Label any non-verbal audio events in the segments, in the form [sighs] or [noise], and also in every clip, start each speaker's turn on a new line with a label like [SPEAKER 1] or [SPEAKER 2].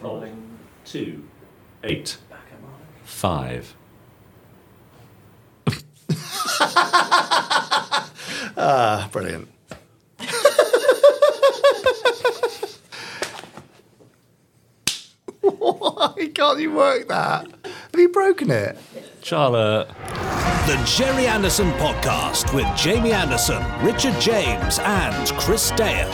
[SPEAKER 1] Rolling. Two. Eight.
[SPEAKER 2] Back at Mark.
[SPEAKER 1] Five.
[SPEAKER 3] Ah, brilliant.
[SPEAKER 1] [laughs]
[SPEAKER 3] Why can't you work that? Have you broken it?
[SPEAKER 1] Charlotte.
[SPEAKER 4] The Jerry Anderson Podcast with Jamie Anderson, Richard James, and Chris Dale.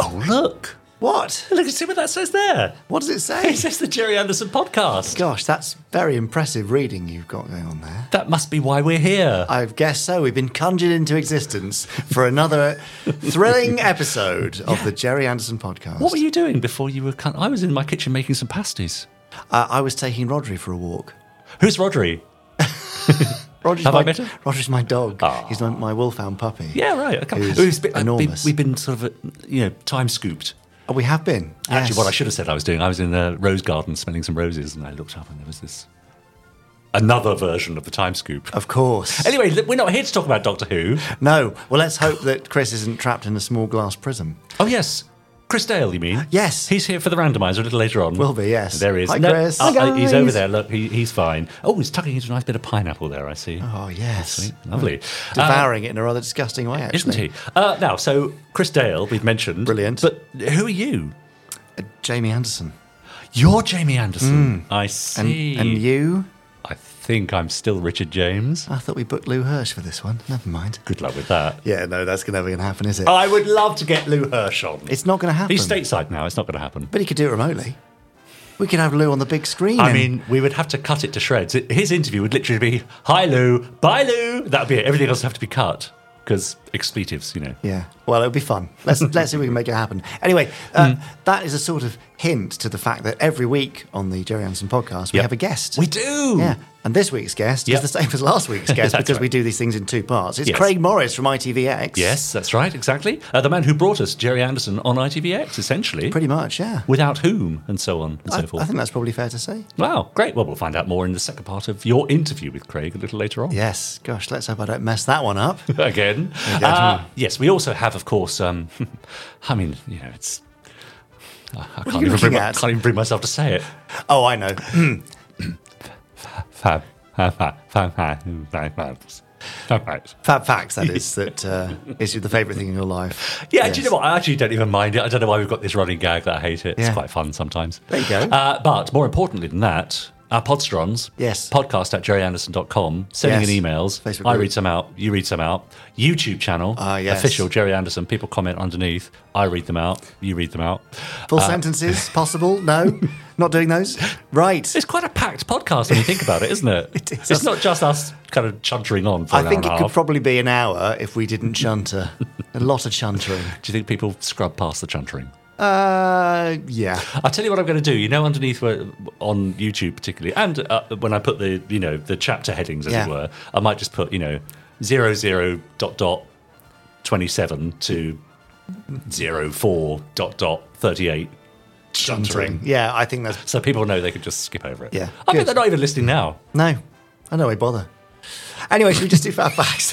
[SPEAKER 1] Oh, look.
[SPEAKER 3] What?
[SPEAKER 1] Look, see what that says there.
[SPEAKER 3] What does it
[SPEAKER 1] It
[SPEAKER 3] say?
[SPEAKER 1] says the Jerry Anderson Podcast.
[SPEAKER 3] Gosh, that's very impressive reading you've got going on there.
[SPEAKER 1] That must be why we're here.
[SPEAKER 3] I guess so. We've been conjured into existence for another thrilling episode of the Jerry Anderson podcast.
[SPEAKER 1] What were you doing before you were? Con- I was in my kitchen making some pasties.
[SPEAKER 3] Uh, I was taking Rodri for a walk.
[SPEAKER 1] Who's Rodri?
[SPEAKER 3] Rodri's
[SPEAKER 1] Have
[SPEAKER 3] my,
[SPEAKER 1] I met him? Ah.
[SPEAKER 3] Rodri's my dog. He's my, my wolfhound puppy.
[SPEAKER 1] Yeah, right. Okay.
[SPEAKER 3] Who's
[SPEAKER 1] We've been, I've been-
[SPEAKER 3] enormous.
[SPEAKER 1] we've been sort of, uh, you know, time scooped.
[SPEAKER 3] Oh, we have been.
[SPEAKER 1] Actually,
[SPEAKER 3] Yes.
[SPEAKER 1] what I should have said I was doing, I was in the rose garden smelling some roses, and I looked up, and there was this another version of the time scoop.
[SPEAKER 3] Of course.
[SPEAKER 1] Anyway, look, we're not here to talk about Doctor Who.
[SPEAKER 3] No. Well, let's hope that Chris isn't trapped in a small glass prism.
[SPEAKER 1] Oh yes, Chris Dale, you mean?
[SPEAKER 3] Yes.
[SPEAKER 1] he's here for the randomizer a little later on.
[SPEAKER 3] Will be, yes.
[SPEAKER 1] There he is.
[SPEAKER 3] Hi, Chris.
[SPEAKER 1] uh,
[SPEAKER 3] Hi,
[SPEAKER 1] uh, he's
[SPEAKER 3] guys.
[SPEAKER 1] over there. Look, he, he's fine. Oh, he's tucking into a nice bit of pineapple there. I see.
[SPEAKER 3] Oh, yes.
[SPEAKER 1] Lovely. Uh,
[SPEAKER 3] Devouring it in a rather disgusting way, actually.
[SPEAKER 1] isn't he? Uh, now, so Chris Dale, we've mentioned.
[SPEAKER 3] Brilliant.
[SPEAKER 1] But who are you?
[SPEAKER 3] Uh, Jamie Anderson.
[SPEAKER 1] You're Jamie Anderson. I
[SPEAKER 3] Hmm. And,
[SPEAKER 1] see.
[SPEAKER 3] and you?
[SPEAKER 1] I think I'm still Richard James.
[SPEAKER 3] I thought we booked Lou Hirsch for this one. Never mind.
[SPEAKER 1] Good luck with that.
[SPEAKER 3] Yeah, no, that's never going to happen, is it?
[SPEAKER 1] I would love to get Lou Hirsch on.
[SPEAKER 3] It's not going to happen.
[SPEAKER 1] He's stateside now. It's not going to happen.
[SPEAKER 3] But he could do it remotely. We could have Lou on the big screen.
[SPEAKER 1] I
[SPEAKER 3] and-
[SPEAKER 1] mean, we would have to cut it to shreds. It- His interview would literally be, "Hi Lou, bye Lou." That would be it. Everything else would have to be cut because expletives, you know.
[SPEAKER 3] Yeah. Well, it'll be fun.
[SPEAKER 1] [laughs]
[SPEAKER 3] Let's let's see if we can make it happen. Anyway,
[SPEAKER 1] Mm.
[SPEAKER 3] uh, that is a sort of hint to the fact that every week on the Jerry Anderson podcast we
[SPEAKER 1] Yep.
[SPEAKER 3] have a guest.
[SPEAKER 1] We do.
[SPEAKER 3] Yeah. And this week's guest
[SPEAKER 1] Yep.
[SPEAKER 3] is the same as last
[SPEAKER 1] [laughs]
[SPEAKER 3] week's guest
[SPEAKER 1] That's
[SPEAKER 3] because we
[SPEAKER 1] right.
[SPEAKER 3] do these things in two parts. It's
[SPEAKER 1] Yes.
[SPEAKER 3] Craig Morris from ITVX.
[SPEAKER 1] Yes, that's right. Exactly. Uh, the man who brought us Jerry Anderson on ITVX, essentially.
[SPEAKER 3] Pretty much. Yeah.
[SPEAKER 1] Without whom, and so on and
[SPEAKER 3] I,
[SPEAKER 1] so forth.
[SPEAKER 3] I think that's probably fair to say.
[SPEAKER 1] wow, great. Well, we'll find out more in the second part of your interview with Craig a little later on.
[SPEAKER 3] Yes. Gosh, let's hope I don't mess that one up.
[SPEAKER 1] [laughs]
[SPEAKER 3] [laughs]
[SPEAKER 1] Again. Uh, yes, we also have, of course, um, [laughs] I mean, you know, it's. I- I can't
[SPEAKER 3] you
[SPEAKER 1] even, bring
[SPEAKER 3] looking
[SPEAKER 1] my,
[SPEAKER 3] at?
[SPEAKER 1] can't even bring myself to say it.
[SPEAKER 3] oh, I know.
[SPEAKER 1] Fab. Fab. Fab. Fab. Fab. Fab. Fabs. Fab. Fabs.
[SPEAKER 3] Fab
[SPEAKER 1] [laughs]
[SPEAKER 3] facts. That is that uh, is the favorite thing in your life.
[SPEAKER 1] Yeah, do
[SPEAKER 3] Yes.
[SPEAKER 1] you know what? I actually don't even mind it. I don't know why we've got this running gag that I hate it. It's
[SPEAKER 3] Yeah.
[SPEAKER 1] quite fun sometimes.
[SPEAKER 3] There you go.
[SPEAKER 1] Uh, but more importantly than that, our podstrons,
[SPEAKER 3] Yes.
[SPEAKER 1] podcast at jerryanderson.com, sending
[SPEAKER 3] Yes.
[SPEAKER 1] in emails.
[SPEAKER 3] Facebook
[SPEAKER 1] I
[SPEAKER 3] group.
[SPEAKER 1] read some out, you read some out. YouTube channel,
[SPEAKER 3] Ah, yes.
[SPEAKER 1] official Jerry Anderson. People comment underneath. I read them out, you read them out.
[SPEAKER 3] Full
[SPEAKER 1] Uh, [laughs]
[SPEAKER 3] sentences possible? No, not doing those. Right.
[SPEAKER 1] It's quite a packed podcast when you think about it, isn't
[SPEAKER 3] [laughs]
[SPEAKER 1] it? it
[SPEAKER 3] is.
[SPEAKER 1] It's not just us kind of chuntering on for an
[SPEAKER 3] I
[SPEAKER 1] hour and
[SPEAKER 3] think it
[SPEAKER 1] a
[SPEAKER 3] could
[SPEAKER 1] half.
[SPEAKER 3] probably be an hour if we didn't chunter. a lot
[SPEAKER 1] [laughs]
[SPEAKER 3] of chuntering.
[SPEAKER 1] Do you think people scrub past the chuntering?
[SPEAKER 3] Uh, yeah.
[SPEAKER 1] I'll tell you what I'm going to do. You know, underneath where, on YouTube particularly, and uh, when I put the you know the chapter headings as
[SPEAKER 3] Yeah.
[SPEAKER 1] it were, I might just put you know zero zero dot dot twenty seven to zero four dot dot thirty eight chuntering,
[SPEAKER 3] Yeah, I think that's
[SPEAKER 1] so people know they could just skip over it.
[SPEAKER 3] Yeah.
[SPEAKER 1] I
[SPEAKER 3] Good.
[SPEAKER 1] bet they're not even listening now.
[SPEAKER 3] no. I know I bother. Anyway, should we just do fab [laughs] facts?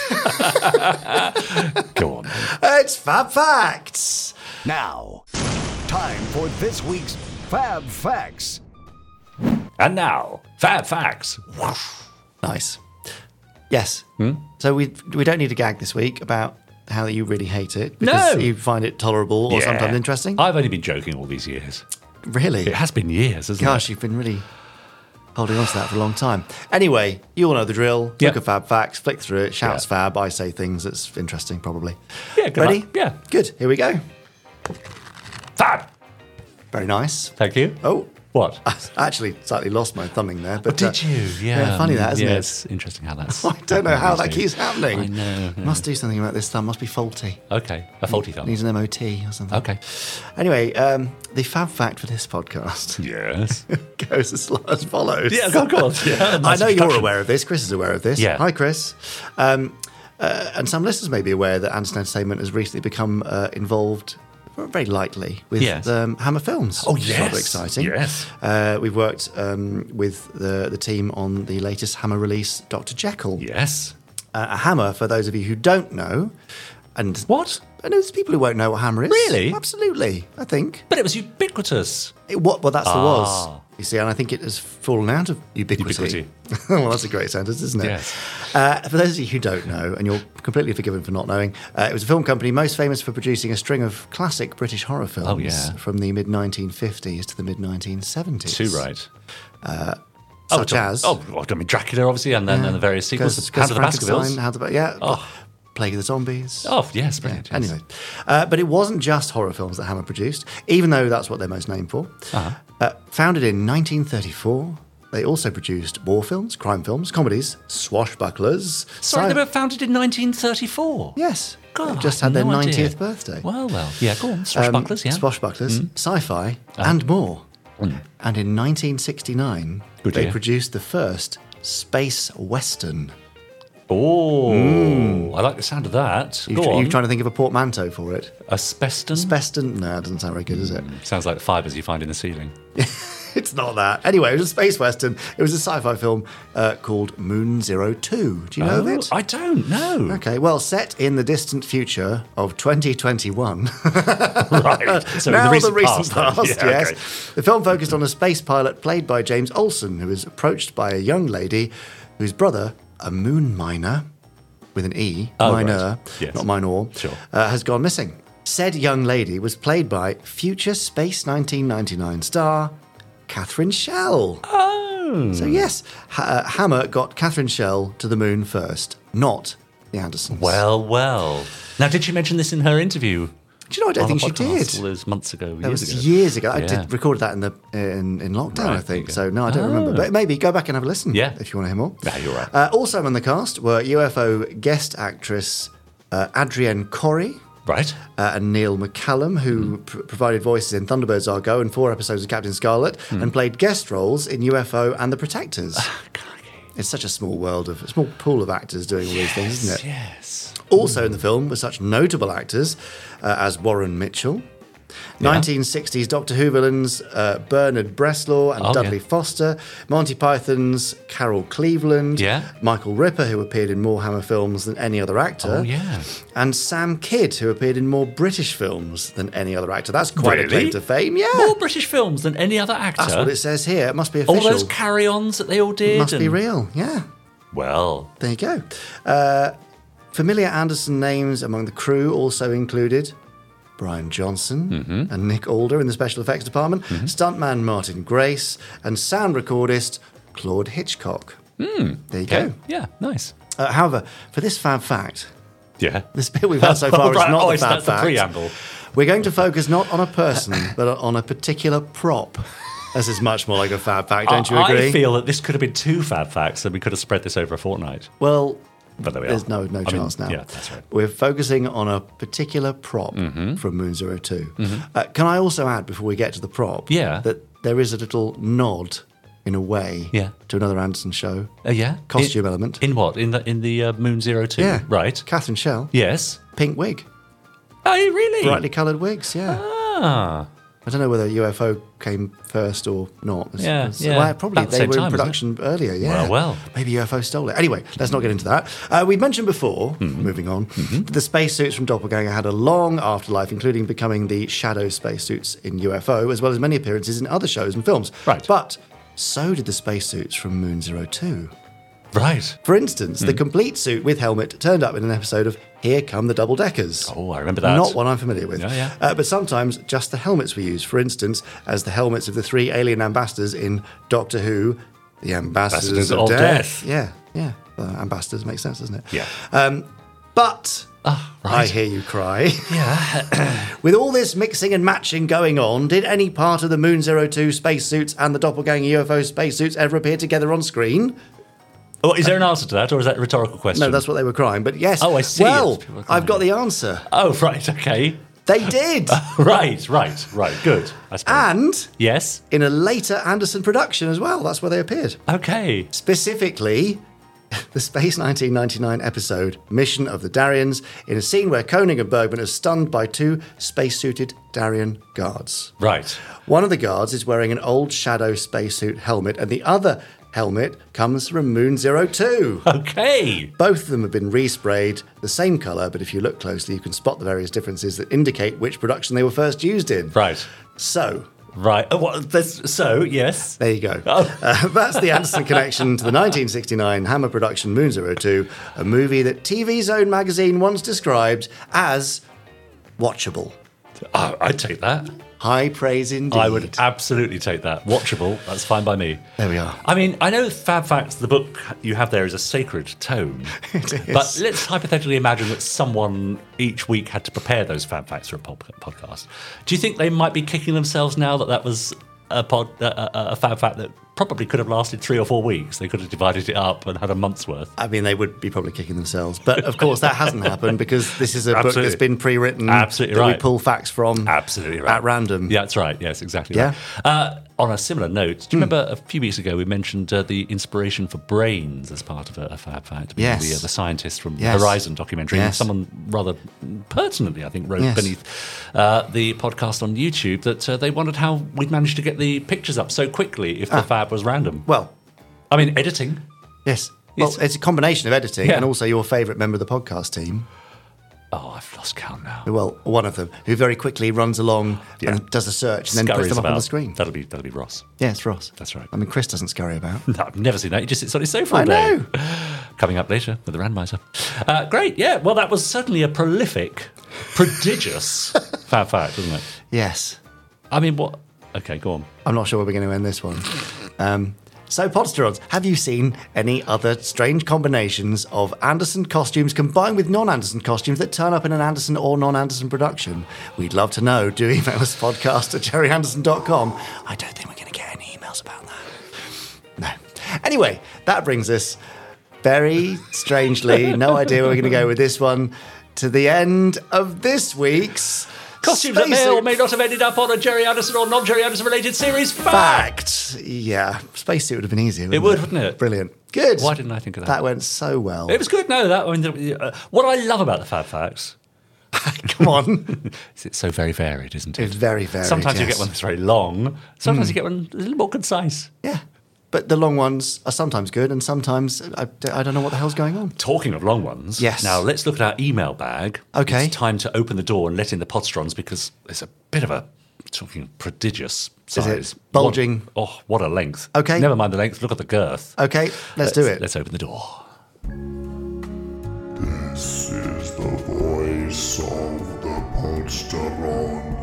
[SPEAKER 1] Go on. then.
[SPEAKER 3] it's fab facts.
[SPEAKER 4] Now, time for this week's Fab Facts.
[SPEAKER 1] and now, Fab Facts.
[SPEAKER 3] Nice. Yes.
[SPEAKER 1] Hmm?
[SPEAKER 3] So we we don't need a gag this week about how you really hate it because
[SPEAKER 1] No.
[SPEAKER 3] you find it tolerable or
[SPEAKER 1] Yeah.
[SPEAKER 3] sometimes interesting.
[SPEAKER 1] I've only been joking all these years.
[SPEAKER 3] really?
[SPEAKER 1] It has been years, hasn't
[SPEAKER 3] Gosh,
[SPEAKER 1] it?
[SPEAKER 3] you've been really holding on to that for a long time. Anyway, you all know the drill.
[SPEAKER 1] Yep.
[SPEAKER 3] Look at Fab Facts, flick through it, shouts
[SPEAKER 1] Yeah.
[SPEAKER 3] Fab, I say things that's interesting, probably.
[SPEAKER 1] Yeah, good
[SPEAKER 3] Ready?
[SPEAKER 1] luck. Yeah.
[SPEAKER 3] Good. Here we go.
[SPEAKER 1] Fab.
[SPEAKER 3] Very nice.
[SPEAKER 1] Thank you.
[SPEAKER 3] Oh, [laughs]
[SPEAKER 1] What?
[SPEAKER 3] I actually slightly lost my thumbing there. But
[SPEAKER 1] [laughs] Oh, Did
[SPEAKER 3] uh,
[SPEAKER 1] you? Yeah.
[SPEAKER 3] funny that,
[SPEAKER 1] Mm,
[SPEAKER 3] isn't
[SPEAKER 1] yeah,
[SPEAKER 3] it?
[SPEAKER 1] It's interesting how [laughs] that's.
[SPEAKER 3] [laughs] I don't know how that
[SPEAKER 1] happening.
[SPEAKER 3] keeps happening.
[SPEAKER 1] I know. yeah.
[SPEAKER 3] Must do something about this thumb. Must be faulty.
[SPEAKER 1] Okay, a faulty thumb.
[SPEAKER 3] Needs an MOT or something.
[SPEAKER 1] Okay.
[SPEAKER 3] Anyway, um, the fab fact for this podcast
[SPEAKER 1] [laughs]
[SPEAKER 3] [laughs]
[SPEAKER 1] Yes.
[SPEAKER 3] goes as, as follows.
[SPEAKER 1] yeah, of
[SPEAKER 3] [laughs]
[SPEAKER 1] course. Yeah,
[SPEAKER 3] I
[SPEAKER 1] nice
[SPEAKER 3] know you're
[SPEAKER 1] introduction.
[SPEAKER 3] aware of this. Chris is aware of this.
[SPEAKER 1] Yeah.
[SPEAKER 3] Hi, Chris. Um, uh, and some listeners may be aware that Anderson Entertainment has recently become uh, involved very lightly with
[SPEAKER 1] Yes.
[SPEAKER 3] um, Hammer Films.
[SPEAKER 1] Oh,
[SPEAKER 3] which is rather
[SPEAKER 1] yes.
[SPEAKER 3] exciting.
[SPEAKER 1] Yes.
[SPEAKER 3] Uh, we've worked um, with the, the team on the latest Hammer release, Dr. Jekyll.
[SPEAKER 1] Yes.
[SPEAKER 3] Uh, a hammer, for those of you who don't know, And
[SPEAKER 1] What?
[SPEAKER 3] And there's people who won't know what Hammer is.
[SPEAKER 1] Really?
[SPEAKER 3] Absolutely. I think.
[SPEAKER 1] But it was ubiquitous.
[SPEAKER 3] It, what? Well, that's the
[SPEAKER 1] Ah.
[SPEAKER 3] was. You see, and I think it has fallen out of ubiquity.
[SPEAKER 1] Ubiquity.
[SPEAKER 3] [laughs] well, that's a great sentence, isn't it?
[SPEAKER 1] Yes.
[SPEAKER 3] Uh, for those of you who don't know, and you're completely forgiven for not knowing, uh, it was a film company most famous for producing a string of classic British horror films
[SPEAKER 1] Oh, yeah.
[SPEAKER 3] from the mid 1950s to the mid 1970s.
[SPEAKER 1] Too right.
[SPEAKER 3] Such
[SPEAKER 1] oh,
[SPEAKER 3] as.
[SPEAKER 1] oh, well, I mean Dracula, obviously, and then and the various sequels.
[SPEAKER 3] Curse-
[SPEAKER 1] House of the
[SPEAKER 3] Curse of Frankenstein,
[SPEAKER 1] Baskervilles.
[SPEAKER 3] House of the- yeah.
[SPEAKER 1] Oh.
[SPEAKER 3] Plague of the Zombies.
[SPEAKER 1] Oh yes, brilliant. yes.
[SPEAKER 3] Anyway, uh, but it wasn't just horror films that Hammer produced, even though that's what they're most named for.
[SPEAKER 1] Uh-huh.
[SPEAKER 3] Uh, founded in 1934, they also produced war films, crime films, comedies, swashbucklers.
[SPEAKER 1] Sorry,
[SPEAKER 3] sci-
[SPEAKER 1] they were founded in 1934.
[SPEAKER 3] yes,
[SPEAKER 1] God,
[SPEAKER 3] they
[SPEAKER 1] I
[SPEAKER 3] just had their
[SPEAKER 1] no idea.
[SPEAKER 3] 90th birthday.
[SPEAKER 1] Well, well, yeah, go on,
[SPEAKER 3] Um,
[SPEAKER 1] swashbucklers, yeah. Mm-hmm. Uh-huh. Mm.
[SPEAKER 3] swashbucklers, sci-fi, and more. And in 1969,
[SPEAKER 1] Good
[SPEAKER 3] they
[SPEAKER 1] year.
[SPEAKER 3] produced the first space western.
[SPEAKER 1] oh, I like the sound of that.
[SPEAKER 3] You
[SPEAKER 1] go
[SPEAKER 3] Mm. tr-
[SPEAKER 1] on,
[SPEAKER 3] you trying to think of a portmanteau for it?
[SPEAKER 1] asbeston.
[SPEAKER 3] Speston? No, it doesn't sound very good, does it?
[SPEAKER 1] Sounds like the fibres you find in the ceiling.
[SPEAKER 3] [laughs] It's not that. Anyway, it was a space western. It was a sci-fi film uh, called Moon Zero Two. Do you know of
[SPEAKER 1] Oh,
[SPEAKER 3] it?
[SPEAKER 1] I don't
[SPEAKER 3] [laughs]
[SPEAKER 1] know.
[SPEAKER 3] Okay, well, set in the distant future of [laughs] 2021.
[SPEAKER 1] right. So
[SPEAKER 3] now
[SPEAKER 1] in the recent
[SPEAKER 3] past,
[SPEAKER 1] past, then. [laughs] Yeah,
[SPEAKER 3] yes.
[SPEAKER 1] okay.
[SPEAKER 3] The film focused on a space pilot played by James Olson, who is approached by a young lady whose brother, a moon miner, with an E,
[SPEAKER 1] Oh, right.
[SPEAKER 3] miner,
[SPEAKER 1] Yes.
[SPEAKER 3] not minor,
[SPEAKER 1] Sure.
[SPEAKER 3] uh, has gone missing. Said young lady was played by future Space 1999 star Catherine Shell.
[SPEAKER 1] Oh,
[SPEAKER 3] So yes, ha- uh, Hammer got Catherine Shell to the moon first, not the Andersons.
[SPEAKER 1] well, well. Now, did she mention this in her interview?
[SPEAKER 3] do you know? I don't
[SPEAKER 1] on
[SPEAKER 3] think
[SPEAKER 1] the
[SPEAKER 3] she
[SPEAKER 1] podcast
[SPEAKER 3] did.
[SPEAKER 1] All those months ago,
[SPEAKER 3] That
[SPEAKER 1] years
[SPEAKER 3] was
[SPEAKER 1] ago.
[SPEAKER 3] years ago. I
[SPEAKER 1] Yeah.
[SPEAKER 3] did record that in the in, in lockdown,
[SPEAKER 1] Right,
[SPEAKER 3] I think.
[SPEAKER 1] okay.
[SPEAKER 3] So no, I don't remember. But maybe go back and have a listen.
[SPEAKER 1] Yeah.
[SPEAKER 3] if you want to hear more.
[SPEAKER 1] Yeah, you're right.
[SPEAKER 3] Uh, also on the cast were UFO guest actress uh, Adrienne Corrie.
[SPEAKER 1] Right.
[SPEAKER 3] Uh, and Neil McCallum,
[SPEAKER 1] Hmm.
[SPEAKER 3] who pr- provided voices in Thunderbirds Argo and four episodes of Captain Scarlet,
[SPEAKER 1] Hmm.
[SPEAKER 3] and played guest roles in UFO and The Protectors.
[SPEAKER 1] Ah,
[SPEAKER 3] it's such a small world of, a small pool of actors doing all these things, isn't it?
[SPEAKER 1] Yes.
[SPEAKER 3] Also in the film were such notable actors uh, as Warren Mitchell, 1960s Doctor Who villains uh, Bernard Breslaw and
[SPEAKER 1] Oh,
[SPEAKER 3] Dudley
[SPEAKER 1] yeah.
[SPEAKER 3] Foster, Monty Python's Carol Cleveland,
[SPEAKER 1] Yeah.
[SPEAKER 3] Michael Ripper, who appeared in more Hammer films than any other actor,
[SPEAKER 1] Oh, yeah.
[SPEAKER 3] and Sam Kidd, who appeared in more British films than any other actor. That's quite a
[SPEAKER 1] Really?
[SPEAKER 3] claim to fame, yeah.
[SPEAKER 1] More British films than any other actor.
[SPEAKER 3] That's what it says here. It must be
[SPEAKER 1] all
[SPEAKER 3] official.
[SPEAKER 1] those carry-ons that they all did.
[SPEAKER 3] must be
[SPEAKER 1] and-
[SPEAKER 3] real, yeah.
[SPEAKER 1] Well,
[SPEAKER 3] There you go. Uh, familiar Anderson names among the crew also included Brian Johnson
[SPEAKER 1] Mm-hmm.
[SPEAKER 3] and Nick Alder in the special effects department, stuntman Martin Grace, and sound recordist Claude Hitchcock. There you
[SPEAKER 1] Hmm. okay.
[SPEAKER 3] go.
[SPEAKER 1] Yeah, nice.
[SPEAKER 3] Uh, however, for this fab fact,
[SPEAKER 1] Yeah.
[SPEAKER 3] this bit we've had so
[SPEAKER 1] [laughs]
[SPEAKER 3] far is
[SPEAKER 1] Right,
[SPEAKER 3] not
[SPEAKER 1] oh,
[SPEAKER 3] the
[SPEAKER 1] it's-
[SPEAKER 3] fab
[SPEAKER 1] that's the
[SPEAKER 3] fact.
[SPEAKER 1] preamble.
[SPEAKER 3] We're going to focus not on a person, but on a
[SPEAKER 1] [laughs]
[SPEAKER 3] particular prop. This is much more like a fab fact, don't you
[SPEAKER 1] I-
[SPEAKER 3] agree?
[SPEAKER 1] I feel that this could have been two fab facts, and we could have spread this over a fortnight.
[SPEAKER 3] well,
[SPEAKER 1] But there we
[SPEAKER 3] There's
[SPEAKER 1] are.
[SPEAKER 3] no no
[SPEAKER 1] I mean,
[SPEAKER 3] chance now.
[SPEAKER 1] Yeah, that's right. Mm-hmm.
[SPEAKER 3] We're focusing on a particular prop from Moon Zero 2 Uh, can I also add before we get to the prop?
[SPEAKER 1] Yeah.
[SPEAKER 3] that there is a little nod, in a way,
[SPEAKER 1] Yeah.
[SPEAKER 3] to another Anderson show.
[SPEAKER 1] Uh, yeah.
[SPEAKER 3] Costume
[SPEAKER 1] in,
[SPEAKER 3] element.
[SPEAKER 1] In what? In the in the uh, Moon Zero Two.
[SPEAKER 3] yeah,
[SPEAKER 1] Right.
[SPEAKER 3] Catherine Shell,
[SPEAKER 1] Yes.
[SPEAKER 3] pink wig,
[SPEAKER 1] Oh, really?
[SPEAKER 3] brightly coloured wigs. Yeah,
[SPEAKER 1] Ah.
[SPEAKER 3] I don't know whether UFO came first or not. It's-
[SPEAKER 1] Yeah,
[SPEAKER 3] it's-
[SPEAKER 1] yeah.
[SPEAKER 3] well, probably
[SPEAKER 1] About the
[SPEAKER 3] they
[SPEAKER 1] same
[SPEAKER 3] were in
[SPEAKER 1] time, isn't it?
[SPEAKER 3] production earlier. Yeah,
[SPEAKER 1] Well, well.
[SPEAKER 3] maybe UFO stole it. Anyway, let's not get into that. Uh, we mentioned before,
[SPEAKER 1] Mm-hmm.
[SPEAKER 3] moving on, that the spacesuits from Doppelganger had a long afterlife, including becoming the shadow spacesuits in UFO, as well as many appearances in other shows and films.
[SPEAKER 1] Right.
[SPEAKER 3] but so did the spacesuits from Moon Zero Two.
[SPEAKER 1] Right.
[SPEAKER 3] For instance, the
[SPEAKER 1] Hmm.
[SPEAKER 3] complete suit with helmet turned up in an episode of Here Come the Double Deckers.
[SPEAKER 1] Oh, I remember that.
[SPEAKER 3] Not one I'm familiar with.
[SPEAKER 1] Yeah, yeah.
[SPEAKER 3] Uh, but sometimes just the helmets were used, for instance, as the helmets of the three alien ambassadors in Doctor Who, the
[SPEAKER 1] Ambassadors
[SPEAKER 3] Ambassadors, of,
[SPEAKER 1] of
[SPEAKER 3] death.
[SPEAKER 1] Death.
[SPEAKER 3] Yeah, yeah. Well, ambassadors makes sense, doesn't it?
[SPEAKER 1] Yeah.
[SPEAKER 3] Um, but
[SPEAKER 1] Ah,
[SPEAKER 3] Uh, I
[SPEAKER 1] right.
[SPEAKER 3] hear you cry. [laughs]
[SPEAKER 1] yeah.
[SPEAKER 3] With all this mixing and matching going on, did any part of the Moon Zero Two spacesuits and the doppelganger UFO spacesuits ever appear together on screen?
[SPEAKER 1] Oh, is there an answer to that, or is that a rhetorical question?
[SPEAKER 3] No, that's what they were crying. But yes.
[SPEAKER 1] Oh, I see.
[SPEAKER 3] Well,
[SPEAKER 1] It's people are
[SPEAKER 3] I've got the answer.
[SPEAKER 1] Oh, right. Okay. [laughs]
[SPEAKER 3] They did.
[SPEAKER 1] Right. Right. Right. Good. I suppose.
[SPEAKER 3] and
[SPEAKER 1] yes.
[SPEAKER 3] in a later Anderson production as well. That's where they appeared.
[SPEAKER 1] Okay.
[SPEAKER 3] Specifically, [laughs] the Space 1999 episode Mission of the Darians in a scene where Koenig and Bergman are stunned by two spacesuited Darian guards.
[SPEAKER 1] Right.
[SPEAKER 3] One of the guards is wearing an old shadow spacesuit helmet, and the other helmet comes from Moon Zero Two.
[SPEAKER 1] Okay.
[SPEAKER 3] Both of them have been resprayed the same colour, but if you look closely, you can spot the various differences that indicate which production they were first used in.
[SPEAKER 1] Right.
[SPEAKER 3] So,
[SPEAKER 1] Right. Oh, well, there's, so, yes.
[SPEAKER 3] there you go.
[SPEAKER 1] Oh.
[SPEAKER 3] Uh, that's the Anderson connection to the 1969 Hammer production Moon Zero Two, a movie that TV Zone magazine once described as watchable.
[SPEAKER 1] Ah, I, I'd take that.
[SPEAKER 3] High praise indeed.
[SPEAKER 1] I would absolutely take that. Watchable. That's fine by me.
[SPEAKER 3] There we are.
[SPEAKER 1] I mean, I know Fab Facts, the book you have there is a sacred
[SPEAKER 3] [laughs]
[SPEAKER 1] tome. But
[SPEAKER 3] is.
[SPEAKER 1] let's hypothetically imagine that someone each week had to prepare those Fab Facts for a pod- podcast. Do you think they might be kicking themselves now that that was a, pod, a, a, a Fab Fact that probably could have lasted three or four weeks? They could have divided it up and had a month's worth.
[SPEAKER 3] I mean, they would be probably kicking themselves. But of course, that hasn't happened because this is a book
[SPEAKER 1] Absolutely.
[SPEAKER 3] that's been pre written.
[SPEAKER 1] Absolutely
[SPEAKER 3] that
[SPEAKER 1] right.
[SPEAKER 3] We pull facts from
[SPEAKER 1] Absolutely right.
[SPEAKER 3] at random.
[SPEAKER 1] Yeah, that's right. Yes, exactly.
[SPEAKER 3] Yeah. Hmm.
[SPEAKER 1] Right. Uh, on a similar note, do you remember a few weeks ago we mentioned uh, the inspiration for brains as part of a, a Fab Fact? being
[SPEAKER 3] Yes.
[SPEAKER 1] The, uh, the scientist from
[SPEAKER 3] Yes.
[SPEAKER 1] Horizon documentary. And
[SPEAKER 3] Yes.
[SPEAKER 1] someone rather pertinently, I think, wrote
[SPEAKER 3] Yes.
[SPEAKER 1] beneath uh, the podcast on YouTube that uh, they wondered how we'd managed to get the pictures up so quickly if the Fab was random.
[SPEAKER 3] Ah. Well,
[SPEAKER 1] I mean, editing.
[SPEAKER 3] yes. Well, it's,
[SPEAKER 1] It's-
[SPEAKER 3] a combination of editing
[SPEAKER 1] Yeah.
[SPEAKER 3] and also your favourite member of the podcast team.
[SPEAKER 1] Oh, I've lost count now.
[SPEAKER 3] Well, one of them who very quickly runs along and does a search and then puts
[SPEAKER 1] Scurries
[SPEAKER 3] them up on
[SPEAKER 1] about.
[SPEAKER 3] the screen.
[SPEAKER 1] That'll be that'll be Ross.
[SPEAKER 3] Yes, Ross.
[SPEAKER 1] That's right. Hmm.
[SPEAKER 3] I mean, Chris doesn't scurry about.
[SPEAKER 1] No, I've never seen that. He just sits on his sofa all
[SPEAKER 3] I
[SPEAKER 1] day.
[SPEAKER 3] know.
[SPEAKER 1] [laughs] Coming up later with the randomizer. Uh, great, yeah. Well, that was certainly a prolific,
[SPEAKER 3] [laughs]
[SPEAKER 1] prodigious fab fact, wasn't it?
[SPEAKER 3] yes.
[SPEAKER 1] I mean, what? Okay, go on.
[SPEAKER 3] I'm not sure where we're going to end this one. Um, so, Podsterons, have you seen any other strange combinations of Anderson costumes combined with non Anderson costumes that turn up in an Anderson or non Anderson production? We'd love to know. Do email us podcast at jerryanderson.com. I don't think we're going to get any emails about that. No. Anyway, that brings us very strangely, no idea where we're going to go with this one, to the end of this week's
[SPEAKER 1] Costumes that may
[SPEAKER 3] Space
[SPEAKER 1] or may not have ended up on a Jerry Anderson or non Jerry Anderson related series fact.
[SPEAKER 3] fact. Yeah, spacesuit would have been easier. Wouldn't it
[SPEAKER 1] would, wouldn't it?
[SPEAKER 3] Brilliant. Good.
[SPEAKER 1] Why didn't I think of that?
[SPEAKER 3] That went so well.
[SPEAKER 1] It was good, no. That I mean, the- uh, what I love about the Fab Facts [laughs]
[SPEAKER 3] Come [laughs] on.
[SPEAKER 1] is it's so very varied, isn't it?
[SPEAKER 3] It's very varied.
[SPEAKER 1] Sometimes you
[SPEAKER 3] yes.
[SPEAKER 1] get
[SPEAKER 3] Hmm.
[SPEAKER 1] one that's very long. Sometimes you get one that's a little more concise.
[SPEAKER 3] Yeah, but the long ones are sometimes good, and sometimes I, I don't know what the hell's going on.
[SPEAKER 1] Talking of long ones,
[SPEAKER 3] Yes.
[SPEAKER 1] Now let's look at our email bag.
[SPEAKER 3] Okay.
[SPEAKER 1] it's time to open the door and let in the podstrons because it's a bit of a talking prodigious
[SPEAKER 3] it
[SPEAKER 1] size,
[SPEAKER 3] bulging?
[SPEAKER 1] What, oh, what a length!
[SPEAKER 3] Okay.
[SPEAKER 1] never mind the length. Look at the girth.
[SPEAKER 3] Okay, let's, do it.
[SPEAKER 1] Let's open the door.
[SPEAKER 2] is the voice of the Polsterons.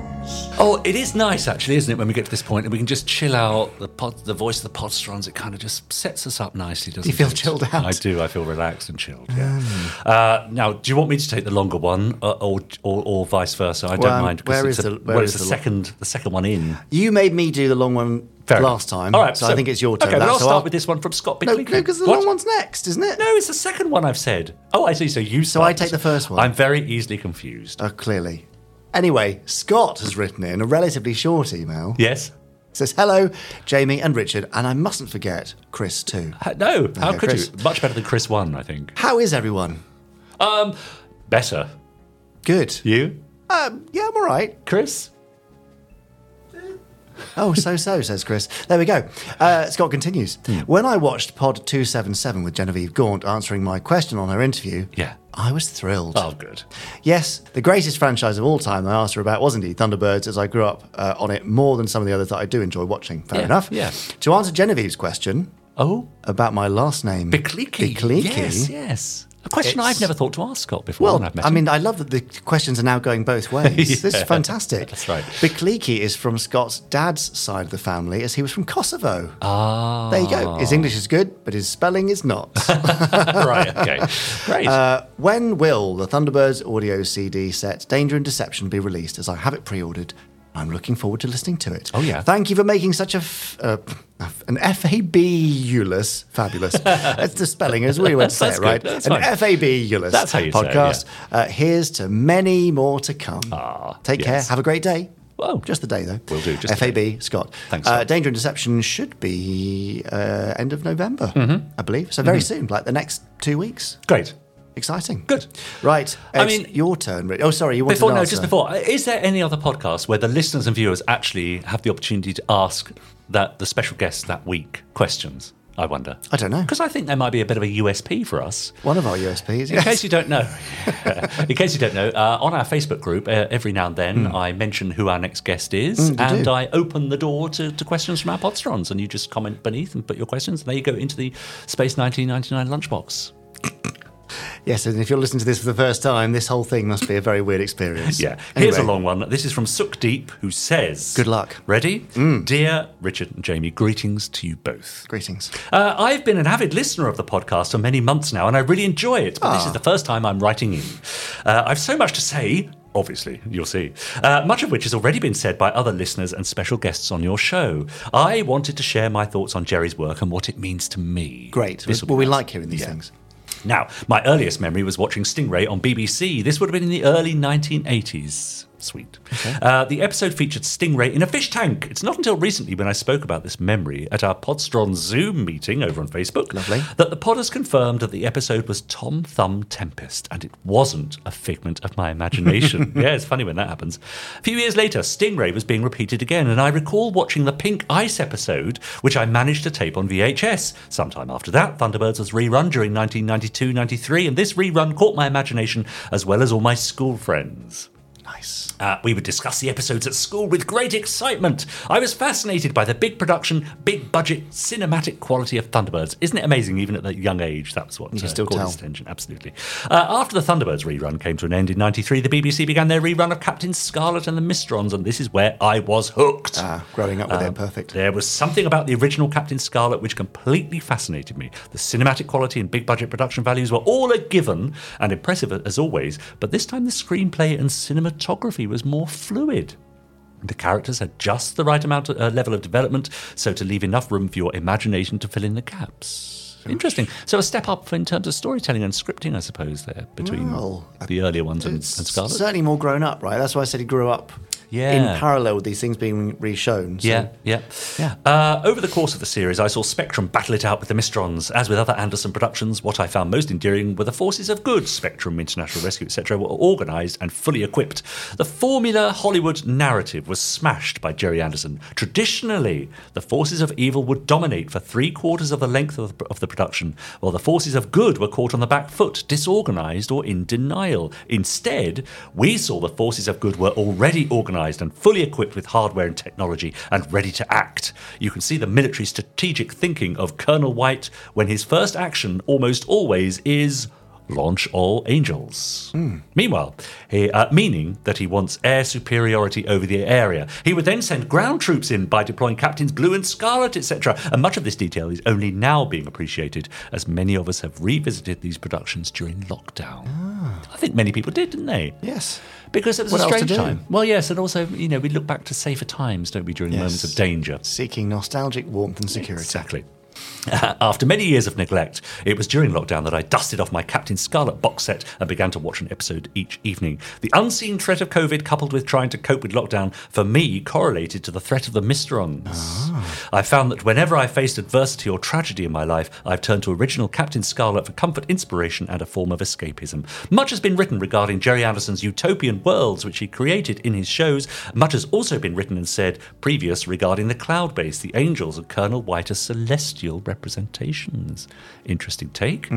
[SPEAKER 1] Oh, it is nice actually, isn't it? When we get to this point, and we can just chill out. The pod, the voice of the podstrons, it kind of just sets us up nicely, doesn't it?
[SPEAKER 3] you feel chilled out? Mm.
[SPEAKER 1] I do. I feel relaxed and chilled. Yeah. Uh, now, do you want me to take the longer one, uh, or, or or vice versa? I
[SPEAKER 3] Well,
[SPEAKER 1] don't
[SPEAKER 3] um,
[SPEAKER 1] mind.
[SPEAKER 3] where
[SPEAKER 1] it's
[SPEAKER 3] is
[SPEAKER 1] a-
[SPEAKER 3] the- where
[SPEAKER 1] well,
[SPEAKER 3] is
[SPEAKER 1] it's the,
[SPEAKER 3] the lo-
[SPEAKER 1] second the second one in?
[SPEAKER 3] You made me do the long one
[SPEAKER 1] Fair enough.
[SPEAKER 3] last time.
[SPEAKER 1] All right,
[SPEAKER 3] so, I think it's your turn.
[SPEAKER 1] Okay,
[SPEAKER 3] That-
[SPEAKER 1] then I'll
[SPEAKER 3] so
[SPEAKER 1] start with this one from Scott
[SPEAKER 3] No,
[SPEAKER 1] Bickley.
[SPEAKER 3] because the long one's next, isn't it?
[SPEAKER 1] No, it's the second one I've said. Oh, I see. So you. So
[SPEAKER 3] I take the first one?
[SPEAKER 1] I'm very easily confused.
[SPEAKER 3] Oh, clearly. Anyway, Scott has written in a relatively short email.
[SPEAKER 1] yes.
[SPEAKER 3] Says hello, Jamie and Richard, and I mustn't forget Chris too.
[SPEAKER 1] Uh, No. How
[SPEAKER 3] Okay,
[SPEAKER 1] could
[SPEAKER 3] Chris.
[SPEAKER 1] you? Much better than Chris one, I think.
[SPEAKER 3] How is everyone?
[SPEAKER 1] Um, better.
[SPEAKER 3] Good.
[SPEAKER 1] You,
[SPEAKER 3] Um, yeah, I'm all right.
[SPEAKER 1] Chris.
[SPEAKER 3] Oh,
[SPEAKER 1] [laughs]
[SPEAKER 3] so so, says Chris. There we go. Uh, Scott continues.
[SPEAKER 1] Hmm.
[SPEAKER 3] When I watched Pod 277 with Genevieve Gaunt answering my question on her interview,
[SPEAKER 1] Yeah.
[SPEAKER 3] I was thrilled.
[SPEAKER 1] Oh, good.
[SPEAKER 3] Yes, the greatest franchise of all time I asked her about was indeed Thunderbirds, as I grew up uh, on it more than some of the others that I do enjoy watching. Fair
[SPEAKER 1] Yeah,
[SPEAKER 3] enough.
[SPEAKER 1] yeah.
[SPEAKER 3] To answer Genevieve's question
[SPEAKER 1] Oh,
[SPEAKER 3] about my last name,
[SPEAKER 1] Bikliki.
[SPEAKER 3] Bikliki,
[SPEAKER 1] Yes, yes. A question
[SPEAKER 3] It's-
[SPEAKER 1] I've never thought to ask Scott before.
[SPEAKER 3] Well,
[SPEAKER 1] when I've met
[SPEAKER 3] I
[SPEAKER 1] him.
[SPEAKER 3] mean, I love that the questions are now going
[SPEAKER 1] [laughs]
[SPEAKER 3] both ways. This is
[SPEAKER 1] Yeah.
[SPEAKER 3] fantastic.
[SPEAKER 1] That's right.
[SPEAKER 3] Bikliki is from Scott's dad's side of the family, as he was from Kosovo. Ah. There you go. His English is good, but his spelling is not.
[SPEAKER 1] [laughs] right. Okay. Great.
[SPEAKER 3] uh, when will the Thunderbirds audio CD set Danger and Deception be released, as I have it pre ordered? I'm looking forward to listening to it.
[SPEAKER 1] Oh, yeah.
[SPEAKER 3] Thank you for making such a f- uh, an fabulous,
[SPEAKER 1] [laughs]
[SPEAKER 3] fabulous. That's the spelling as we would say it,
[SPEAKER 1] That's good.
[SPEAKER 3] right?
[SPEAKER 1] That's
[SPEAKER 3] an
[SPEAKER 1] fine.
[SPEAKER 3] fabulous
[SPEAKER 1] That's how you say it,
[SPEAKER 3] podcast. uh, here's to many more to come. Take care.
[SPEAKER 1] Ah, yes.
[SPEAKER 3] Have a great day.
[SPEAKER 1] Whoa.
[SPEAKER 3] just the day though.
[SPEAKER 1] Will do, just the
[SPEAKER 3] FAB Scott.
[SPEAKER 1] Thanks,
[SPEAKER 3] Uh,
[SPEAKER 1] Scott.
[SPEAKER 3] Danger and Deception should be uh, end of November,
[SPEAKER 1] Mm-hmm.
[SPEAKER 3] I believe. So very soon, like the next two weeks.
[SPEAKER 1] Great.
[SPEAKER 3] Exciting.
[SPEAKER 1] Good.
[SPEAKER 3] Right.
[SPEAKER 1] I
[SPEAKER 3] I mean,
[SPEAKER 1] mean-
[SPEAKER 3] your turn. Rich. Oh, sorry. You wanted
[SPEAKER 1] Before,
[SPEAKER 3] an
[SPEAKER 1] no,
[SPEAKER 3] answer.
[SPEAKER 1] just before. uh, Is there any other podcast where the listeners and viewers actually have the opportunity to ask that the special guest that week questions? I wonder.
[SPEAKER 3] I don't know.
[SPEAKER 1] Because I think there might be a bit of a USP for us.
[SPEAKER 3] One of our USPs.
[SPEAKER 1] In
[SPEAKER 3] yes.
[SPEAKER 1] case you don't
[SPEAKER 3] [laughs]
[SPEAKER 1] know, in case you don't know, uh, on our Facebook group, uh, every now and then I mention who our next guest is,
[SPEAKER 3] you
[SPEAKER 1] and
[SPEAKER 3] Hmm. do.
[SPEAKER 1] I open the door to, to questions from our Podstrons, and you just comment beneath and put your questions, and there you go into the Space 1999 lunchbox.
[SPEAKER 3] Yes, and if you're listening to this for the first time, this whole thing must be a very weird experience.
[SPEAKER 1] Yeah.
[SPEAKER 3] Anyway,
[SPEAKER 1] Here's a long one. This is from Sukdeep, who says,
[SPEAKER 3] Good luck. Hmm.
[SPEAKER 1] Ready? Dear Richard and Jamie, greetings to you both.
[SPEAKER 3] Greetings.
[SPEAKER 1] Uh, I've been an avid listener of the podcast for many months now, and I really enjoy it. But this
[SPEAKER 3] Ah.
[SPEAKER 1] is the first time I'm writing in. Uh, I've so much to say. Obviously, you'll see. Uh, much of which has already been said by other listeners and special guests on your show. I wanted to share my thoughts on Jerry's work and what it means to me.
[SPEAKER 3] Great.
[SPEAKER 1] This
[SPEAKER 3] well,
[SPEAKER 1] be
[SPEAKER 3] we
[SPEAKER 1] nice.
[SPEAKER 3] like hearing these things.
[SPEAKER 1] Now, my earliest memory was watching Stingray on BBC. This would have been in the early 1980s. Sweet. Uh, the episode featured Stingray in a fish tank. It's not until recently when I spoke about this memory at our Podstron Zoom meeting over on Facebook
[SPEAKER 3] Lovely.
[SPEAKER 1] that the podders confirmed that the episode was Tom Thumb Tempest and it wasn't a figment of my
[SPEAKER 3] [laughs]
[SPEAKER 1] imagination. yeah, it's funny when that happens. A few years later, Stingray was being repeated again, and I recall watching the Pink Ice episode, which I managed to tape on VHS. Sometime after that, Thunderbirds was rerun during 1992 93, and this rerun caught my imagination as well as all my school friends.
[SPEAKER 3] Nice.
[SPEAKER 1] Uh, we would discuss the episodes at school with great excitement. I was fascinated by the big production, big budget, cinematic quality of Thunderbirds. Isn't it amazing, even at that young age? That's what uh,
[SPEAKER 3] You can still
[SPEAKER 1] caught
[SPEAKER 3] tell.
[SPEAKER 1] his attention. Absolutely. Uh, after the Thunderbirds rerun came to an end in '93, the BBC began their rerun of Captain Scarlet and the Mistrons, and this is where I was hooked.
[SPEAKER 3] Ah, growing up with
[SPEAKER 1] Um,
[SPEAKER 3] it, perfect.
[SPEAKER 1] There was something about the original Captain Scarlet which completely fascinated me. The cinematic quality and big budget production values were all a given and impressive as always, but this time the screenplay and cinematography was more fluid. The characters had just the right amount of, uh, level of development, so to leave enough room for your imagination to fill in the gaps. Interesting. So a step up in terms of storytelling and scripting, I suppose, there between
[SPEAKER 3] Well,
[SPEAKER 1] the earlier ones and, and Scarlet.
[SPEAKER 3] Certainly more grown up, right? That's why I said he grew up
[SPEAKER 1] Yeah.
[SPEAKER 3] in parallel with these things being reshown. So.
[SPEAKER 1] Yeah, yeah,
[SPEAKER 3] Yeah.
[SPEAKER 1] Uh, over the course of the series, I saw Spectrum battle it out with the Mistrons. As with other Anderson productions, what I found most endearing were the forces of good. Spectrum, International Rescue, etc., were organised and fully equipped. The formula Hollywood narrative was smashed by Jerry Anderson. Traditionally, the forces of evil would dominate for three quarters of the length of the, of the production, while the forces of good were caught on the back foot, disorganised or in denial. Instead, we saw the forces of good were already organised and fully equipped with hardware and technology and ready to act. You can see the military strategic thinking of Colonel White when his first action almost always is launch all angels. Meanwhile, he, uh, meaning that he wants air superiority over the area. He would then send ground troops in by deploying captains Blue and Scarlet, etc. And much of this detail is only now being appreciated, as many of us have revisited these productions during lockdown. I think many people did, didn't they?
[SPEAKER 3] Yes.
[SPEAKER 1] Because it was
[SPEAKER 3] What
[SPEAKER 1] a
[SPEAKER 3] else to
[SPEAKER 1] strange
[SPEAKER 3] do?
[SPEAKER 1] time. Well, yes, and also, you know, we look back to safer times, don't we, during
[SPEAKER 3] Yes.
[SPEAKER 1] moments of danger.
[SPEAKER 3] Seeking nostalgic warmth and security.
[SPEAKER 1] Exactly. [laughs] After many years of neglect, it was during lockdown that I dusted off my Captain Scarlet box set and began to watch an episode each evening. The unseen threat of COVID, coupled with trying to cope with lockdown, for me correlated to the threat of the Mistrons.
[SPEAKER 3] Ah.
[SPEAKER 1] I found that whenever I faced adversity or tragedy in my life, I've turned to original Captain Scarlet for comfort, inspiration, and a form of escapism. Much has been written regarding Jerry Anderson's utopian worlds, which he created in his shows. Much has also been written and said previous regarding the cloud base, the angels, and Colonel White as celestial representations. Interesting take.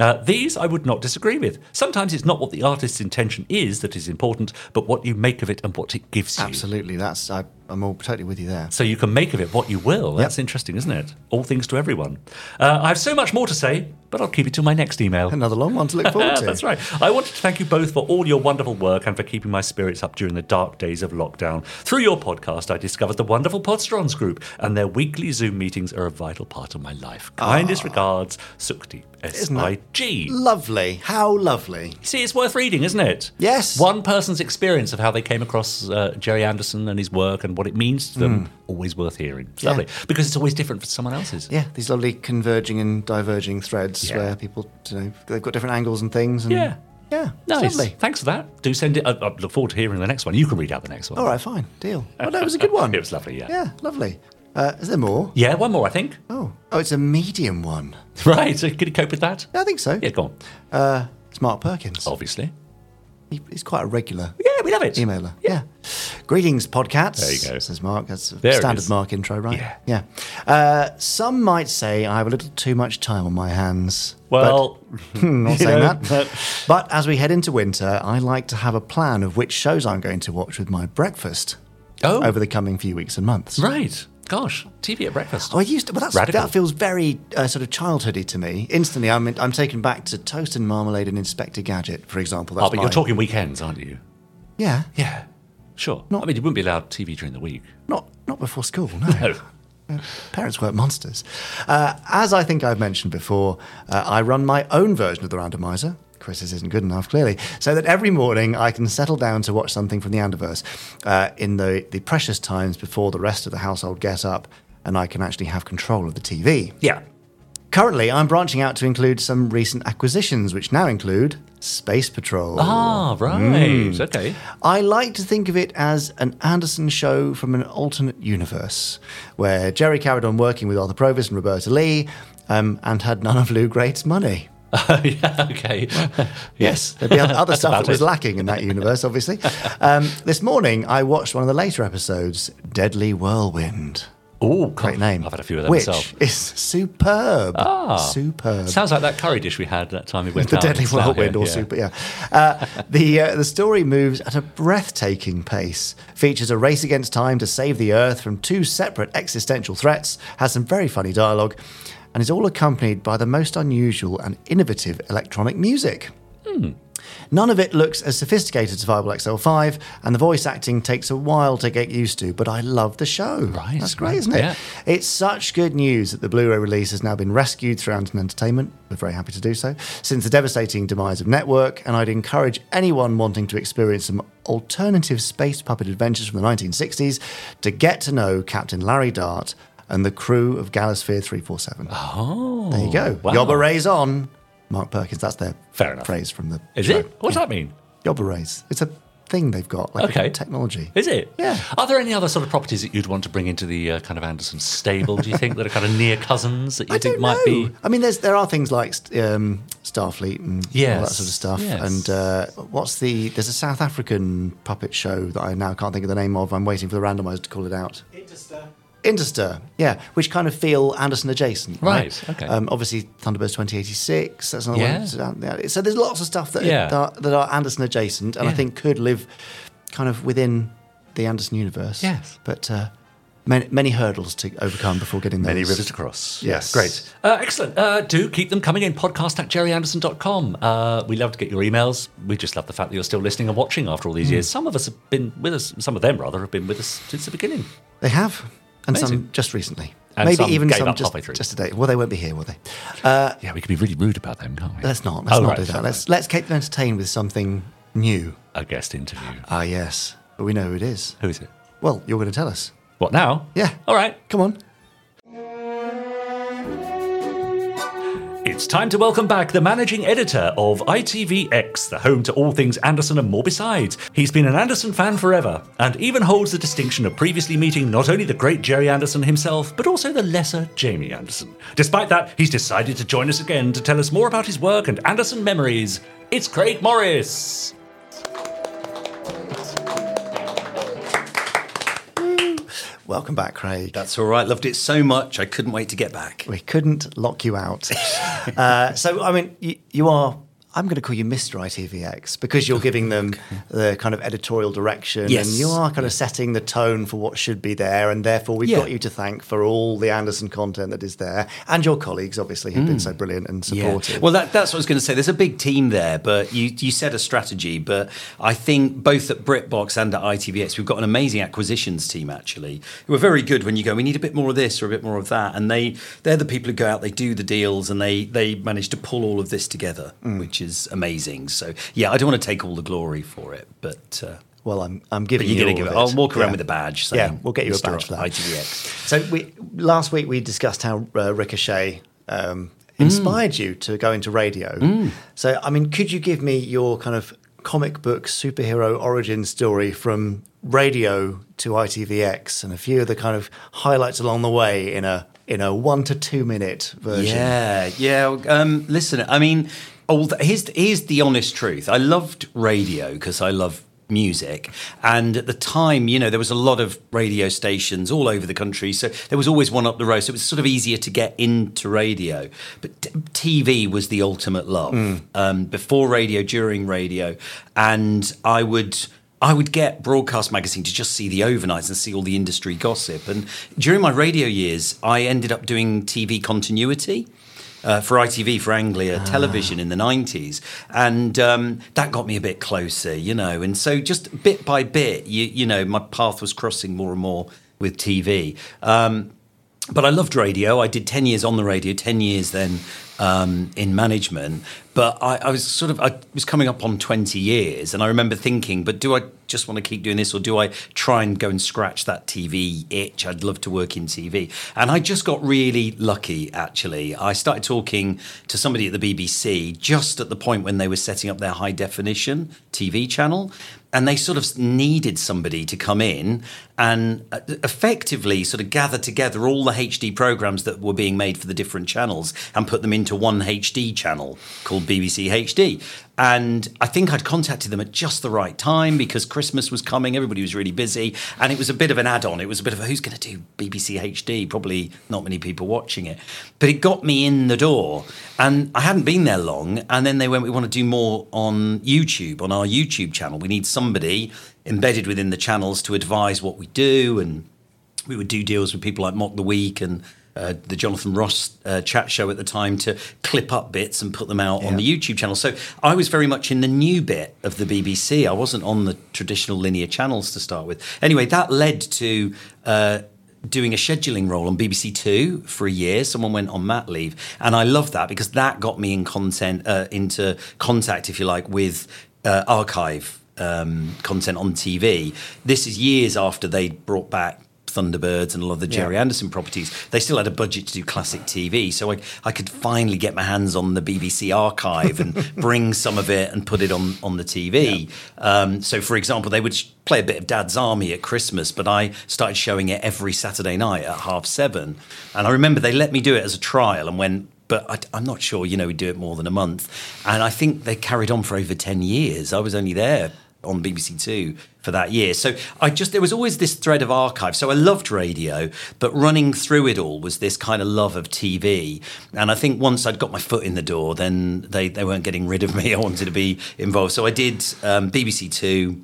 [SPEAKER 1] Uh, these I would not disagree with. Sometimes it's not what the artist's intention is that is important, but what you make of it and what it gives you.
[SPEAKER 3] Absolutely. That's I, I'm all totally with you there.
[SPEAKER 1] So you can make of it what you will. That's interesting, isn't it? All things to everyone. Uh, I have so much more to say, but I'll keep it till my next email.
[SPEAKER 3] Another long one to
[SPEAKER 1] [laughs]
[SPEAKER 3] look forward
[SPEAKER 1] Ah,
[SPEAKER 3] to.
[SPEAKER 1] that's right. I wanted to thank you both for all your wonderful work and for keeping my spirits up during the dark days of lockdown. Through your podcast, I discovered the wonderful Podstrons group, and their weekly Zoom meetings are a vital part of my life. Kindest
[SPEAKER 3] Ah.
[SPEAKER 1] regards, Sukti S I G.
[SPEAKER 3] Lovely. How lovely.
[SPEAKER 1] See, it's worth reading, isn't it?
[SPEAKER 3] Yes.
[SPEAKER 1] One person's experience of how they came across uh, Jerry Anderson and his work and what it means to them, always worth hearing. It's
[SPEAKER 3] Hmm. Yeah.
[SPEAKER 1] lovely. Because it's always different for someone else's.
[SPEAKER 3] Yeah, these lovely converging and diverging threads
[SPEAKER 1] Yeah.
[SPEAKER 3] where people, you know, they've got different angles and things. And
[SPEAKER 1] Yeah.
[SPEAKER 3] Yeah. it's
[SPEAKER 1] Nice.
[SPEAKER 3] Lovely.
[SPEAKER 1] Thanks for that. Do send it. I, I look forward to hearing the next one. You can read out the next one.
[SPEAKER 3] All right, fine.
[SPEAKER 1] [laughs]
[SPEAKER 3] Deal. Well, that was a good one.
[SPEAKER 1] It was lovely, yeah.
[SPEAKER 3] Yeah, lovely. Uh, is there more?
[SPEAKER 1] Yeah, one more, I think.
[SPEAKER 3] Oh. Oh, it's a medium one.
[SPEAKER 1] [laughs] Right. So could you cope with that?
[SPEAKER 3] Yeah, I think so.
[SPEAKER 1] Yeah, Oh. go on.
[SPEAKER 3] Uh, it's Mark Perkins.
[SPEAKER 1] Obviously. [laughs]
[SPEAKER 3] He, he's quite a regular
[SPEAKER 1] Yeah, we love it.
[SPEAKER 3] emailer. Yeah. Greetings, podcats.
[SPEAKER 1] There you go.
[SPEAKER 3] Says Mark. That's a
[SPEAKER 1] There it
[SPEAKER 3] standard
[SPEAKER 1] is.
[SPEAKER 3] Mark intro, right?
[SPEAKER 1] Yeah.
[SPEAKER 3] Yeah. Uh, some might say I have a little too much time on my hands. but-
[SPEAKER 1] Well, [laughs]
[SPEAKER 3] I'm not saying
[SPEAKER 1] know,
[SPEAKER 3] that.
[SPEAKER 1] but-
[SPEAKER 3] But as we head into winter, I like to have a plan of which shows I'm going to watch with my breakfast
[SPEAKER 1] oh,
[SPEAKER 3] over the coming few weeks and months.
[SPEAKER 1] right. Gosh, TV at breakfast.
[SPEAKER 3] Oh, I used to, but that's,
[SPEAKER 1] Radical.
[SPEAKER 3] that feels very uh, sort of childhoody to me. Instantly, I'm I'm taken back to Toast and Marmalade and Inspector Gadget, for example. That's
[SPEAKER 1] oh, but you're
[SPEAKER 3] mine.
[SPEAKER 1] talking weekends, aren't you?
[SPEAKER 3] yeah,
[SPEAKER 1] Yeah, sure. I mean, you wouldn't be allowed TV during the week.
[SPEAKER 3] not not before school. No,
[SPEAKER 1] No.
[SPEAKER 3] parents weren't monsters. Uh, as I think I've mentioned before, uh, I run my own version of the randomizer. Chris's isn't good enough, clearly, so that every morning I can settle down to watch something from the Andiverse uh, in the, the precious times before the rest of the household get up and I can actually have control of the TV.
[SPEAKER 1] Yeah.
[SPEAKER 3] Currently, I'm branching out to include some recent acquisitions, which now include Space Patrol.
[SPEAKER 1] Ah, right.
[SPEAKER 3] Mm.
[SPEAKER 1] Okay. [laughs]
[SPEAKER 3] I like to think of it as an Anderson show from an alternate universe, where Jerry carried on working with Arthur Provis and Roberta Lee um, and had none of Lou Great's money.
[SPEAKER 1] yeah. Okay.
[SPEAKER 3] [laughs]
[SPEAKER 1] yes. [laughs]
[SPEAKER 3] There'd be other stuff
[SPEAKER 1] about
[SPEAKER 3] that was
[SPEAKER 1] it.
[SPEAKER 3] lacking in that universe, obviously. Um, this morning, I watched one of the later episodes, Deadly Whirlwind.
[SPEAKER 1] Oh,
[SPEAKER 3] Great name.
[SPEAKER 1] I've had a few of them
[SPEAKER 3] Which
[SPEAKER 1] myself.
[SPEAKER 3] is superb.
[SPEAKER 1] Ah.
[SPEAKER 3] Superb.
[SPEAKER 1] Sounds like that curry dish we had that time we went
[SPEAKER 3] the
[SPEAKER 1] out.
[SPEAKER 3] deadly
[SPEAKER 1] It's now
[SPEAKER 3] whirlwind
[SPEAKER 1] here,
[SPEAKER 3] or
[SPEAKER 1] yeah.
[SPEAKER 3] super yeah uh, the uh, the story moves at a breathtaking pace features a race against time to save the earth from two separate existential threats has some very funny dialogue and is all accompanied by the most unusual and innovative electronic music None of it looks as sophisticated as Viable XL5, and the voice acting takes a while to get used to, but I love the show.
[SPEAKER 1] Right,
[SPEAKER 3] That's great,
[SPEAKER 1] right,
[SPEAKER 3] isn't it?
[SPEAKER 1] yeah.
[SPEAKER 3] It's such good news that the Blu ray release has now been rescued through Anton Entertainment. We're very happy to do so. Since the devastating demise of Network, and I'd encourage anyone wanting to experience some alternative space puppet adventures from the 1960s to get to know Captain Larry Dart and the crew of Galasphere 347.
[SPEAKER 1] Oh.
[SPEAKER 3] there you go.
[SPEAKER 1] wow.
[SPEAKER 3] Yobba Ray's on. Mark Perkins, that's their
[SPEAKER 1] Fair enough.
[SPEAKER 3] phrase from the.
[SPEAKER 1] Is
[SPEAKER 3] show.
[SPEAKER 1] it? What's that mean?
[SPEAKER 3] Yobba rays. It's a thing they've got, like
[SPEAKER 1] Okay.
[SPEAKER 3] a technology.
[SPEAKER 1] Is it?
[SPEAKER 3] Yeah.
[SPEAKER 1] Are there any other sort of properties that you'd want to bring into the uh, kind of Anderson stable? Do you think that are kind of near cousins that you
[SPEAKER 3] I
[SPEAKER 1] think
[SPEAKER 3] don't
[SPEAKER 1] might
[SPEAKER 3] know.
[SPEAKER 1] be?
[SPEAKER 3] I mean, there's there are things like um, Starfleet and all that
[SPEAKER 1] Yes,
[SPEAKER 3] sort of stuff.
[SPEAKER 1] yes.
[SPEAKER 3] And uh, what's the? There's a South African puppet show that I now can't think of the name of. I'm waiting for the randomizer to call it out. Interster, yeah, which kind of feel Anderson adjacent, right?
[SPEAKER 1] Right, okay.
[SPEAKER 3] Um, obviously, Thunderbirds 2086. That's another
[SPEAKER 1] Yeah.
[SPEAKER 3] one. So, yeah, So there's lots of stuff that,
[SPEAKER 1] Yeah.
[SPEAKER 3] that, are, that are Anderson adjacent, and I
[SPEAKER 1] Yeah.
[SPEAKER 3] think could live kind of within the Anderson universe.
[SPEAKER 1] Yes.
[SPEAKER 3] but uh, many, many hurdles to overcome before getting
[SPEAKER 1] Many
[SPEAKER 3] those.
[SPEAKER 1] rivers to cross.
[SPEAKER 3] Yes.
[SPEAKER 1] Great. Uh, excellent. Uh, do keep them coming in. Podcast at jerryanderson.com. Uh, we love to get your emails. We just love the fact that you're still listening and watching after all these years. Some of us have been with us, some of them rather, have been with us since the beginning.
[SPEAKER 3] They have, and
[SPEAKER 1] Amazing.
[SPEAKER 3] some just recently.
[SPEAKER 1] And
[SPEAKER 3] Maybe
[SPEAKER 1] some
[SPEAKER 3] even
[SPEAKER 1] gave
[SPEAKER 3] some
[SPEAKER 1] up
[SPEAKER 3] just,
[SPEAKER 1] halfway through.
[SPEAKER 3] just today. Well, they won't be here, will they?
[SPEAKER 1] Yeah, we can be really rude about them, can't we?
[SPEAKER 3] Let's not. Let's
[SPEAKER 1] Oh,
[SPEAKER 3] not
[SPEAKER 1] right,
[SPEAKER 3] do that.
[SPEAKER 1] sorry.
[SPEAKER 3] Let's let's keep them entertained with something new.
[SPEAKER 1] A guest interview.
[SPEAKER 3] Ah, yes, but we know who it is.
[SPEAKER 1] Who is it?
[SPEAKER 3] Well, you're going to tell us.
[SPEAKER 1] What now?
[SPEAKER 3] Yeah.
[SPEAKER 1] All right.
[SPEAKER 3] Come on.
[SPEAKER 1] It's time to welcome back the managing editor of ITVX, the home to all things Anderson and more besides. He's been an Anderson fan forever, and even holds the distinction of previously meeting not only the great Jerry Anderson himself, but also the lesser Jamie Anderson. Despite that, he's decided to join us again to tell us more about his work and Anderson memories. It's Craig Morris.
[SPEAKER 3] Welcome back, Craig.
[SPEAKER 5] That's all right. Loved it so much. I couldn't wait to get back.
[SPEAKER 3] we couldn't lock you
[SPEAKER 5] [laughs]
[SPEAKER 3] out. uh, so, I mean, you, you are. I'm going to call you Mr. ITVX because you're giving them the kind of editorial direction
[SPEAKER 5] Oh, Yes.
[SPEAKER 3] and you are kind of setting the tone for what should be there. And therefore, we've
[SPEAKER 5] Yeah.
[SPEAKER 3] got you to thank for all the Anderson content that is there and your colleagues, obviously, who've been so brilliant and supportive.
[SPEAKER 5] Mm. Well, that, that's what I was going to say. There's a big team there, but you, you said a strategy. But I think both at BritBox and at ITVX, we've got an amazing acquisitions team, actually, who are very good when you go, we need a bit more of this or a bit more of that. And they, they're the people who go out, they do the deals, and they, they manage to pull all of this together,
[SPEAKER 3] Mm.
[SPEAKER 5] which is amazing. So, yeah, I don't want to take all the glory for it, but. Uh,
[SPEAKER 3] Well, I'm, I'm giving
[SPEAKER 5] but you're
[SPEAKER 3] you
[SPEAKER 5] going
[SPEAKER 3] all
[SPEAKER 5] to give it.
[SPEAKER 3] of
[SPEAKER 5] I'll walk around
[SPEAKER 3] Yeah.
[SPEAKER 5] with a badge. Saying,
[SPEAKER 3] Yeah, we'll get you a
[SPEAKER 5] "Mr.
[SPEAKER 3] badge for that.
[SPEAKER 5] ITVX.
[SPEAKER 3] So we last week we discussed how uh, Ricochet um, inspired you to go into radio. So I mean, could you give me your kind of comic book superhero origin story from radio to ITVX and a few of the kind of highlights along the way in a in a one to two minute version?
[SPEAKER 5] Yeah, yeah. Um, listen, I mean, all the, here's here's the honest truth. I loved radio because I love music. And at the time, you know, there was a lot of radio stations all over the country. So there was always one up the road. So it was sort of easier to get into radio. But t- TV was the ultimate love um, before radio, during radio. And I would. I would get Broadcast Magazine to just see the overnights and see all the industry gossip. And during my radio years, I ended up doing TV continuity uh, for ITV for Anglia television in the 90s. And um, that got me a bit closer, you know. And so just bit by bit, you, you know, my path was crossing more and more with TV. Um, but I loved radio. I did 10 years on the radio, 10 years then um, in management. But I, I was sort of, I was coming up on 20 years and I remember thinking, but do I just want to keep doing this or do I try and go and scratch that TV itch? I'd love to work in TV. And I just got really lucky, actually. I started talking to somebody at the BBC just at the point when they were setting up their high definition TV channel and they sort of needed somebody to come in and uh, effectively sort of gather together all the HD programs that were being made for the different channels and put them into one HD channel called BBC HD. And I think I'd contacted them at just the right time because Christmas was coming, everybody was really busy, and it was a bit of an add on. It was a bit of a, who's going to do BBC HD? Probably not many people watching it. But it got me in the door, and I hadn't been there long. And then they went, we want to do more on YouTube, on our YouTube channel. We need somebody embedded within the channels to advise what we do. And we would do deals with people like Mock the Week and uh, the Jonathan Ross uh, chat show at the time to clip up bits and put them out on the YouTube channel. So I was very much in the new bit of the BBC. I wasn't on the traditional linear channels to start with. Anyway, that led to. Uh, doing a scheduling role on BBC Two for a year. Someone went on mat leave, and I love that because that got me in content uh, into contact, if you like, with uh, archive um, content on TV. This is years after they brought back. Thunderbirds and a lot of the Jerry Anderson properties, they still had a budget to do classic TV. So I, I could finally get my hands on the BBC archive and bring some of it and put it on, on the TV. Um, so, for example, they would sh- play a bit of Dad's Army at Christmas, but I started showing it every Saturday night at half seven. And I remember they let me do it as a trial and went, but I, am not sure, you know, we do it more than a month. And I think they carried on for over 10 years. I was only there on BBC Two for that year. So I just, there was always this thread of archive. So I loved radio, but running through it all was this kind of love of TV. And I think once I'd got my foot in the door, then they, they weren't getting rid of me. [laughs] I wanted to be involved. So I did um, BBC Two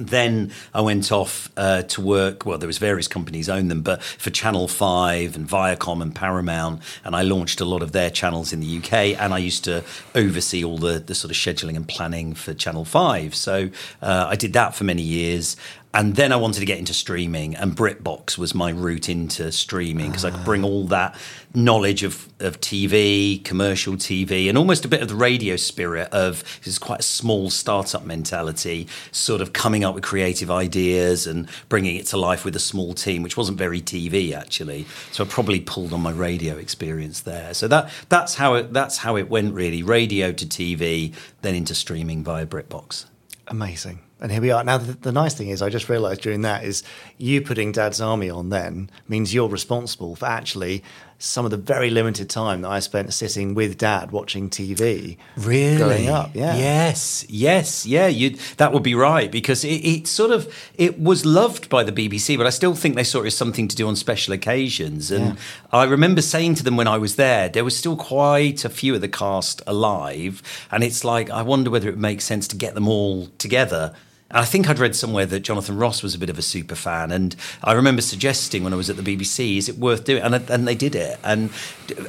[SPEAKER 5] then I went off uh, to work. Well, there was various companies owned them, but for Channel Five and Viacom and Paramount, and I launched a lot of their channels in the UK. And I used to oversee all the the sort of scheduling and planning for Channel Five. So uh, I did that for many years. And then I wanted to get into streaming, and BritBox was my route into streaming because I could bring all that knowledge of, of TV, commercial TV, and almost a bit of the radio spirit of this is quite a small startup mentality, sort of coming up with creative ideas and bringing it to life with a small team, which wasn't very TV actually. So I probably pulled on my radio experience there. So that that's how it that's how it went really, radio to TV, then into streaming via BritBox.
[SPEAKER 3] Amazing. And here we are. Now, the, the nice thing is, I just realised during that is you putting Dad's Army on then means you're responsible for actually some of the very limited time that I spent sitting with Dad watching TV.
[SPEAKER 5] Really?
[SPEAKER 3] Growing up, yeah.
[SPEAKER 5] Yes, yes, yeah. You that would be right because it, it sort of it was loved by the BBC, but I still think they saw it as something to do on special occasions. And I remember saying to them when I was there, there was still quite a few of the cast alive, and it's like I wonder whether it makes sense to get them all together. And I think I'd read somewhere that Jonathan Ross was a bit of a super fan, and I remember suggesting when I was at the BBC, "Is it worth doing?" And, and they did it. And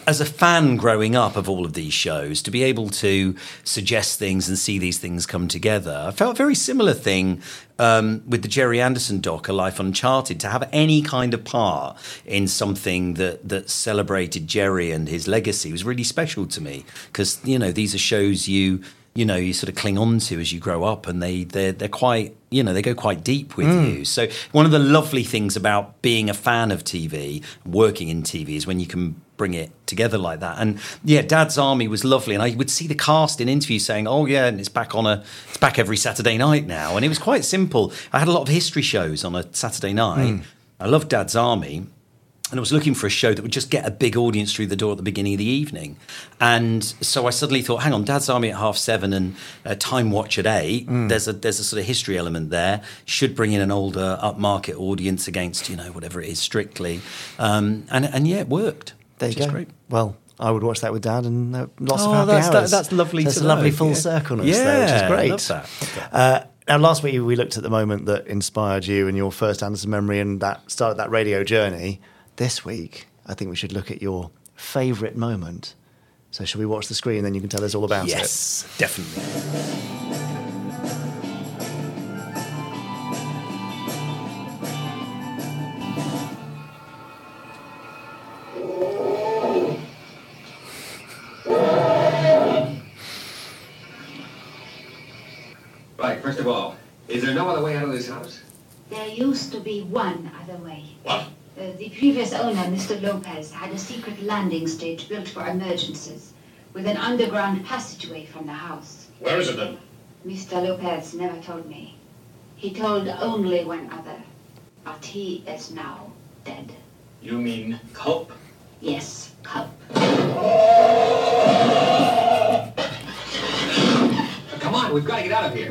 [SPEAKER 5] as a fan growing up of all of these shows, to be able to suggest things and see these things come together, I felt a very similar thing um, with the Jerry Anderson doc, A Life Uncharted, to have any kind of part in something that that celebrated Jerry and his legacy was really special to me because you know these are shows you you know you sort of cling on to as you grow up and they they're, they're quite you know they go quite deep with you so one of the lovely things about being a fan of tv working in tv is when you can bring it together like that and yeah dad's army was lovely and i would see the cast in interviews saying oh yeah and it's back on a it's back every saturday night now and it was quite simple i had a lot of history shows on a saturday night i loved dad's army and I was looking for a show that would just get a big audience through the door at the beginning of the evening. And so I suddenly thought, hang on, Dad's Army at half seven and uh, Time Watch at eight.
[SPEAKER 3] Hmm.
[SPEAKER 5] There's a there's a sort of history element there. Should bring in an older upmarket audience against you know whatever it is strictly. Um, and and yeah, it worked.
[SPEAKER 3] There you
[SPEAKER 5] which is
[SPEAKER 3] go.
[SPEAKER 5] great.
[SPEAKER 3] Well, I would watch that with Dad, and uh, lots
[SPEAKER 5] Oh,
[SPEAKER 3] of happy
[SPEAKER 5] that's- that-
[SPEAKER 3] hours.
[SPEAKER 5] that's lovely
[SPEAKER 3] That's
[SPEAKER 5] to
[SPEAKER 3] a lovely
[SPEAKER 5] know,
[SPEAKER 3] full
[SPEAKER 5] yeah.
[SPEAKER 3] circle, yeah,
[SPEAKER 5] Yeah,
[SPEAKER 3] there, which
[SPEAKER 5] love
[SPEAKER 3] is great.
[SPEAKER 5] that, love that.
[SPEAKER 3] Uh, now, last week we looked at the moment that inspired you and your first Anderson memory, and that started that radio journey. This week, I think we should look at your favourite moment. So, shall we watch the screen? Then you can tell us all about it.
[SPEAKER 5] Yes, definitely.
[SPEAKER 6] Right, first of all, is there no other way out of this house?
[SPEAKER 7] There used to be one other way.
[SPEAKER 6] What?
[SPEAKER 7] Uh, the previous owner, Mr. Lopez, had a secret landing stage built for emergencies with an underground passageway from the house.
[SPEAKER 6] Where is it then?
[SPEAKER 7] Mr. Lopez never told me. He told only one other. But he is now dead.
[SPEAKER 6] You mean Culp?
[SPEAKER 7] Yes, Culp.
[SPEAKER 6] Come on, we've got to get out of here.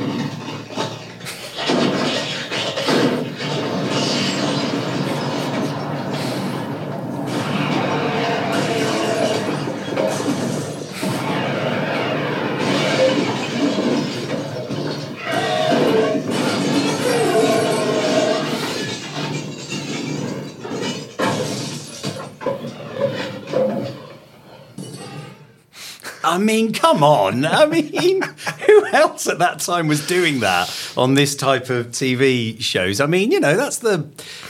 [SPEAKER 5] I mean, come on. I mean, [laughs] who else at that time was doing that on this type of TV shows? I mean, you know, that's the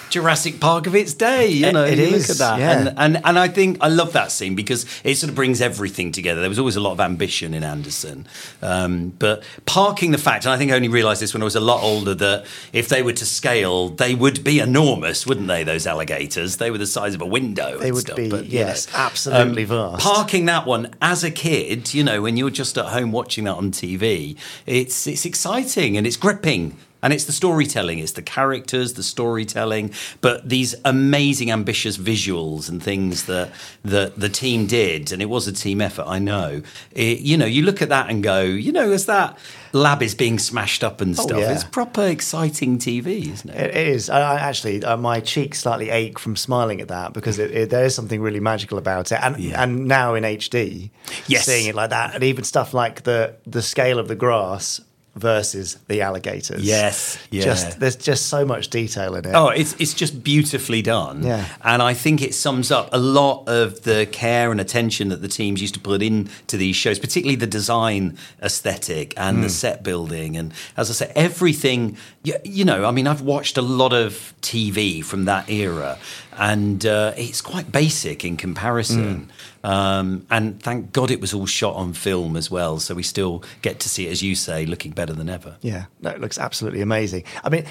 [SPEAKER 5] Jurassic Park of its day. You
[SPEAKER 3] It-
[SPEAKER 5] know,
[SPEAKER 3] it
[SPEAKER 5] you
[SPEAKER 3] is,
[SPEAKER 5] look at that,
[SPEAKER 3] yeah.
[SPEAKER 5] and, and and I think I love that scene because it sort of brings everything together. There was always a lot of ambition in Anderson, um, but parking the fact, and I think I only realised this when I was a lot older, that if they were to scale, they would be enormous, wouldn't they? Those alligators, they were the size of a window.
[SPEAKER 3] They
[SPEAKER 5] and
[SPEAKER 3] would
[SPEAKER 5] stuff,
[SPEAKER 3] be,
[SPEAKER 5] but, you
[SPEAKER 3] yes,
[SPEAKER 5] know.
[SPEAKER 3] absolutely vast.
[SPEAKER 5] Parking that one as a kid, you know, when you're just at home watching that on TV, it's it's exciting and it's gripping. And it's the storytelling, it's the characters, the storytelling, but these amazing, ambitious visuals and things that that the team did, and it was a team effort, I know. It, you know, you look at that and go, you know, as that lab is being smashed up and stuff,
[SPEAKER 3] yeah.
[SPEAKER 5] it's proper exciting TV, isn't it?
[SPEAKER 3] It is. I, I actually, uh, my cheeks slightly ache from smiling at that because it, it, there is something really magical about it, and
[SPEAKER 5] Yeah.
[SPEAKER 3] and now in HD,
[SPEAKER 5] Yes.
[SPEAKER 3] seeing it like that, and even stuff like the the scale of the grass versus the alligators.
[SPEAKER 5] Yes. Yeah.
[SPEAKER 3] Just there's just so much detail in it.
[SPEAKER 5] Oh, it's it's just beautifully done.
[SPEAKER 3] Yeah.
[SPEAKER 5] And I think it sums up a lot of the care and attention that the teams used to put into these shows, particularly the design aesthetic and
[SPEAKER 3] Hmm.
[SPEAKER 5] the set building. And as I say, everything, you, you know, I mean, I've watched a lot of TV from that era and uh, it's quite basic in comparison.
[SPEAKER 3] Hmm.
[SPEAKER 5] Um, and thank God it was all shot on film as well. So we still get to see it, as you say, looking better than ever.
[SPEAKER 3] Yeah, no, it looks absolutely amazing. I mean,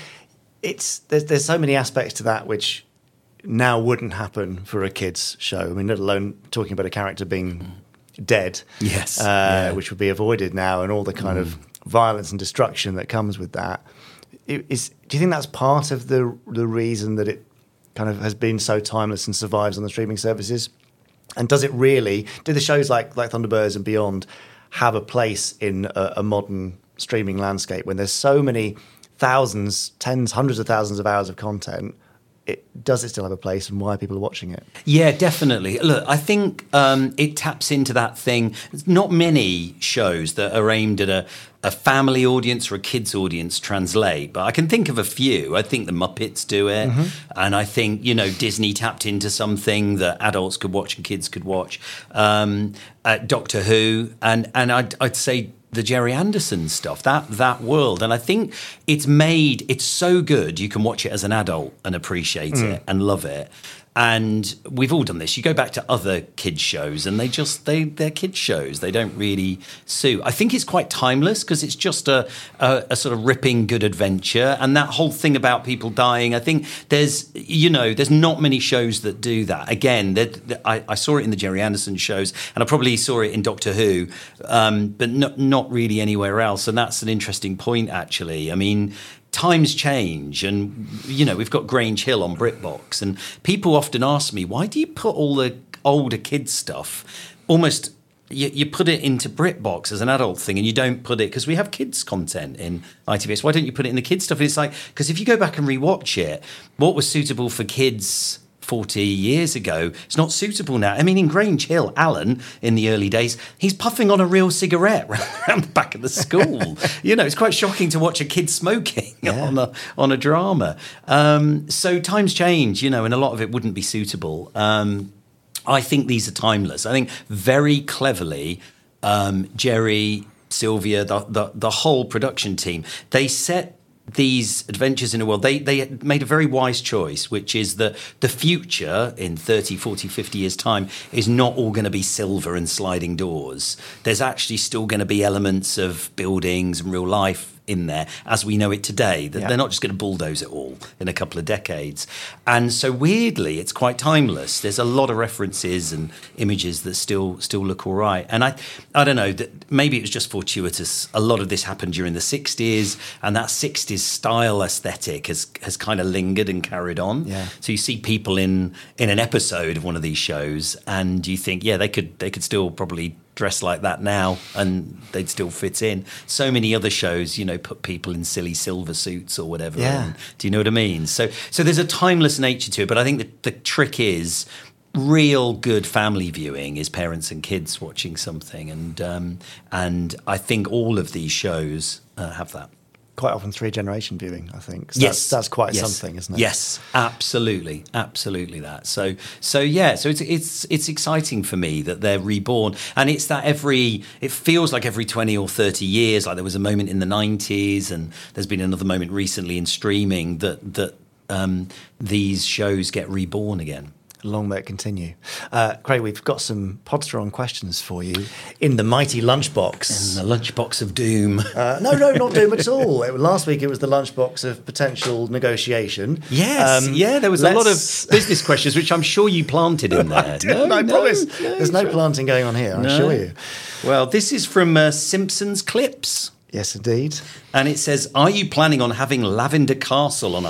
[SPEAKER 3] it's there's there's so many aspects to that which now wouldn't happen for a kids show. I mean, let alone talking about a character being dead.
[SPEAKER 5] Mm-hmm. Yes,
[SPEAKER 3] uh,
[SPEAKER 5] yeah. Mm.
[SPEAKER 3] which would be avoided now, and all the kind of violence and destruction that comes with that. I- Is do you think that's part of the the reason that it kind of has been so timeless and survives on the streaming services? And does it really? Do the shows like like Thunderbirds and Beyond have a place in a, a modern streaming landscape when there's so many thousands, tens, hundreds of thousands of hours of content? It does it still have a place, and why people are watching it?
[SPEAKER 5] Yeah, definitely. Look, I think um, it taps into that thing. Not many shows that are aimed at a, a family audience or a kids audience translate, but I can think of a few. I think the Muppets do it, and I think you know Disney tapped into something that adults could watch and kids could watch. Um, uh, Doctor Who, and and I'd, I'd say the Jerry Anderson stuff, that that world. And I think it's made it's so good you can watch it as an adult and appreciate it and love it. And we've all done this. You go back to other kids shows and they just they they're kids shows. They don't really suit. I think it's quite timeless because it's just a, a a sort of ripping good adventure and that whole thing about people dying. I think there's you know there's not many shows that do that. Again, that that- I, I saw it in the Jerry Anderson shows and I probably saw it in Doctor Who, um, but not not really anywhere else. And that's an interesting point, actually. I mean, times change, and you know we've got Grange Hill on BritBox, and people often ask me why do you put all the older kids stuff almost. You, you put it into BritBox as an adult thing, and you don't put it because we have kids content in ITVS. Why don't you put it in the kids stuff? And it's like because if you go back and rewatch it, what was suitable for kids 40 years ago. It's not suitable now. I mean, in Grange Hill, Alan, in the early days, he's puffing on a real cigarette [laughs] around the back of the school. you know, it's quite shocking to watch a kid smoking on, a, on a drama. Um, so times change, you know, and a lot of it wouldn't be suitable. Um, I think these are timeless. I think very cleverly, um, Jerry, Sylvia, the, the the whole production team, they set these adventures in a world they they made a very wise choice which is that the future in 30 40 50 years time is not all going to be silver and sliding doors there's actually still going to be elements of buildings and real life in there as we know it today that
[SPEAKER 3] Yeah.
[SPEAKER 5] they're not just going to bulldoze it all in a couple of decades and so weirdly it's quite timeless there's a lot of references and images that still still look all right and i i don't know that maybe it was just fortuitous a lot of this happened during the 60s and that 60s style aesthetic has has kind of lingered and carried on
[SPEAKER 3] Yeah.
[SPEAKER 5] so you see people in in an episode of one of these shows and you think yeah they could they could still probably dress like that now and they'd still fit in. So many other shows, you know, put people in silly silver suits or whatever.
[SPEAKER 3] Yeah.
[SPEAKER 5] and- do you know what I mean? So so there's a timeless nature to it, but I think the, the trick is real good family viewing is parents and kids watching something and um, and I think all of these shows uh, have that.
[SPEAKER 3] Quite often three generation viewing, I think. So
[SPEAKER 5] Yes,
[SPEAKER 3] That's, that's quite
[SPEAKER 5] Yes.
[SPEAKER 3] something, isn't it?
[SPEAKER 5] Yes, absolutely, absolutely that. So, so yeah, so it's it's it's exciting for me that they're reborn, and it's that every it feels like every twenty or thirty years, like there was a moment in the nineties, and there's been another moment recently in streaming that that um, these shows get reborn again.
[SPEAKER 3] Long may it continue. Uh, Craig, we've got some Podster questions for you in the mighty lunchbox.
[SPEAKER 5] The lunchbox of doom.
[SPEAKER 3] Uh, no, no, not Doom at all. It- last week it was the lunchbox of potential negotiation.
[SPEAKER 5] [laughs] Yes,
[SPEAKER 3] Um,
[SPEAKER 5] yeah, there was a lot of
[SPEAKER 3] let's- [laughs]
[SPEAKER 5] business questions, which I'm sure you planted in there.
[SPEAKER 3] No, [laughs] I promise. There's no planting going on here, I assure you.
[SPEAKER 5] Well, this is from uh, Simpsons Clips.
[SPEAKER 3] Yes, indeed.
[SPEAKER 5] and it says, "Are you planning on having Lavender Castle on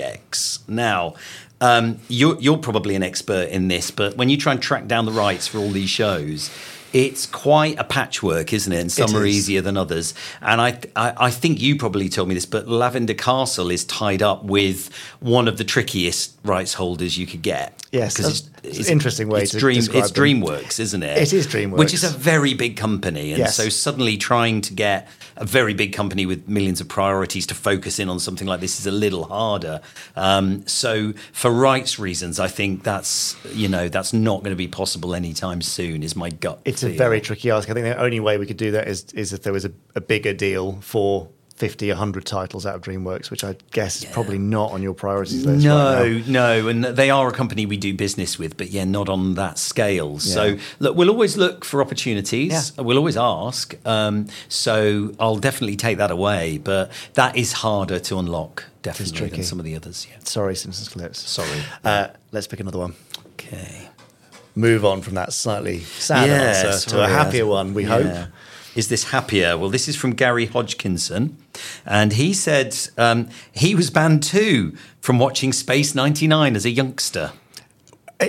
[SPEAKER 5] ITVX?" Now, um, you're, you're probably an expert in this, but when you try and track down the rights for all these shows, it's quite a patchwork, isn't it? And some are
[SPEAKER 3] is.
[SPEAKER 5] easier than others. And I, I, I think you probably told me this, but Lavender Castle is tied up with one of the trickiest rights holders you could get.
[SPEAKER 3] Yes,
[SPEAKER 5] 'Cause
[SPEAKER 3] that's- it's an interesting way
[SPEAKER 5] it's
[SPEAKER 3] to
[SPEAKER 5] dream,
[SPEAKER 3] describe
[SPEAKER 5] It's
[SPEAKER 3] them.
[SPEAKER 5] DreamWorks, isn't it?
[SPEAKER 3] It is DreamWorks.
[SPEAKER 5] which is a very big company, and
[SPEAKER 3] Yes.
[SPEAKER 5] so suddenly trying to get a very big company with millions of priorities to focus in on something like this is a little harder. Um, so for rights reasons, I think that's you know that's not going to be possible anytime soon. Is my gut.
[SPEAKER 3] It's a
[SPEAKER 5] feel.
[SPEAKER 3] very tricky ask. I think the only way we could do that is is if there was a, a bigger deal for 50, 100 titles out of DreamWorks, which I guess is probably not on your priorities list.
[SPEAKER 5] No,
[SPEAKER 3] Right now.
[SPEAKER 5] no, and they are a company we do business with, but yeah, not on that scale. So
[SPEAKER 3] Yeah.
[SPEAKER 5] look, we'll always look for opportunities.
[SPEAKER 3] Yeah.
[SPEAKER 5] We'll always ask. Um, so I'll definitely take that away, but that is harder to unlock definitely
[SPEAKER 3] tricky.
[SPEAKER 5] than some of the others. Yeah.
[SPEAKER 3] Sorry, Simpsons Clips.
[SPEAKER 5] Sorry.
[SPEAKER 3] Uh, let's pick another one.
[SPEAKER 5] Okay.
[SPEAKER 3] Move on from that slightly sad answer to a
[SPEAKER 5] sorry,
[SPEAKER 3] happier
[SPEAKER 5] that's-
[SPEAKER 3] one, we
[SPEAKER 5] yeah.
[SPEAKER 3] hope.
[SPEAKER 5] Is this happier? Well, this is from Gary Hodgkinson. And he said um, he was banned too from watching Space 99 as a youngster.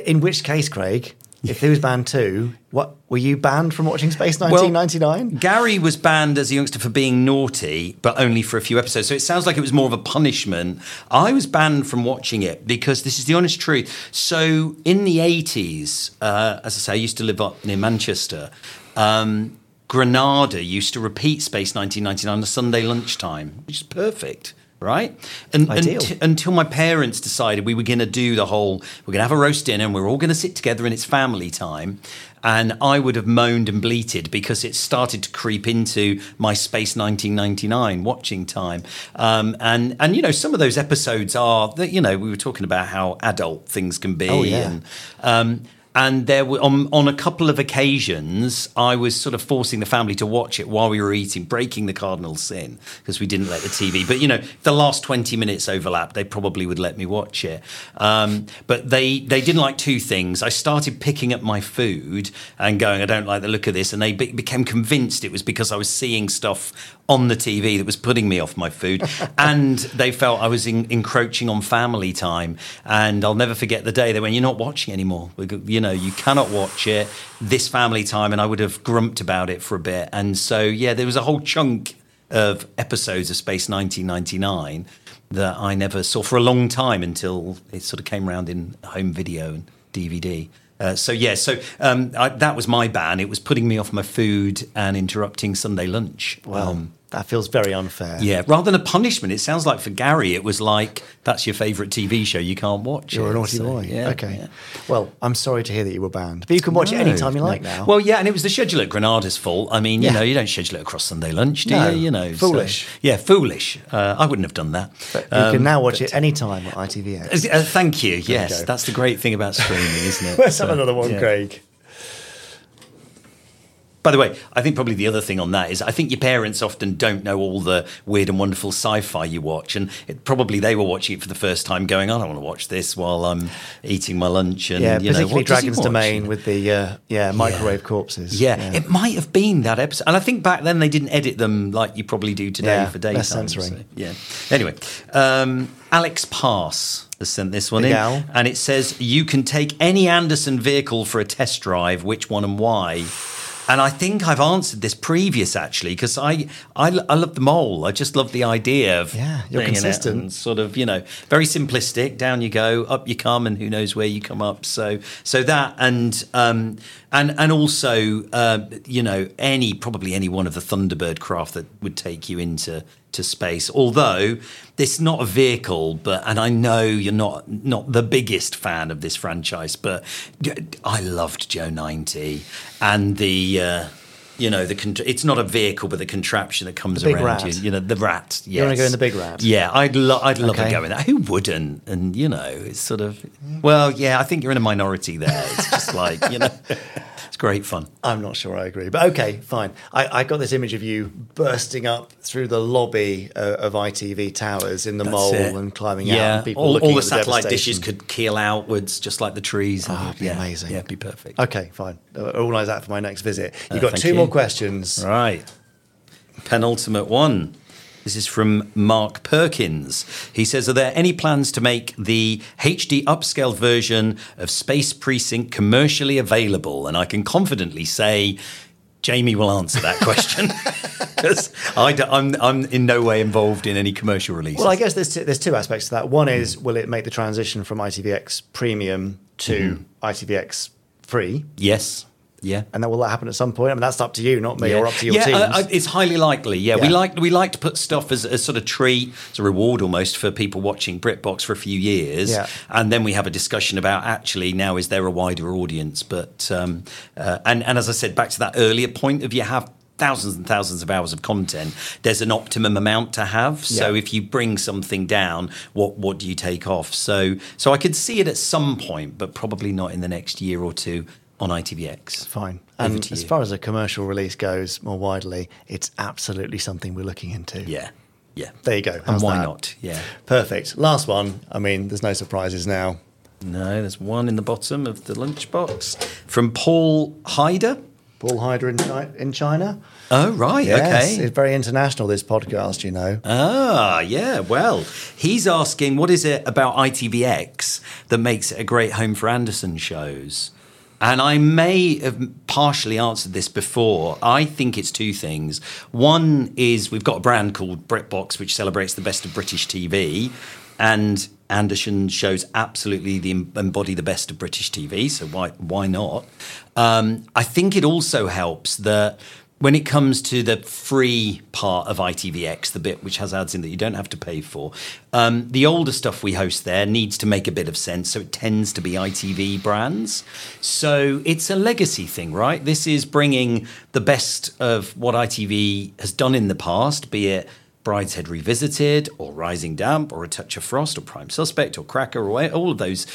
[SPEAKER 3] In which case, Craig, if he was banned too, what were you banned from watching Space
[SPEAKER 5] Well,
[SPEAKER 3] 1999?
[SPEAKER 5] Gary was banned as a youngster for being naughty, but only for a few episodes. So it sounds like it was more of a punishment. I was banned from watching it because this is the honest truth. So in the 80s, uh, as I say, I used to live up near Manchester. Um, Granada used to repeat Space 1999 on a Sunday lunchtime, which is perfect. Right, and, and
[SPEAKER 3] Ideal.
[SPEAKER 5] t- until my parents decided we were going to do the whole we're going to have a roast dinner and we're all going to sit together and it's family time and i would have moaned and bleated because it started to creep into my space 1999 watching time um, and and you know some of those episodes are that you know we were talking about how adult things can be
[SPEAKER 3] Oh, yeah.
[SPEAKER 5] and um, and there were on, on a couple of occasions, I was sort of forcing the family to watch it while we were eating, breaking the cardinal sin because we didn't let the TV. But you know, if the last twenty minutes overlapped, they probably would let me watch it. Um, but they they didn't like two things. I started picking up my food and going, I don't like the look of this, and they be- became convinced it was because I was seeing stuff on the TV that was putting me off my food. and they felt I was in, encroaching on family time. And I'll never forget the day they went, You're not watching anymore. We go- You know, you cannot watch it this family time. And I would have grumped about it for a bit. And so, yeah, there was a whole chunk of episodes of Space 1999 that I never saw for a long time until it sort of came around in home video and DVD. Uh, so yeah, so um, I, that was my ban. It was putting me off my food and interrupting Sunday lunch. Um,
[SPEAKER 3] Well, Um, that feels very unfair.
[SPEAKER 5] yeah, rather than a punishment, it sounds like for Gary, it was like that's your favourite TV show, you can't watch.
[SPEAKER 3] You're
[SPEAKER 5] it."
[SPEAKER 3] a naughty
[SPEAKER 5] So,
[SPEAKER 3] boy.
[SPEAKER 5] yeah,
[SPEAKER 3] okay.
[SPEAKER 5] yeah.
[SPEAKER 3] Well, I'm sorry to hear that you were banned, but you can watch it
[SPEAKER 5] No,
[SPEAKER 3] anytime you like
[SPEAKER 5] no.
[SPEAKER 3] now.
[SPEAKER 5] Well, yeah, and it was the schedule at Granada's fault. I mean,
[SPEAKER 3] Yeah.
[SPEAKER 5] you know, you don't schedule it across Sunday lunch, do
[SPEAKER 3] No,
[SPEAKER 5] you? You know, so-
[SPEAKER 3] foolish.
[SPEAKER 5] yeah, foolish. Uh, I wouldn't have done that.
[SPEAKER 3] you
[SPEAKER 5] um,
[SPEAKER 3] can now watch it anytime on ITVX.
[SPEAKER 5] Uh, thank you.
[SPEAKER 3] go.
[SPEAKER 5] Yes, that's the great thing about streaming, isn't
[SPEAKER 3] [laughs]
[SPEAKER 5] it?
[SPEAKER 3] Let's have
[SPEAKER 5] So,
[SPEAKER 3] another one,
[SPEAKER 5] yeah.
[SPEAKER 3] Craig.
[SPEAKER 5] By the way, I think probably the other thing on that is I think your parents often don't know all the weird and wonderful sci-fi you watch, and it, probably they were watching it for the first time, going, "I don't want to watch this while I'm eating my lunch." And
[SPEAKER 3] Yeah,
[SPEAKER 5] you know,
[SPEAKER 3] particularly
[SPEAKER 5] what does he
[SPEAKER 3] Dragon's
[SPEAKER 5] watch?
[SPEAKER 3] Domain with the uh, yeah microwave corpses.
[SPEAKER 5] Yeah, it might have been that episode, and I think back then they didn't edit them like you probably do today
[SPEAKER 3] Yeah,
[SPEAKER 5] for
[SPEAKER 3] less
[SPEAKER 5] daytime.
[SPEAKER 3] censoring.
[SPEAKER 5] so, yeah. Anyway, um, Alex Pass has sent this one in,
[SPEAKER 3] Miguel.
[SPEAKER 5] and it says you can take any Anderson vehicle for a test drive. Which one and why? And I think I've answered this previous actually because I, I I love the mole. I just love the idea of
[SPEAKER 3] Yeah, you're
[SPEAKER 5] being in it
[SPEAKER 3] consistent.
[SPEAKER 5] and sort of you know very simplistic down you go up you come and who knows where you come up so so that and um and and also uh, you know any probably any one of the thunderbird craft that would take you into to space although this is not a vehicle but and i know you're not not the biggest fan of this franchise but i loved joe 90 and the uh you know the con- it's not a vehicle but the contraption that comes
[SPEAKER 3] big
[SPEAKER 5] around
[SPEAKER 3] rat.
[SPEAKER 5] you you know the rat yes.
[SPEAKER 3] You wanna go in the big rat?
[SPEAKER 5] yeah, I'd lo- I'd love
[SPEAKER 3] Okay.
[SPEAKER 5] a go in that. Who wouldn't? And you know, it's sort of well, yeah. I think you're in a minority there. It's just like you know, [laughs] it's great fun.
[SPEAKER 3] I'm not sure I agree, but okay, fine. I, I got this image of you bursting up through the lobby uh, of ITV towers in the
[SPEAKER 5] That's
[SPEAKER 3] mole
[SPEAKER 5] it.
[SPEAKER 3] and climbing out.
[SPEAKER 5] yeah,
[SPEAKER 3] And people
[SPEAKER 5] all,
[SPEAKER 3] looking
[SPEAKER 5] all the
[SPEAKER 3] at
[SPEAKER 5] satellite dishes
[SPEAKER 3] devastation.
[SPEAKER 5] could keel outwards, just like the trees. and-
[SPEAKER 3] Ah, it'd be
[SPEAKER 5] yeah,
[SPEAKER 3] amazing.
[SPEAKER 5] Yeah, it'd be perfect.
[SPEAKER 3] Okay, fine. Uh, I'll organise that for my next visit. You've got
[SPEAKER 5] Uh, thank
[SPEAKER 3] two more
[SPEAKER 5] you.
[SPEAKER 3] questions.
[SPEAKER 5] Right. Penultimate one. This is from Mark Perkins. He says Are there any plans to make the HD upscale version of Space Precinct commercially available? And I can confidently say, Jamie will answer that
[SPEAKER 3] [laughs]
[SPEAKER 5] question [laughs] because I'm, I'm in no way involved in any commercial release.
[SPEAKER 3] Well, I guess there's two, there's two aspects to that. One is, will it make the transition from ITVX Premium to
[SPEAKER 5] Mm-hmm.
[SPEAKER 3] ITVX Free?
[SPEAKER 5] yes. Yeah.
[SPEAKER 3] And that will that happen at some point? I mean, that's up to you, not me, or up to your
[SPEAKER 5] yeah,
[SPEAKER 3] teams.
[SPEAKER 5] uh, uh, it's highly likely. Yeah. we
[SPEAKER 3] Yeah.
[SPEAKER 5] like we like to put stuff as a sort of treat, as a reward almost for people watching BritBox for a few years,
[SPEAKER 3] Yeah.
[SPEAKER 5] and then we have a discussion about actually now is there a wider audience? But um, uh, and and as I said, back to that earlier point of you have. Thousands and thousands of hours of content. There's an optimum amount to have. So
[SPEAKER 3] Yeah.
[SPEAKER 5] if you bring something down, what what do you take off? So so I could see it at some point, but probably not in the next year or two on ITVX.
[SPEAKER 3] Fine.
[SPEAKER 5] Over
[SPEAKER 3] And
[SPEAKER 5] to
[SPEAKER 3] as
[SPEAKER 5] you.
[SPEAKER 3] far as a commercial release goes, more widely, it's absolutely something we're looking into.
[SPEAKER 5] Yeah, yeah.
[SPEAKER 3] There you go.
[SPEAKER 5] and
[SPEAKER 3] How's
[SPEAKER 5] why
[SPEAKER 3] that?
[SPEAKER 5] not? Yeah.
[SPEAKER 3] Perfect. Last one. I mean, there's no surprises now.
[SPEAKER 5] No, there's one in the bottom of the lunchbox from Paul Hyder.
[SPEAKER 3] Paul Hyder in, Chi- in China.
[SPEAKER 5] Oh, right.
[SPEAKER 3] Yes,
[SPEAKER 5] Okay.
[SPEAKER 3] It's very international, this podcast, you know.
[SPEAKER 5] Ah, yeah. Well, he's asking what is it about ITVX that makes it a great home for Anderson shows? And I may have partially answered this before. I think it's two things. One is we've got a brand called BritBox, which celebrates the best of British TV. And Anderson shows absolutely the, embody the best of British TV. So why why not? Um, I think it also helps that when it comes to the free part of ITVX, the bit which has ads in that you don't have to pay for, um, the older stuff we host there needs to make a bit of sense. So it tends to be ITV brands. So it's a legacy thing, right? This is bringing the best of what ITV has done in the past, be it Brideshead Revisited or Rising Damp or A Touch of Frost or Prime Suspect or Cracker or all of those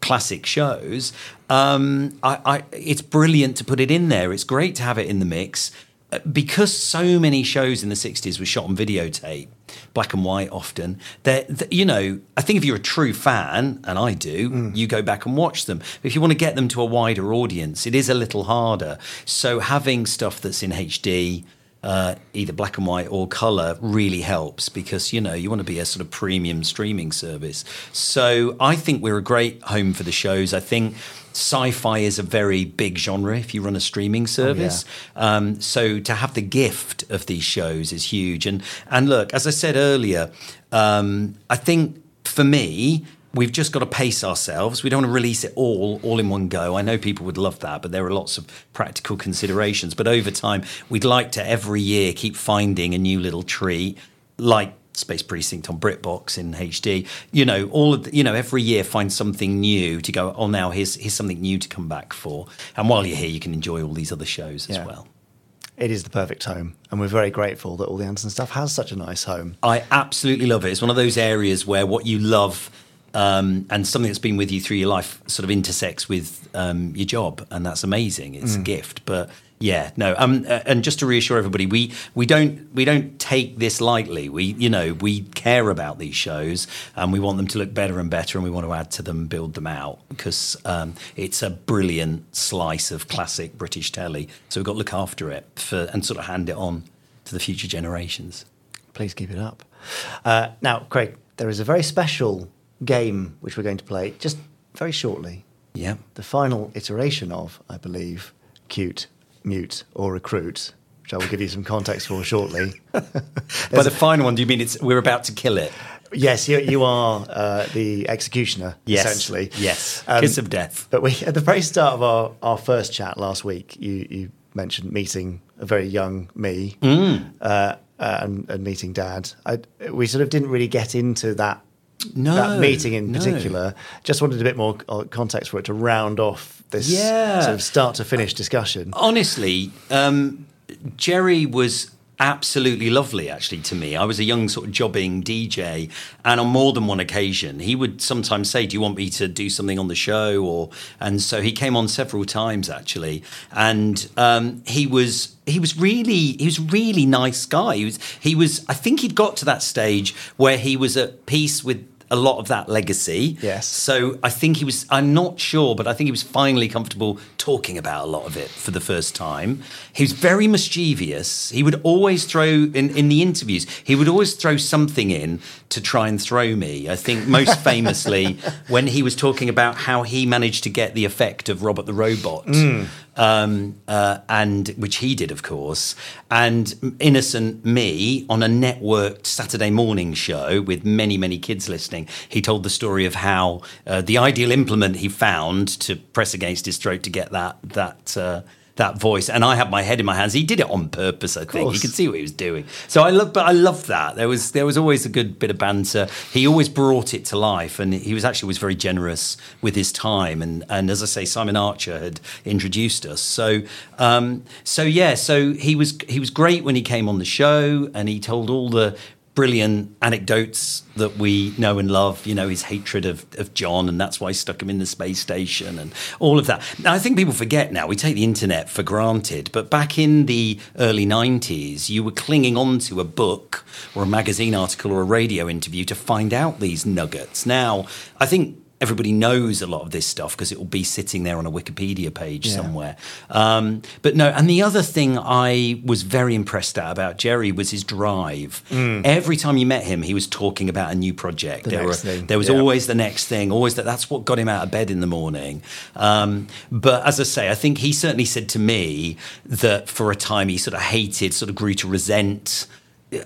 [SPEAKER 5] classic shows. Um, I, I, it's brilliant to put it in there. It's great to have it in the mix. Uh, Because so many shows in the 60s were shot on videotape, black and white often, that, that, you know, I think if you're a true fan, and I do, you go back and watch them. But if you want to get them to a wider audience, it is a little harder. So having stuff that's in HD, uh, either black and white or color really helps because you know you want to be a sort of premium streaming service. So I think we're a great home for the shows. I think sci-fi is a very big genre if you run a streaming service. um, so to have the gift of these shows is huge. And and look, as I said earlier, um, I think for me. We've just got to pace ourselves. We don't want to release it all, all in one go. I know people would love that, but there are lots of practical considerations. But over time, we'd like to every year keep finding a new little treat, like Space Precinct on BritBox in HD. You know, all of the, you know, every year find something new to go. Oh, now here's here's something new to come back for. And while you're here, you can enjoy all these other shows
[SPEAKER 8] Yeah.
[SPEAKER 5] as well.
[SPEAKER 8] It is the perfect home, and we're very grateful that all the Anderson stuff has such a nice home.
[SPEAKER 5] I absolutely love it. It's one of those areas where what you love um, and something that's been with you through your life sort of intersects with um, your job, and that's amazing. It's a gift, but yeah, no. Um, uh, and just to reassure everybody, we we don't we don't take this lightly. We you know we care about these shows, and we want them to look better and better, and we want to add to them, build them out because um, it's a brilliant slice of classic British telly. So we've got to look after it for and sort of hand it on to the future generations.
[SPEAKER 8] Please keep it up. Uh, now, Craig, there is a very special game which we're going to play just very shortly.
[SPEAKER 5] Yeah.
[SPEAKER 8] The final iteration of, I believe, Cute, Mute, or Recruit, which I will give you some context for shortly.
[SPEAKER 5] By the final one, do you mean it's we're about to kill it?
[SPEAKER 8] Yes, you, you are uh, the executioner, essentially.
[SPEAKER 5] Yes.
[SPEAKER 8] Um,
[SPEAKER 5] Kiss of death.
[SPEAKER 8] But we, at the very start of our, our first chat last week, you, you mentioned meeting a very young me
[SPEAKER 5] Mm.
[SPEAKER 8] uh, uh, and, and meeting dad. I, we sort of didn't really get into that
[SPEAKER 5] No,
[SPEAKER 8] that meeting in
[SPEAKER 5] no.
[SPEAKER 8] particular. Just wanted a bit more uh, context for it to round off this
[SPEAKER 5] Yeah.
[SPEAKER 8] sort of start to finish discussion.
[SPEAKER 5] Honestly, um, Jerry was absolutely lovely actually to me. I was a young sort of jobbing DJ and on more than one occasion he would sometimes say, Do you want me to do something on the show? or and so he came on several times actually and um, he was he was really he was a really nice guy. He was he was I think he'd got to that stage where he was at peace with a lot of that legacy.
[SPEAKER 8] Yes.
[SPEAKER 5] So I think he was, I'm not sure, but I think he was finally comfortable talking about a lot of it for the first time. He was very mischievous. He would always throw, in, in the interviews, he would always throw something in to try and throw me. I think most famously when he was talking about how he managed to get the effect of Robert the Robot um, uh, and which he did, of course, and innocent me on a networked Saturday morning show with many, many kids listening. He told the story of how uh, the ideal implement he found to press against his throat to get that that. Uh, that voice, and I had my head in my hands. He did it on purpose. I think you could see what he was doing. So I love, but I loved that. There was there was always a good bit of banter. He always brought it to life, and he was actually was very generous with his time. And and as I say, Simon Archer had introduced us. So um, so yeah, so he was he was great when he came on the show, and he told all the brilliant anecdotes that we know and love, you know, his hatred of, of John, and that's why he stuck him in the space station and all of that. Now, I think people forget now, we take the internet for granted, but back in the early 90s, you were clinging on to a book or a magazine article or a radio interview to find out these nuggets. Now, I think everybody knows a lot of this stuff because it will be sitting there on a Wikipedia page somewhere. Um, but no, and the other thing I was very impressed at about Jerry was his drive. Every time you met him, he was talking about a new project. there,
[SPEAKER 8] Mm. next
[SPEAKER 5] were-
[SPEAKER 8] thing,
[SPEAKER 5] there was
[SPEAKER 8] yeah.
[SPEAKER 5] always the next thing, always that. That's what got him out of bed in the morning. Um, but as I say, I think he certainly said to me that for a time he sort of hated, sort of grew to resent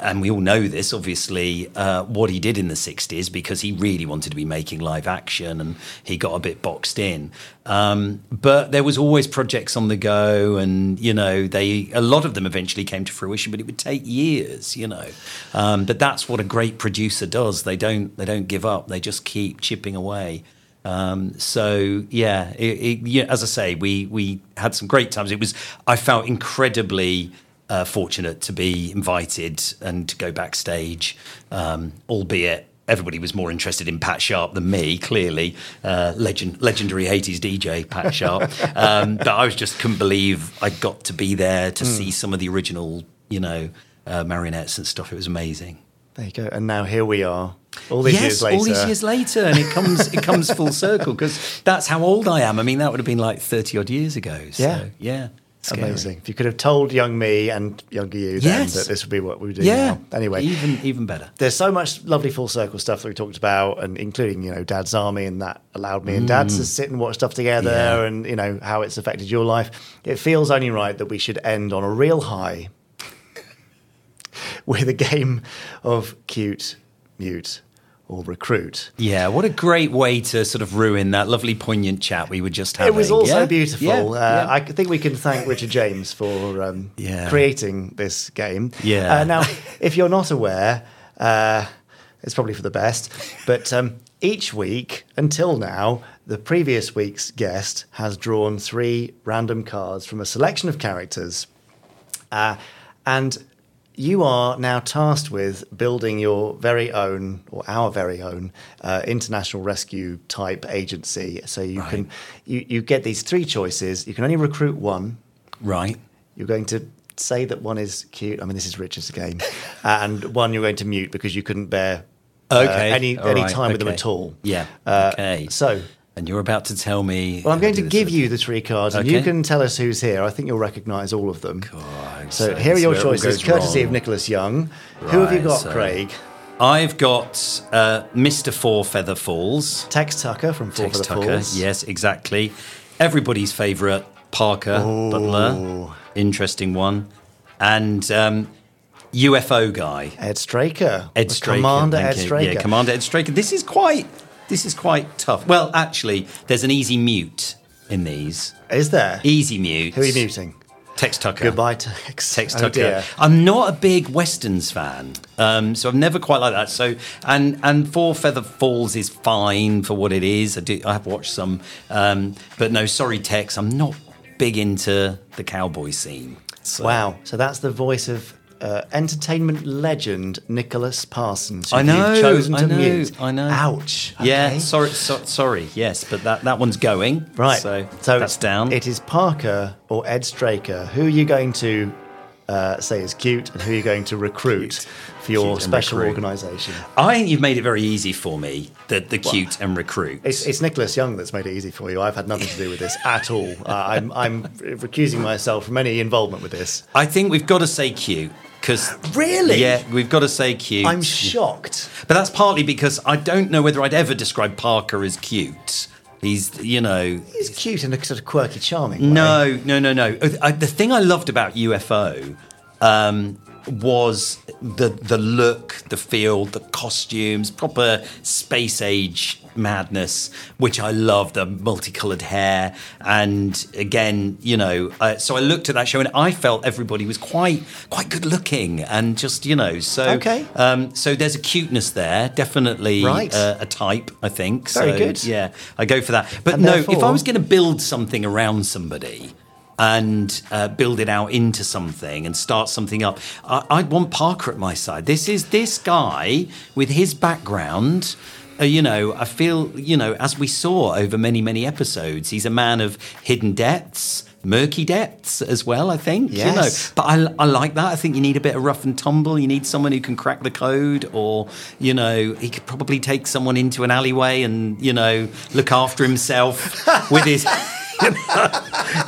[SPEAKER 5] and we all know this, obviously, uh, what he did in the 60s because he really wanted to be making live action and he got a bit boxed in. Um, but there was always projects on the go, and you know, they a lot of them eventually came to fruition, but it would take years, you know. Um, but that's what a great producer does. They don't they don't give up. They just keep chipping away. Um, so yeah, it, it, yeah, as I say, we we had some great times. It was I felt incredibly uh, fortunate to be invited and to go backstage, um, albeit everybody was more interested in Pat Sharp than me. Clearly, uh, legend legendary eighties DJ Pat Sharp, um, but I was just couldn't believe I got to be there to see some of the original, you know, uh, marionettes and stuff. It was amazing
[SPEAKER 8] There you go. And now here we are, all these years later.
[SPEAKER 5] all these years later, and it comes it comes full circle because that's how old I am. I mean, that would have been like thirty odd years ago. So,
[SPEAKER 8] Yeah.
[SPEAKER 5] yeah, Scary.
[SPEAKER 3] Amazing. If you could have told young me and younger you then
[SPEAKER 5] Yes.
[SPEAKER 3] that this would be what we would do
[SPEAKER 5] Yeah.
[SPEAKER 3] now. Anyway,
[SPEAKER 5] even even better.
[SPEAKER 3] there's so much lovely full circle stuff that we talked about, and including you know Dad's Army, and that allowed me and Dad to sit and watch stuff together,
[SPEAKER 5] Mm. Yeah.
[SPEAKER 3] and you know how it's affected your life. It feels only right that we should end on a real high [laughs] with a game of cute, mute, or recruit.
[SPEAKER 5] Yeah, what a great way to sort of ruin that lovely poignant chat we were just having.
[SPEAKER 3] It was also
[SPEAKER 5] Yeah?
[SPEAKER 3] beautiful.
[SPEAKER 5] Yeah,
[SPEAKER 3] Uh,
[SPEAKER 5] yeah.
[SPEAKER 3] I think we can thank Richard James for um,
[SPEAKER 5] Yeah.
[SPEAKER 3] creating this game.
[SPEAKER 5] Yeah.
[SPEAKER 3] Uh, now, if you're not aware, uh, it's probably for the best. But um, each week until now, the previous week's guest has drawn three random cards from a selection of characters. Uh, and you are now tasked with building your very own, or our very own, uh, international rescue type agency. So you can, you, you get these three choices. You can only recruit one.
[SPEAKER 5] right.
[SPEAKER 3] You're going to say that one is cute. I mean, this is Richard's
[SPEAKER 5] [laughs]
[SPEAKER 3] game, Uh, and one you're going to mute because you couldn't bear uh,
[SPEAKER 5] Okay.
[SPEAKER 3] any
[SPEAKER 5] All
[SPEAKER 3] any
[SPEAKER 5] right.
[SPEAKER 3] time with them
[SPEAKER 5] Okay.
[SPEAKER 3] at all.
[SPEAKER 5] Yeah.
[SPEAKER 3] Uh,
[SPEAKER 5] okay.
[SPEAKER 3] So
[SPEAKER 5] and you're about to tell me.
[SPEAKER 3] well, I'm
[SPEAKER 5] how
[SPEAKER 3] going
[SPEAKER 5] to
[SPEAKER 3] to
[SPEAKER 5] do this
[SPEAKER 3] give
[SPEAKER 5] with-
[SPEAKER 3] you the three cards, and you
[SPEAKER 5] Okay.
[SPEAKER 3] can tell us who's here. I think you'll recognise all of them.
[SPEAKER 5] God,
[SPEAKER 3] so
[SPEAKER 5] so
[SPEAKER 3] here are
[SPEAKER 5] Oh, this
[SPEAKER 3] your
[SPEAKER 5] is where it all
[SPEAKER 3] choices,
[SPEAKER 5] goes
[SPEAKER 3] courtesy
[SPEAKER 5] wrong.
[SPEAKER 3] of Nicholas Young. Who have you
[SPEAKER 5] Right,
[SPEAKER 3] got,
[SPEAKER 5] so-
[SPEAKER 3] Craig?
[SPEAKER 5] I've got uh, Mr. Four Feather Falls.
[SPEAKER 3] Tex Tucker from Four
[SPEAKER 5] Tex
[SPEAKER 3] for the
[SPEAKER 5] Tucker.
[SPEAKER 3] Falls.
[SPEAKER 5] Yes, exactly. Everybody's favourite Parker Butler. Interesting one. And um, UFO guy.
[SPEAKER 3] Ed Straker.
[SPEAKER 5] Ed
[SPEAKER 3] Was
[SPEAKER 5] Straker.
[SPEAKER 3] Commander
[SPEAKER 5] thank
[SPEAKER 3] Ed
[SPEAKER 5] you.
[SPEAKER 3] Straker.
[SPEAKER 5] Yeah, Commander Ed Straker. This is quite this is quite tough. Well, actually, there's an easy mute in these.
[SPEAKER 3] Is there?
[SPEAKER 5] Easy mute.
[SPEAKER 3] Who are you muting?
[SPEAKER 5] Tex Tucker.
[SPEAKER 3] Goodbye, Tex.
[SPEAKER 5] Tex
[SPEAKER 3] Oh,
[SPEAKER 5] Tucker.
[SPEAKER 3] dear.
[SPEAKER 5] I'm not a big westerns fan, um, so I've never quite liked that. So and and Four Feather Falls is fine for what it is. I do I have watched some, um, but no, sorry, Tex. I'm not big into the cowboy scene. So.
[SPEAKER 3] Wow. So that's the voice of uh, entertainment legend Nicholas Parsons. Who
[SPEAKER 5] I know,
[SPEAKER 3] You've chosen
[SPEAKER 5] I
[SPEAKER 3] to
[SPEAKER 5] know,
[SPEAKER 3] mute.
[SPEAKER 5] I know.
[SPEAKER 3] Ouch.
[SPEAKER 5] Yeah,
[SPEAKER 3] Okay.
[SPEAKER 5] sorry, so, sorry, yes, but that, that one's going.
[SPEAKER 3] Right.
[SPEAKER 5] so,
[SPEAKER 3] it's-
[SPEAKER 5] that's down.
[SPEAKER 3] It is Parker or Ed Straker. Who are you going to uh, say is cute, and who are you going to recruit for your
[SPEAKER 5] Cute and
[SPEAKER 3] special
[SPEAKER 5] recruit.
[SPEAKER 3] organisation?
[SPEAKER 5] I think you've made it very easy for me. The the cute and recruit.
[SPEAKER 3] It's, it's Nicholas Young that's made it easy for you. I've had nothing to do with
[SPEAKER 5] [laughs]
[SPEAKER 3] this at all. Uh, I'm, I'm recusing myself from any involvement with this.
[SPEAKER 5] I think we've got to say cute because
[SPEAKER 3] Really?
[SPEAKER 5] yeah, we've got to say cute.
[SPEAKER 3] I'm shocked.
[SPEAKER 5] But that's partly because I don't know whether I'd ever describe Parker as cute. He's, you know,
[SPEAKER 3] He's cute in a sort of quirky, charming way.
[SPEAKER 5] no, no, no, no. Uh, I, the thing I loved about UFO um, was the the look, the feel, the costumes, proper space age madness, which I love. The multicolored hair, and again, you know, uh, so I looked at that show and I felt everybody was quite quite good looking and just you know, so
[SPEAKER 3] Okay.
[SPEAKER 5] Um, so there's a cuteness there, definitely
[SPEAKER 3] Right.
[SPEAKER 5] uh, a type, I think.
[SPEAKER 3] Very
[SPEAKER 5] so,
[SPEAKER 3] good.
[SPEAKER 5] Yeah, I go for that. But
[SPEAKER 3] And
[SPEAKER 5] no, if I
[SPEAKER 3] therefore-
[SPEAKER 5] was going to build something around somebody and uh, build it out into something and start something up, I- I'd want Parker at my side. This is this guy with his background. Uh, you know, I feel, you know, as we saw over many, many episodes, he's a man of hidden depths, murky depths as well, I think. You know,
[SPEAKER 3] Yes.
[SPEAKER 5] but I, I like that. I think you need a bit of rough and tumble. You need someone who can crack the code, or you know, he could probably take someone into an alleyway and you know look after
[SPEAKER 3] [laughs]
[SPEAKER 5] himself with his.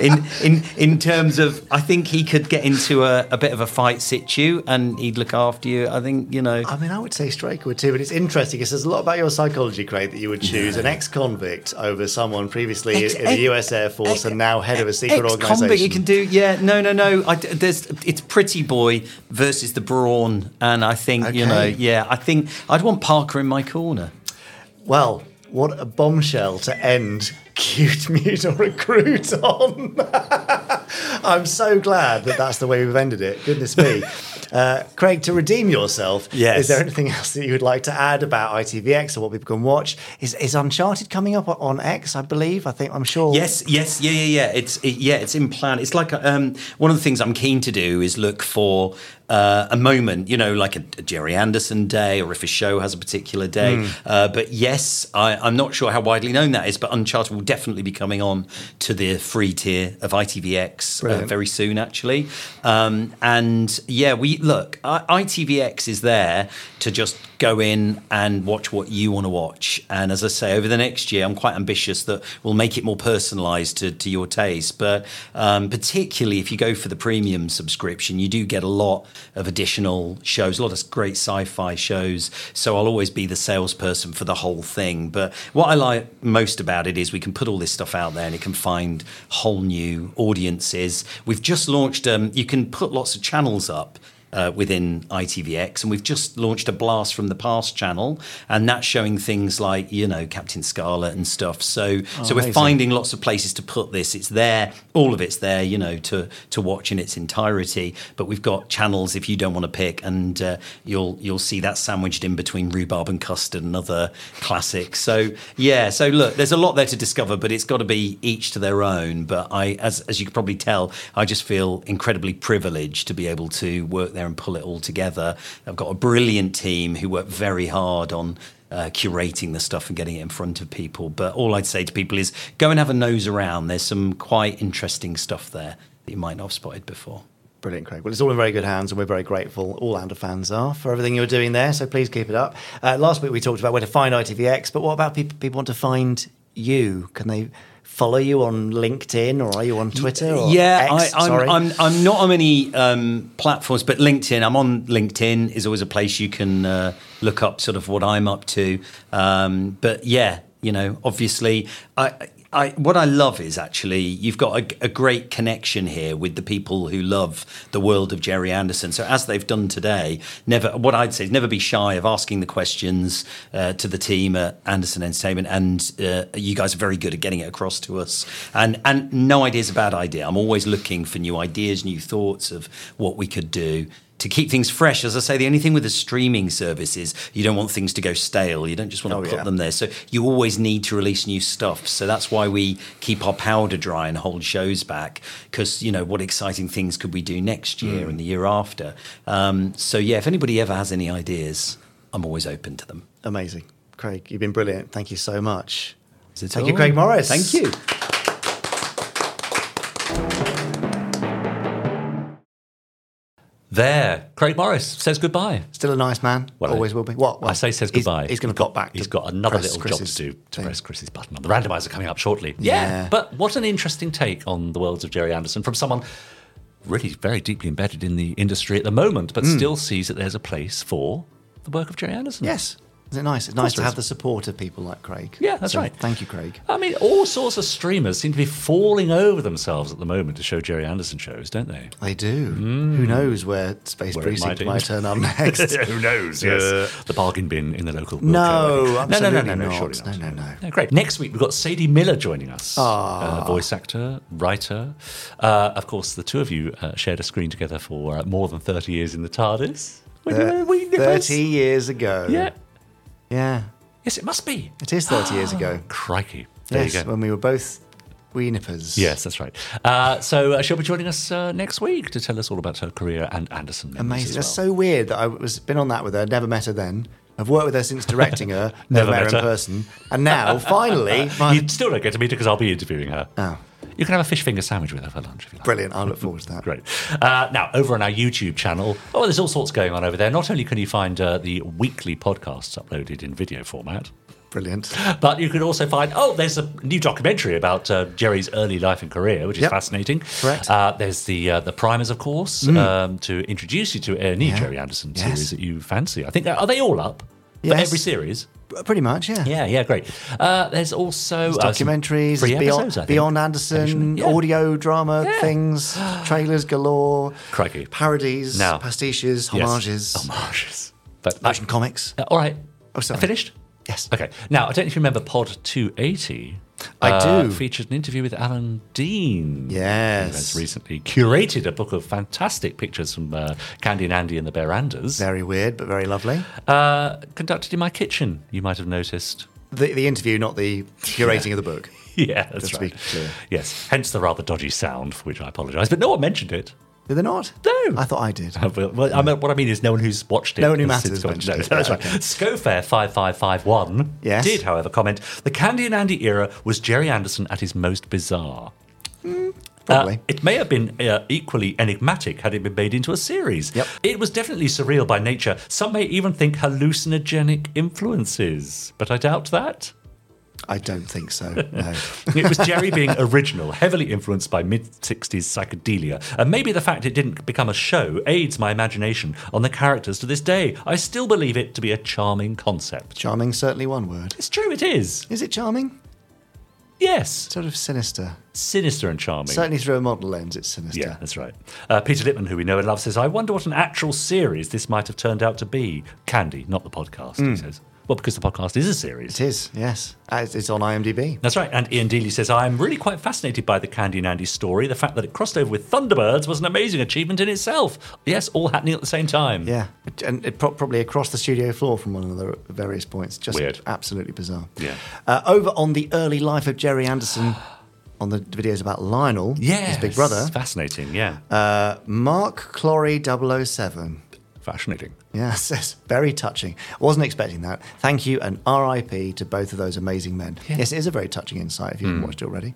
[SPEAKER 5] in in in terms of, I think he could get into a, a bit of a fight situ and he'd look after you. I think you know.
[SPEAKER 3] I mean, I would say Straker would too, but it's interesting because there's a lot about your psychology, Craig, that you would choose an ex-convict over someone previously
[SPEAKER 5] Ex-
[SPEAKER 3] in the
[SPEAKER 5] ex-
[SPEAKER 3] U.S. Air Force
[SPEAKER 5] ex-
[SPEAKER 3] and now head of a secret
[SPEAKER 5] Ex-convict,
[SPEAKER 3] organisation.
[SPEAKER 5] You can do, yeah, no, no, no. I, there's, it's Pretty Boy versus the Brawn, and I think you know,
[SPEAKER 3] Okay.
[SPEAKER 5] yeah, I think I'd want Parker in my corner.
[SPEAKER 3] Well, what a bombshell to end [laughs] Cute Mute or Recruit on. [laughs] I'm so glad that that's the way we've ended it. Goodness
[SPEAKER 5] [laughs]
[SPEAKER 3] me. Uh, Craig, to redeem yourself,
[SPEAKER 5] Yes.
[SPEAKER 3] is there anything else that you would like to add about ITVX or what people can watch? Is, is Uncharted coming up on X, I believe? I think, I'm sure.
[SPEAKER 5] Yes, yes, yeah, yeah, yeah. It's it, yeah, it's in plan. It's like um, one of the things I'm keen to do is look for uh, a moment, you know, like a, a Jerry Anderson day or if a show has a particular day. Uh, but yes, I, I'm not sure how widely known that is, but Uncharted will definitely be coming on to the free tier of ITVX uh,
[SPEAKER 3] Brilliant.
[SPEAKER 5] very soon, actually. Um, and yeah, we look, I- ITVX is there to just go in and watch what you want to watch. And as I say, over the next year, I'm quite ambitious that we'll make it more personalized to, to your taste. But um, particularly if you go for the premium subscription, you do get a lot of additional shows, a lot of great sci fi shows. So I'll always be the salesperson for the whole thing. But what I like most about it is we can put all this stuff out there and it can find whole new audiences. We've just launched, um, you can put lots of channels up uh, within ITVX, and we've just launched a blast from the past channel, and that's showing things like you know Captain Scarlet and stuff. So, so we're finding lots of places to put this. It's there, all of it's there, you know, to to watch in its entirety. But we've got channels if you don't want to pick, and uh, you'll you'll see that sandwiched in between rhubarb and custard and other classics. So yeah, so look, there's a lot there to discover, but it's got to be each to their own. But I, as as you can probably tell, I just feel incredibly privileged to be able to work there and pull it all together. I've got a brilliant team who work very hard on. Uh, curating the stuff and getting it in front of people. But all I'd say to people is go and have a nose around. There's some quite interesting stuff there that you might not have spotted before.
[SPEAKER 3] Brilliant, Craig. Well, it's all in very good hands, and we're very grateful. All Ander fans are for everything you're doing there. So please keep it up. Uh, last week we talked about where to find ITVX, but what about people? People want to find you? Can they follow you on LinkedIn or are you on Twitter? Or
[SPEAKER 5] yeah,
[SPEAKER 3] X,
[SPEAKER 5] I, I'm,
[SPEAKER 3] sorry.
[SPEAKER 5] I'm, I'm not on many um, platforms, but LinkedIn. I'm on LinkedIn is always a place you can uh, look up sort of what I'm up to. Um, but yeah, you know, obviously, I. I, what I love is actually you've got a, a great connection here with the people who love the world of Jerry Anderson. So as they've done today, never what I'd say is never be shy of asking the questions uh, to the team at Anderson Entertainment, and uh, you guys are very good at getting it across to us. And and no idea is a bad idea. I'm always looking for new ideas, new thoughts of what we could do to keep things fresh. As I say, the only thing with a streaming service is you don't want things to go stale. You don't just want to put
[SPEAKER 3] yeah.
[SPEAKER 5] them there. So you always need to release new stuff. So that's why we keep our powder dry and hold shows back because, you know, what exciting things could we do next
[SPEAKER 3] Hmm.
[SPEAKER 5] year and the year after? Um, so, yeah, if anybody ever has any ideas, I'm always open to them.
[SPEAKER 3] Amazing, Craig. You've been brilliant. Thank you so much.
[SPEAKER 5] Is it
[SPEAKER 3] Thank you,
[SPEAKER 5] all?
[SPEAKER 3] Craig Morris.
[SPEAKER 5] Thank you.
[SPEAKER 1] There, Craig Morris says goodbye.
[SPEAKER 3] Still a nice man.
[SPEAKER 1] Well, uh,
[SPEAKER 3] Always will be. What?
[SPEAKER 1] I say says
[SPEAKER 3] he's-
[SPEAKER 1] goodbye.
[SPEAKER 3] He's, going to
[SPEAKER 1] He's got-
[SPEAKER 3] pop back.
[SPEAKER 1] He's
[SPEAKER 3] to
[SPEAKER 1] got another
[SPEAKER 3] press
[SPEAKER 1] little
[SPEAKER 3] Chris's
[SPEAKER 1] job to do to
[SPEAKER 3] thing.
[SPEAKER 1] press Chris's button on the randomizer coming up shortly. Yeah.
[SPEAKER 3] Yeah.
[SPEAKER 1] But what an interesting take on the worlds of Jerry Anderson from someone really very deeply embedded in the industry at the moment, but
[SPEAKER 3] Hmm.
[SPEAKER 1] still sees that there's a place for the work of Jerry Anderson.
[SPEAKER 3] Yes. Isn't it nice? It's nice
[SPEAKER 1] course
[SPEAKER 3] to
[SPEAKER 1] it
[SPEAKER 3] have
[SPEAKER 1] is.
[SPEAKER 3] the support of people like Craig.
[SPEAKER 1] Yeah, that's
[SPEAKER 3] So,
[SPEAKER 1] right.
[SPEAKER 3] Thank you, Craig.
[SPEAKER 1] I mean, all sorts of streamers seem to be falling over themselves at the moment to show Jerry Anderson shows, don't [laughs] they?
[SPEAKER 3] They do. Who knows where Space
[SPEAKER 1] Mm. Where it
[SPEAKER 3] Precinct
[SPEAKER 1] might
[SPEAKER 3] might,
[SPEAKER 1] end. [laughs]
[SPEAKER 3] turn up next?
[SPEAKER 1] Who knows? Yes. Uh, the bargain bin in the local. Wilco,
[SPEAKER 3] No,
[SPEAKER 1] I think. no, no, no,
[SPEAKER 3] absolutely
[SPEAKER 1] no,
[SPEAKER 3] not.
[SPEAKER 1] surely not.
[SPEAKER 3] No, no, no.
[SPEAKER 1] Great. Next week we've got Sadie Miller joining us,
[SPEAKER 3] Ah.
[SPEAKER 1] uh, voice actor, writer. Uh, of course, the two of you uh, shared a screen together for uh, more than thirty years in the TARDIS. When you were
[SPEAKER 3] Uh,
[SPEAKER 1] wee nippers.
[SPEAKER 3] Thirty years ago.
[SPEAKER 1] Yeah.
[SPEAKER 3] Yeah.
[SPEAKER 1] Yes, it must be.
[SPEAKER 3] It is thirty years ago.
[SPEAKER 1] Crikey. [gasps] There
[SPEAKER 3] yes,
[SPEAKER 1] you go.
[SPEAKER 3] when we were both wee nippers.
[SPEAKER 1] Yes, that's right. Uh, so uh, she'll be joining us uh, next week to tell us all about her career and Anderson. memories
[SPEAKER 3] Amazing.
[SPEAKER 1] as
[SPEAKER 3] That's
[SPEAKER 1] well.
[SPEAKER 3] so weird that I was been on that with her, never met her then. I've worked with her since directing her,
[SPEAKER 1] [laughs] Never
[SPEAKER 3] never, met
[SPEAKER 1] met
[SPEAKER 3] her in
[SPEAKER 1] her.
[SPEAKER 3] person. And now, finally,
[SPEAKER 1] [laughs]
[SPEAKER 3] my,
[SPEAKER 1] You still don't get to meet her because I'll be interviewing her.
[SPEAKER 3] Oh.
[SPEAKER 1] You can have a fish finger sandwich with her for lunch if you like.
[SPEAKER 3] brilliant. I look forward to that.
[SPEAKER 1] Great. Uh, now, over on our YouTube channel, oh, there's all sorts going on over there. Not only can you find uh, the weekly podcasts uploaded in video format,
[SPEAKER 3] Brilliant.
[SPEAKER 1] but you can also find, oh, there's a new documentary about uh, Jerry's early life and career, which is
[SPEAKER 3] Yep.
[SPEAKER 1] fascinating.
[SPEAKER 3] Correct. Mm.
[SPEAKER 1] Uh, there's the uh, the primers, of course, um, to introduce you to a new Jerry Anderson
[SPEAKER 3] Yes.
[SPEAKER 1] series that you fancy. I think, uh, are they all up? For
[SPEAKER 3] Yes.
[SPEAKER 1] every series?
[SPEAKER 3] Pretty much, yeah.
[SPEAKER 1] Yeah, yeah, great. Uh, there's also uh, some
[SPEAKER 3] Documentaries,
[SPEAKER 1] free
[SPEAKER 3] Beyond,
[SPEAKER 1] episodes, I think.
[SPEAKER 3] Beyond Anderson,
[SPEAKER 1] occasionally. Yeah.
[SPEAKER 3] audio drama
[SPEAKER 1] Yeah.
[SPEAKER 3] things, trailers galore,
[SPEAKER 1] Crikey.
[SPEAKER 3] parodies,
[SPEAKER 1] Now. Yes.
[SPEAKER 3] pastiches,
[SPEAKER 1] Oh
[SPEAKER 3] homages,
[SPEAKER 1] Homages. But uh,
[SPEAKER 3] motion comics.
[SPEAKER 1] Uh, all right.
[SPEAKER 3] Oh, sorry.
[SPEAKER 1] Finished?
[SPEAKER 3] Yes.
[SPEAKER 1] Okay. Now, I don't know if you remember Pod 280.
[SPEAKER 3] I
[SPEAKER 1] uh,
[SPEAKER 3] do.
[SPEAKER 1] Featured an interview with Alan Dean. Who has
[SPEAKER 3] Yes.
[SPEAKER 1] recently curated a book of fantastic pictures from uh, Candy and Andy and the Beranders.
[SPEAKER 3] Very weird, but very lovely.
[SPEAKER 1] Uh, conducted in my kitchen, you might have noticed. [laughs]
[SPEAKER 3] The, the interview, not the curating of the book.
[SPEAKER 1] Yeah, that's
[SPEAKER 3] Just to
[SPEAKER 1] right.
[SPEAKER 3] be clear.
[SPEAKER 1] Yes, hence the rather dodgy sound, for which I apologise. But no one mentioned it.
[SPEAKER 3] Did they not?
[SPEAKER 1] No.
[SPEAKER 3] I thought I did.
[SPEAKER 1] [laughs] Well, I mean, what I mean is, no one who's watched it.
[SPEAKER 3] No one who
[SPEAKER 1] has
[SPEAKER 3] matters
[SPEAKER 1] since-
[SPEAKER 3] mentioned
[SPEAKER 1] No,
[SPEAKER 3] it.
[SPEAKER 1] that's
[SPEAKER 3] Yeah,
[SPEAKER 1] right. Scofair five five five one
[SPEAKER 3] Yes.
[SPEAKER 1] did, however, comment: the Candy and Andy era was Jerry Anderson at his most bizarre.
[SPEAKER 3] Mm, Probably.
[SPEAKER 1] Uh, it may have been uh, equally enigmatic had it been made into a series.
[SPEAKER 3] Yep.
[SPEAKER 1] It was definitely surreal by nature. Some may even think hallucinogenic influences, but I doubt that.
[SPEAKER 3] I don't think so.
[SPEAKER 1] [laughs]
[SPEAKER 3] No.
[SPEAKER 1] It was Jerry being original, heavily influenced by mid 60s psychedelia, and maybe the fact it didn't become a show aids my imagination on the characters to this day. I still believe it to be a charming concept.
[SPEAKER 3] charming, certainly one word.
[SPEAKER 1] It's true, it is.
[SPEAKER 3] Is it charming?
[SPEAKER 1] Yes.
[SPEAKER 3] Sort of sinister.
[SPEAKER 1] Sinister and charming.
[SPEAKER 3] Certainly through a model lens, it's sinister.
[SPEAKER 1] Yeah, that's right. Uh, Peter Lippman, who we know and love, says, I wonder what an actual series this might have turned out to be. Candy, not the podcast, he says. Well, because the podcast is a series.
[SPEAKER 3] It is, yes. Uh, It's it's on IMDb.
[SPEAKER 1] That's right. And Ian Dealey says, I'm really quite fascinated by the Candy and Andy story. The fact that it crossed over with Thunderbirds was an amazing achievement in itself. Yes, all happening at the same time.
[SPEAKER 3] Yeah, and it pro- probably across the studio floor from one another at various points. Just
[SPEAKER 1] Weird.
[SPEAKER 3] absolutely bizarre.
[SPEAKER 1] Yeah.
[SPEAKER 3] Uh, over on the early life of
[SPEAKER 1] [sighs]
[SPEAKER 3] Jerry Anderson, on the videos about Lionel,
[SPEAKER 1] Yes.
[SPEAKER 3] his big brother, Uh,
[SPEAKER 1] Fascinating. Yeah.
[SPEAKER 3] Mark Clory 007.
[SPEAKER 1] Fascinating.
[SPEAKER 3] Yeah, [laughs] says very touching. Wasn't expecting that. Thank you and RIP to both of those amazing men. Yes, it is a very touching insight if
[SPEAKER 1] Hmm.
[SPEAKER 3] you haven't watched it already.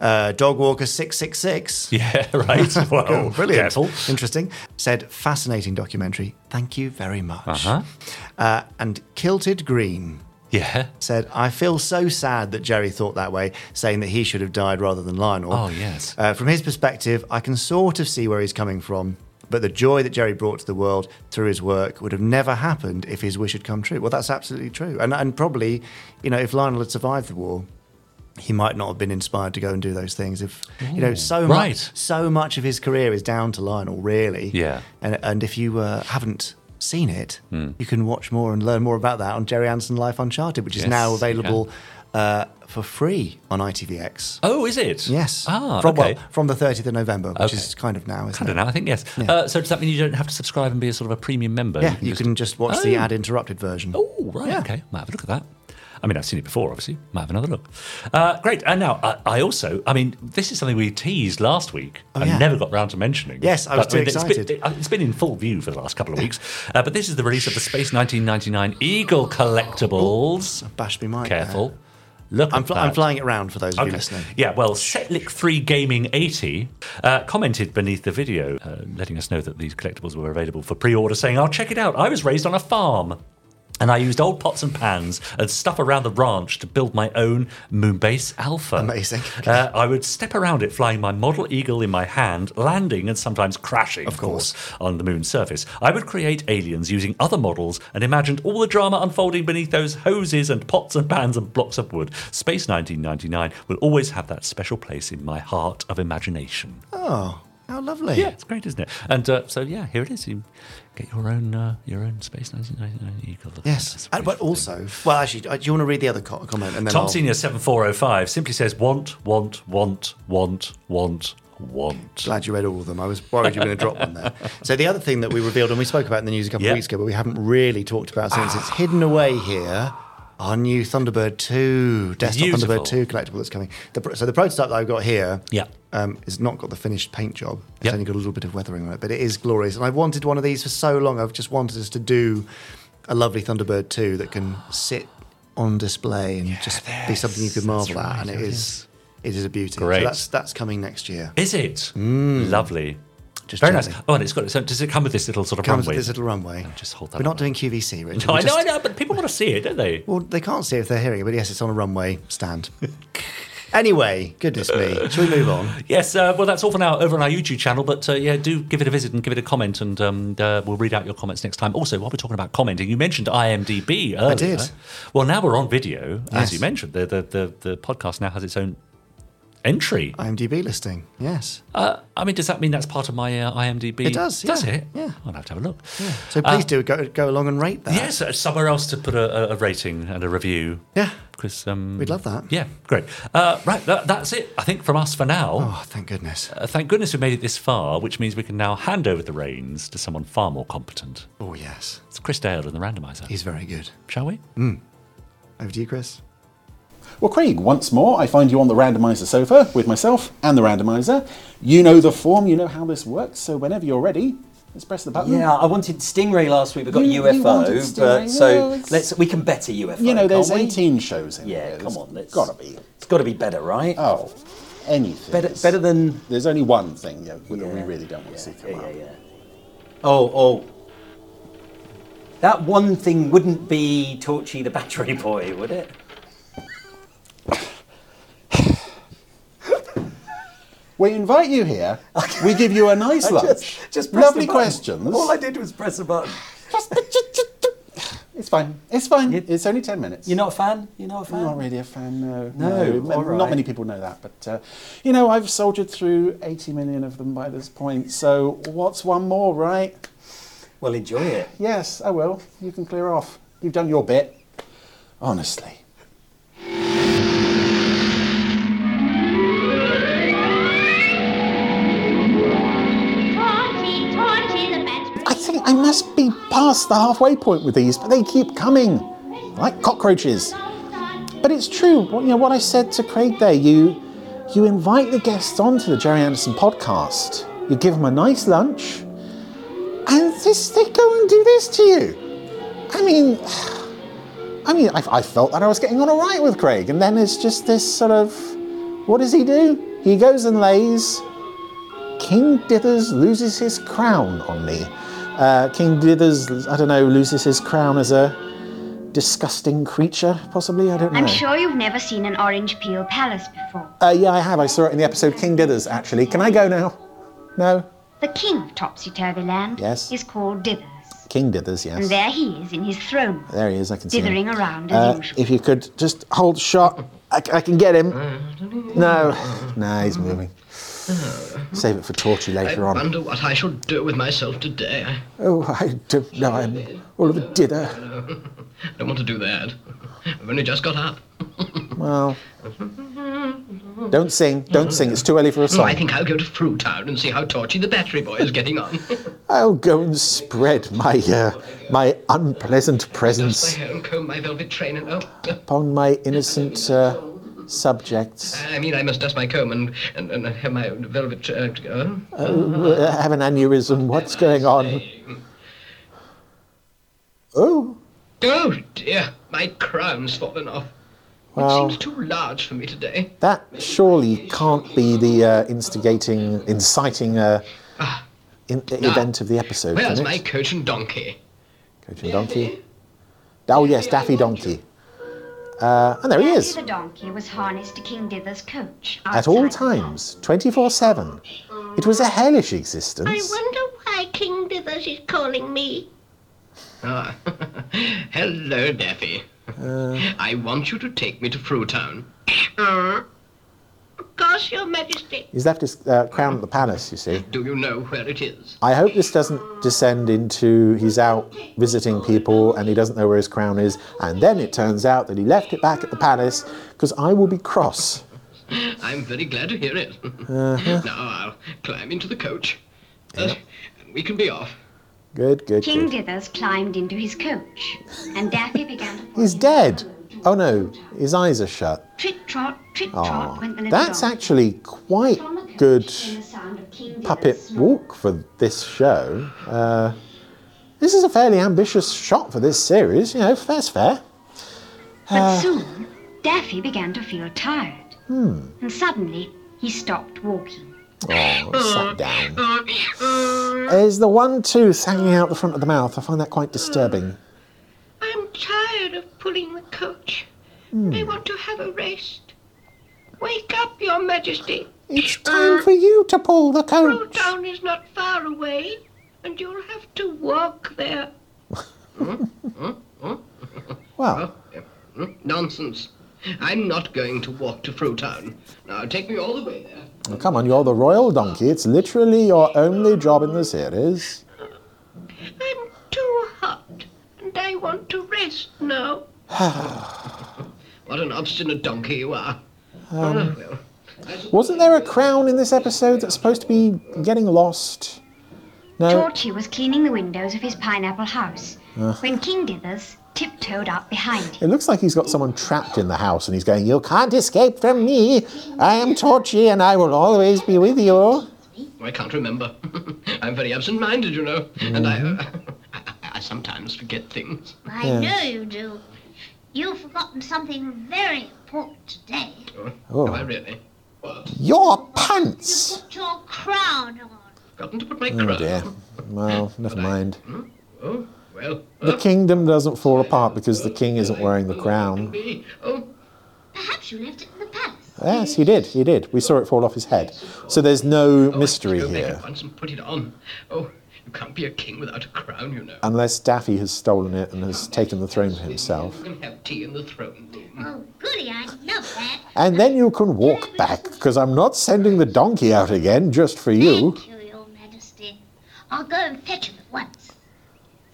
[SPEAKER 3] Uh, Dog Walker 666.
[SPEAKER 1] Yeah, [laughs]
[SPEAKER 3] [laughs]
[SPEAKER 1] right. Wow.
[SPEAKER 3] Oh, brilliant.
[SPEAKER 1] Careful.
[SPEAKER 3] Interesting. Said, fascinating documentary. Thank you very much. Uh-huh. and Kilted Green
[SPEAKER 1] Yeah.
[SPEAKER 3] said, I feel so sad that Jerry thought that way, saying that he should have died rather than Lionel.
[SPEAKER 1] Oh, yes.
[SPEAKER 3] Uh, from his perspective, I can sort of see where he's coming from, but the joy that Jerry brought to the world through his work would have never happened if his wish had come true. Well, that's absolutely true. And, and probably, you know, if Lionel had survived the war, he might not have been inspired to go and do those things. If you know, so
[SPEAKER 1] right.
[SPEAKER 3] much, so much of his career is down to Lionel, really.
[SPEAKER 1] Yeah. Hmm.
[SPEAKER 3] And and if you uh, haven't seen it, you can watch more and learn more about that on Jerry Anderson Life Uncharted, which is
[SPEAKER 1] Yes,
[SPEAKER 3] now
[SPEAKER 1] you can.
[SPEAKER 3] available uh, for free on ITVX.
[SPEAKER 1] Oh, is it?
[SPEAKER 3] Yes.
[SPEAKER 1] Ah,
[SPEAKER 3] from,
[SPEAKER 1] okay.
[SPEAKER 3] well, from the 30th of November, which
[SPEAKER 1] Okay.
[SPEAKER 3] is kind of now, isn't
[SPEAKER 1] I don't
[SPEAKER 3] it?
[SPEAKER 1] know. I think yes. Uh, so does that mean you don't have to subscribe and be a sort of a premium member?
[SPEAKER 3] Yeah, you can just watch the
[SPEAKER 1] Oh.
[SPEAKER 3] ad interrupted version.
[SPEAKER 1] Oh, right. Okay. Might have a look at that. I mean, I've seen it before, obviously. Might have another look. Uh, great. And now, I, I also, I mean, this is something we teased last week and
[SPEAKER 3] Oh, yeah.
[SPEAKER 1] never got round to mentioning.
[SPEAKER 3] Yes, I was too
[SPEAKER 1] it's been-
[SPEAKER 3] excited.
[SPEAKER 1] it- it's been in full view for the last couple of weeks. Uh, but this is the release of the Space 1999 Eagle Collectibles.
[SPEAKER 3] Bash me mic. there.
[SPEAKER 1] Careful. Look
[SPEAKER 3] I'm,
[SPEAKER 1] at
[SPEAKER 3] fl-
[SPEAKER 1] that.
[SPEAKER 3] I'm flying it round for those of you
[SPEAKER 1] Okay.
[SPEAKER 3] listening.
[SPEAKER 1] Yeah, well, Setlick Free Gaming 80 uh, commented beneath the video, uh, letting us know that these collectibles were available for pre order, saying, I'll check it out. I was raised on a farm. And I used old pots and pans and stuff around the ranch to build my own Moonbase Alpha.
[SPEAKER 3] Amazing.
[SPEAKER 1] Uh, I would step around it flying my model eagle in my hand, landing and sometimes crashing, of course, on the moon's surface. I would create aliens using other models and imagined all the drama unfolding beneath those hoses and pots and pans and blocks of wood. Space 1999 will always have that special place in my heart of imagination.
[SPEAKER 3] Oh, how lovely.
[SPEAKER 1] Yeah, it's great, isn't it? And uh, so, yeah, here it is. You get your own uh, your own Space 1999 eagle.
[SPEAKER 3] Yes.
[SPEAKER 1] That's
[SPEAKER 3] And, but also, well, actually, uh, do you want to read the other co- comment? And then
[SPEAKER 1] Tom
[SPEAKER 3] I'll-
[SPEAKER 1] Senior seven four zero five simply says want want want want want want.
[SPEAKER 3] Glad you read all of them. I was worried you were going to drop
[SPEAKER 1] [laughs]
[SPEAKER 3] one there. So the other thing that we revealed and we spoke about in the news a couple
[SPEAKER 1] Yeah.
[SPEAKER 3] of weeks ago, but we haven't really talked about since it's hidden away here. Our new Thunderbird 2 desktop
[SPEAKER 1] Beautiful.
[SPEAKER 3] Thunderbird 2 collectible that's coming. The, pro- so the prototype that I've got here,
[SPEAKER 1] Yeah.
[SPEAKER 3] um, has not got the finished paint job. It's
[SPEAKER 1] Yep.
[SPEAKER 3] only got a little bit of weathering on it, but it is glorious. And I've wanted one of these for so long. I've just wanted us to do a lovely Thunderbird 2 that can sit on display and just be something you could
[SPEAKER 1] That's
[SPEAKER 3] marvel
[SPEAKER 1] right,
[SPEAKER 3] at. And it
[SPEAKER 1] it
[SPEAKER 3] is, it is a beauty.
[SPEAKER 1] Great.
[SPEAKER 3] So that's that's coming next year.
[SPEAKER 1] Is it?
[SPEAKER 3] Mm.
[SPEAKER 1] Lovely.
[SPEAKER 3] Just
[SPEAKER 1] Very
[SPEAKER 3] gently.
[SPEAKER 1] nice. Oh, and it's got its own. Does it come with this little sort of
[SPEAKER 3] comes
[SPEAKER 1] runway?
[SPEAKER 3] with this little runway.
[SPEAKER 1] just hold that
[SPEAKER 3] We're not
[SPEAKER 1] up.
[SPEAKER 3] doing QVC, Richard.
[SPEAKER 1] Oh,
[SPEAKER 3] We're
[SPEAKER 1] I know, I
[SPEAKER 3] just-
[SPEAKER 1] know, but people want to see it, don't they?
[SPEAKER 3] Well, they can't see it if they're hearing it, but yes, it's on a runway stand. [laughs] anyway, goodness me. Shall we
[SPEAKER 1] [laughs]
[SPEAKER 3] move on?
[SPEAKER 1] Yes. Uh, well, that's all for now over on our YouTube channel. But uh, yeah, do give it a visit and give it a comment, and um, uh, we'll read out your comments next time. Also, while we're talking about commenting, you mentioned IMDb earlier.
[SPEAKER 3] did.
[SPEAKER 1] Well, now we're on video, as
[SPEAKER 3] Yes.
[SPEAKER 1] you mentioned. The, the the the podcast now has its own entry.
[SPEAKER 3] IMDb listing. Yes.
[SPEAKER 1] Uh, I mean, does that mean that's part of my uh, IMDb?
[SPEAKER 3] It does,
[SPEAKER 1] Does
[SPEAKER 3] yeah,
[SPEAKER 1] it?
[SPEAKER 3] yeah.
[SPEAKER 1] I'll have to have a look.
[SPEAKER 3] So
[SPEAKER 1] Uh,
[SPEAKER 3] please do go go along and rate that.
[SPEAKER 1] Yes, uh, somewhere else to put a, a- a rating and a review.
[SPEAKER 3] Yeah.
[SPEAKER 1] Because um,
[SPEAKER 3] We'd love that.
[SPEAKER 1] Yeah, great. Uh, right, that, that's it. I think from us for now.
[SPEAKER 3] Oh, thank goodness.
[SPEAKER 1] Uh, thank goodness we made it this far, which means we can now hand over the reins to someone far more competent.
[SPEAKER 3] Oh, yes.
[SPEAKER 1] It's Chris Dale in the randomizer.
[SPEAKER 3] He's very good.
[SPEAKER 1] Shall we?
[SPEAKER 3] Over to you, Chris.
[SPEAKER 9] Well, Craig, once more, I find you on the randomizer sofa with myself and the randomizer. You know the form, you know how this works, so whenever you're ready, let's press the button.
[SPEAKER 10] Yeah, I wanted Stingray last week, but got
[SPEAKER 9] You- you
[SPEAKER 10] UFO.
[SPEAKER 9] wanted Stingray,
[SPEAKER 10] but, so
[SPEAKER 9] yeah, it's-
[SPEAKER 10] let's we can better UFO.
[SPEAKER 9] You know, there's
[SPEAKER 10] can't we?
[SPEAKER 9] 18 shows in
[SPEAKER 10] Yeah,
[SPEAKER 9] here.
[SPEAKER 10] come
[SPEAKER 9] There's
[SPEAKER 10] on, let's-
[SPEAKER 9] Gotta be.
[SPEAKER 10] It's got to be better, right?
[SPEAKER 9] Oh, anything.
[SPEAKER 10] better,
[SPEAKER 9] is-
[SPEAKER 10] better than.
[SPEAKER 9] There's only one thing that we that we
[SPEAKER 10] Yeah.
[SPEAKER 9] really don't want to see come
[SPEAKER 10] Yeah, yeah,
[SPEAKER 9] up.
[SPEAKER 10] yeah. Oh, oh. That one thing wouldn't be Torchy the Battery Boy, would it?
[SPEAKER 9] We invite you here. We give you a
[SPEAKER 10] [laughs]
[SPEAKER 9] nice lunch.
[SPEAKER 10] Just, just press
[SPEAKER 9] lovely
[SPEAKER 10] the button.
[SPEAKER 9] questions.
[SPEAKER 10] All I did was press a button.
[SPEAKER 9] It's fine. It's fine.
[SPEAKER 10] It-
[SPEAKER 9] it's only ten minutes.
[SPEAKER 10] You're not a fan? You're not a fan?
[SPEAKER 9] I'm not really a fan. No.
[SPEAKER 10] No,
[SPEAKER 9] M-
[SPEAKER 10] all
[SPEAKER 9] Not
[SPEAKER 10] right.
[SPEAKER 9] many people know that, but uh, you know, I've soldiered through eighty million of them by this point. So what's one more, right?
[SPEAKER 10] Well, enjoy it.
[SPEAKER 9] Yes, I will. You can clear off. You've done your bit. Honestly.
[SPEAKER 7] Taunty, Taunty the Bat.
[SPEAKER 9] I think I must be past the halfway point with these, but they keep coming, like cockroaches. But it's true. What, you know what I said to Craig there. You, you invite the guests onto the Jerry Anderson podcast. You give them a nice lunch, and this they go and do this to you. I mean, [sighs] I mean, I, I felt that I was getting on all right with Craig, and then it's just this sort of, what does he do? He goes and lays. King Dithers loses his crown on me. Uh, King Dithers, I don't know, loses his crown as a disgusting creature, possibly. I don't know.
[SPEAKER 7] I'm sure you've never seen an orange peel palace before.
[SPEAKER 9] Uh, yeah, I have. I saw it in the episode King Dithers, actually. Can I go now? No?
[SPEAKER 7] The king of Topsy Turvy Land
[SPEAKER 9] Yes.
[SPEAKER 7] is called Dithers.
[SPEAKER 9] King Dithers, yes.
[SPEAKER 7] And there he is in his throne,
[SPEAKER 9] There he is, I can see
[SPEAKER 7] dithering
[SPEAKER 9] him.
[SPEAKER 7] around as
[SPEAKER 9] Uh,
[SPEAKER 7] usual.
[SPEAKER 9] if you could just hold shot, I, I can get him.
[SPEAKER 6] [laughs]
[SPEAKER 9] No, no, he's moving. Save it for torture later on.
[SPEAKER 6] what I shall do with myself today. I
[SPEAKER 9] Oh, I don't know. I'm all of a dither.
[SPEAKER 6] [laughs] don't want to do that. I've only just got up.
[SPEAKER 9] Well, don't sing. Don't sing. It's too early for a song.
[SPEAKER 6] I'll go to Fruit Town and see how Torchy the Battery Boy is getting on.
[SPEAKER 9] [laughs] I'll go and spread my uh, my unpleasant presence
[SPEAKER 6] hair and Oh, comb my velvet train and oh,
[SPEAKER 9] upon my innocent uh, subjects.
[SPEAKER 6] I mean I must dust my comb and and, and have my velvet. Uh, oh.
[SPEAKER 9] Uh, have an aneurysm. What's going on? Oh,
[SPEAKER 6] oh dear, my crown's fallen off.
[SPEAKER 9] well,
[SPEAKER 6] Seems too large for me today.
[SPEAKER 9] that surely can't be the uh, instigating, inciting uh, in- event of the episode,
[SPEAKER 6] Ah. Where's
[SPEAKER 9] can
[SPEAKER 6] my
[SPEAKER 9] it?
[SPEAKER 6] coach and donkey?
[SPEAKER 9] Coach and Donkey. Oh yes, Daffy Donkey. Uh, and there he is.
[SPEAKER 7] The donkey was harnessed to King Dither's coach.
[SPEAKER 9] At all
[SPEAKER 7] outside the
[SPEAKER 9] times, 24 7. It was a hellish
[SPEAKER 11] I
[SPEAKER 9] existence.
[SPEAKER 11] wonder why King Dithers is calling me.
[SPEAKER 6] Ah. Hello, Daffy. I want you to take me to Fruit Town.
[SPEAKER 11] Of course, Your Majesty.
[SPEAKER 9] He's left his uh, crown at the palace, you see.
[SPEAKER 6] Do you know where it is?
[SPEAKER 9] I hope this doesn't descend into he's out visiting people and he doesn't know where his crown is, and then it turns out that he left it back at the palace because I will be cross. Uh-huh.
[SPEAKER 6] I'm very glad to hear it. [laughs] Now I'll climb into the coach. Uh, and we can be off.
[SPEAKER 9] Good, good,
[SPEAKER 7] King
[SPEAKER 9] good.
[SPEAKER 7] Dithers climbed into his coach, and Daffy began to follow
[SPEAKER 9] He's
[SPEAKER 7] him
[SPEAKER 9] dead.
[SPEAKER 7] along.
[SPEAKER 9] Oh no, his eyes are shut.
[SPEAKER 7] Trit trot, trit trot
[SPEAKER 9] Oh,
[SPEAKER 7] went the little
[SPEAKER 9] that's
[SPEAKER 7] dog.
[SPEAKER 9] actually quite
[SPEAKER 7] From the coach
[SPEAKER 9] good.
[SPEAKER 7] came the sound of King Dithers
[SPEAKER 9] puppet
[SPEAKER 7] snoring.
[SPEAKER 9] walk for this show. Uh, this is a fairly ambitious shot for this series, you know, that's fair. Ah.
[SPEAKER 7] But soon, Daffy began to feel tired.
[SPEAKER 9] Hmm.
[SPEAKER 7] And suddenly, he stopped walking.
[SPEAKER 9] Oh, it's sat down. There's the one tooth hanging out the front of the mouth. I find that quite disturbing.
[SPEAKER 11] I'm tired of pulling the coach.
[SPEAKER 9] Hmm.
[SPEAKER 11] I want to have a rest. Wake up, Your Majesty.
[SPEAKER 9] It's time for you to pull the coach.
[SPEAKER 11] Town is not far away, and you'll have to walk there.
[SPEAKER 9] [laughs] Well,
[SPEAKER 6] Hmm? [laughs] Nonsense. I'm not going to walk to Fruit Town. Now take me all the way there.
[SPEAKER 9] come on, you're the royal donkey. It's literally your only job in the series.
[SPEAKER 11] I'm too hot, and I want to rest now.
[SPEAKER 6] What an obstinate donkey you are. Oh, well.
[SPEAKER 9] Wasn't there a crown in this episode that's supposed to be getting lost? No. Uh.
[SPEAKER 7] Torchy was cleaning the windows of his pineapple house when King Dithers
[SPEAKER 12] tiptoed up behind him.
[SPEAKER 9] It looks like he's got someone trapped in the house and he's going, You can't escape from me. I am Torchy and I will always be with you. Oh,
[SPEAKER 6] I can't remember. I'm very absent-minded, you know,
[SPEAKER 5] Hmm.
[SPEAKER 6] and I, [laughs] I, I sometimes forget things.
[SPEAKER 12] I know you do. You've forgotten something very important today.
[SPEAKER 9] Oh.
[SPEAKER 6] Have I really? What?
[SPEAKER 9] Your pants!
[SPEAKER 12] Put your crown on.
[SPEAKER 6] Forgotten to put my
[SPEAKER 9] Oh dear. Well, never mind.
[SPEAKER 6] Oh, well.
[SPEAKER 9] The kingdom doesn't fall apart because the king isn't wearing the crown.
[SPEAKER 6] Me. Oh,
[SPEAKER 12] Perhaps you left it in the palace.
[SPEAKER 9] Yes, he did. He did. We saw it fall off his head. So there's no
[SPEAKER 6] Oh,
[SPEAKER 9] mystery here.
[SPEAKER 6] once and put it on. Oh, you can't be a king without a crown, you know.
[SPEAKER 9] Unless Daffy has stolen it and has taken the throne for himself.
[SPEAKER 6] You can have tea in the throne room.
[SPEAKER 12] Oh, goody, I love that.
[SPEAKER 9] And then you can walk back, because I'm not sending the donkey out again just for you.
[SPEAKER 12] Thank you, Your Majesty. I'll go and fetch him at once.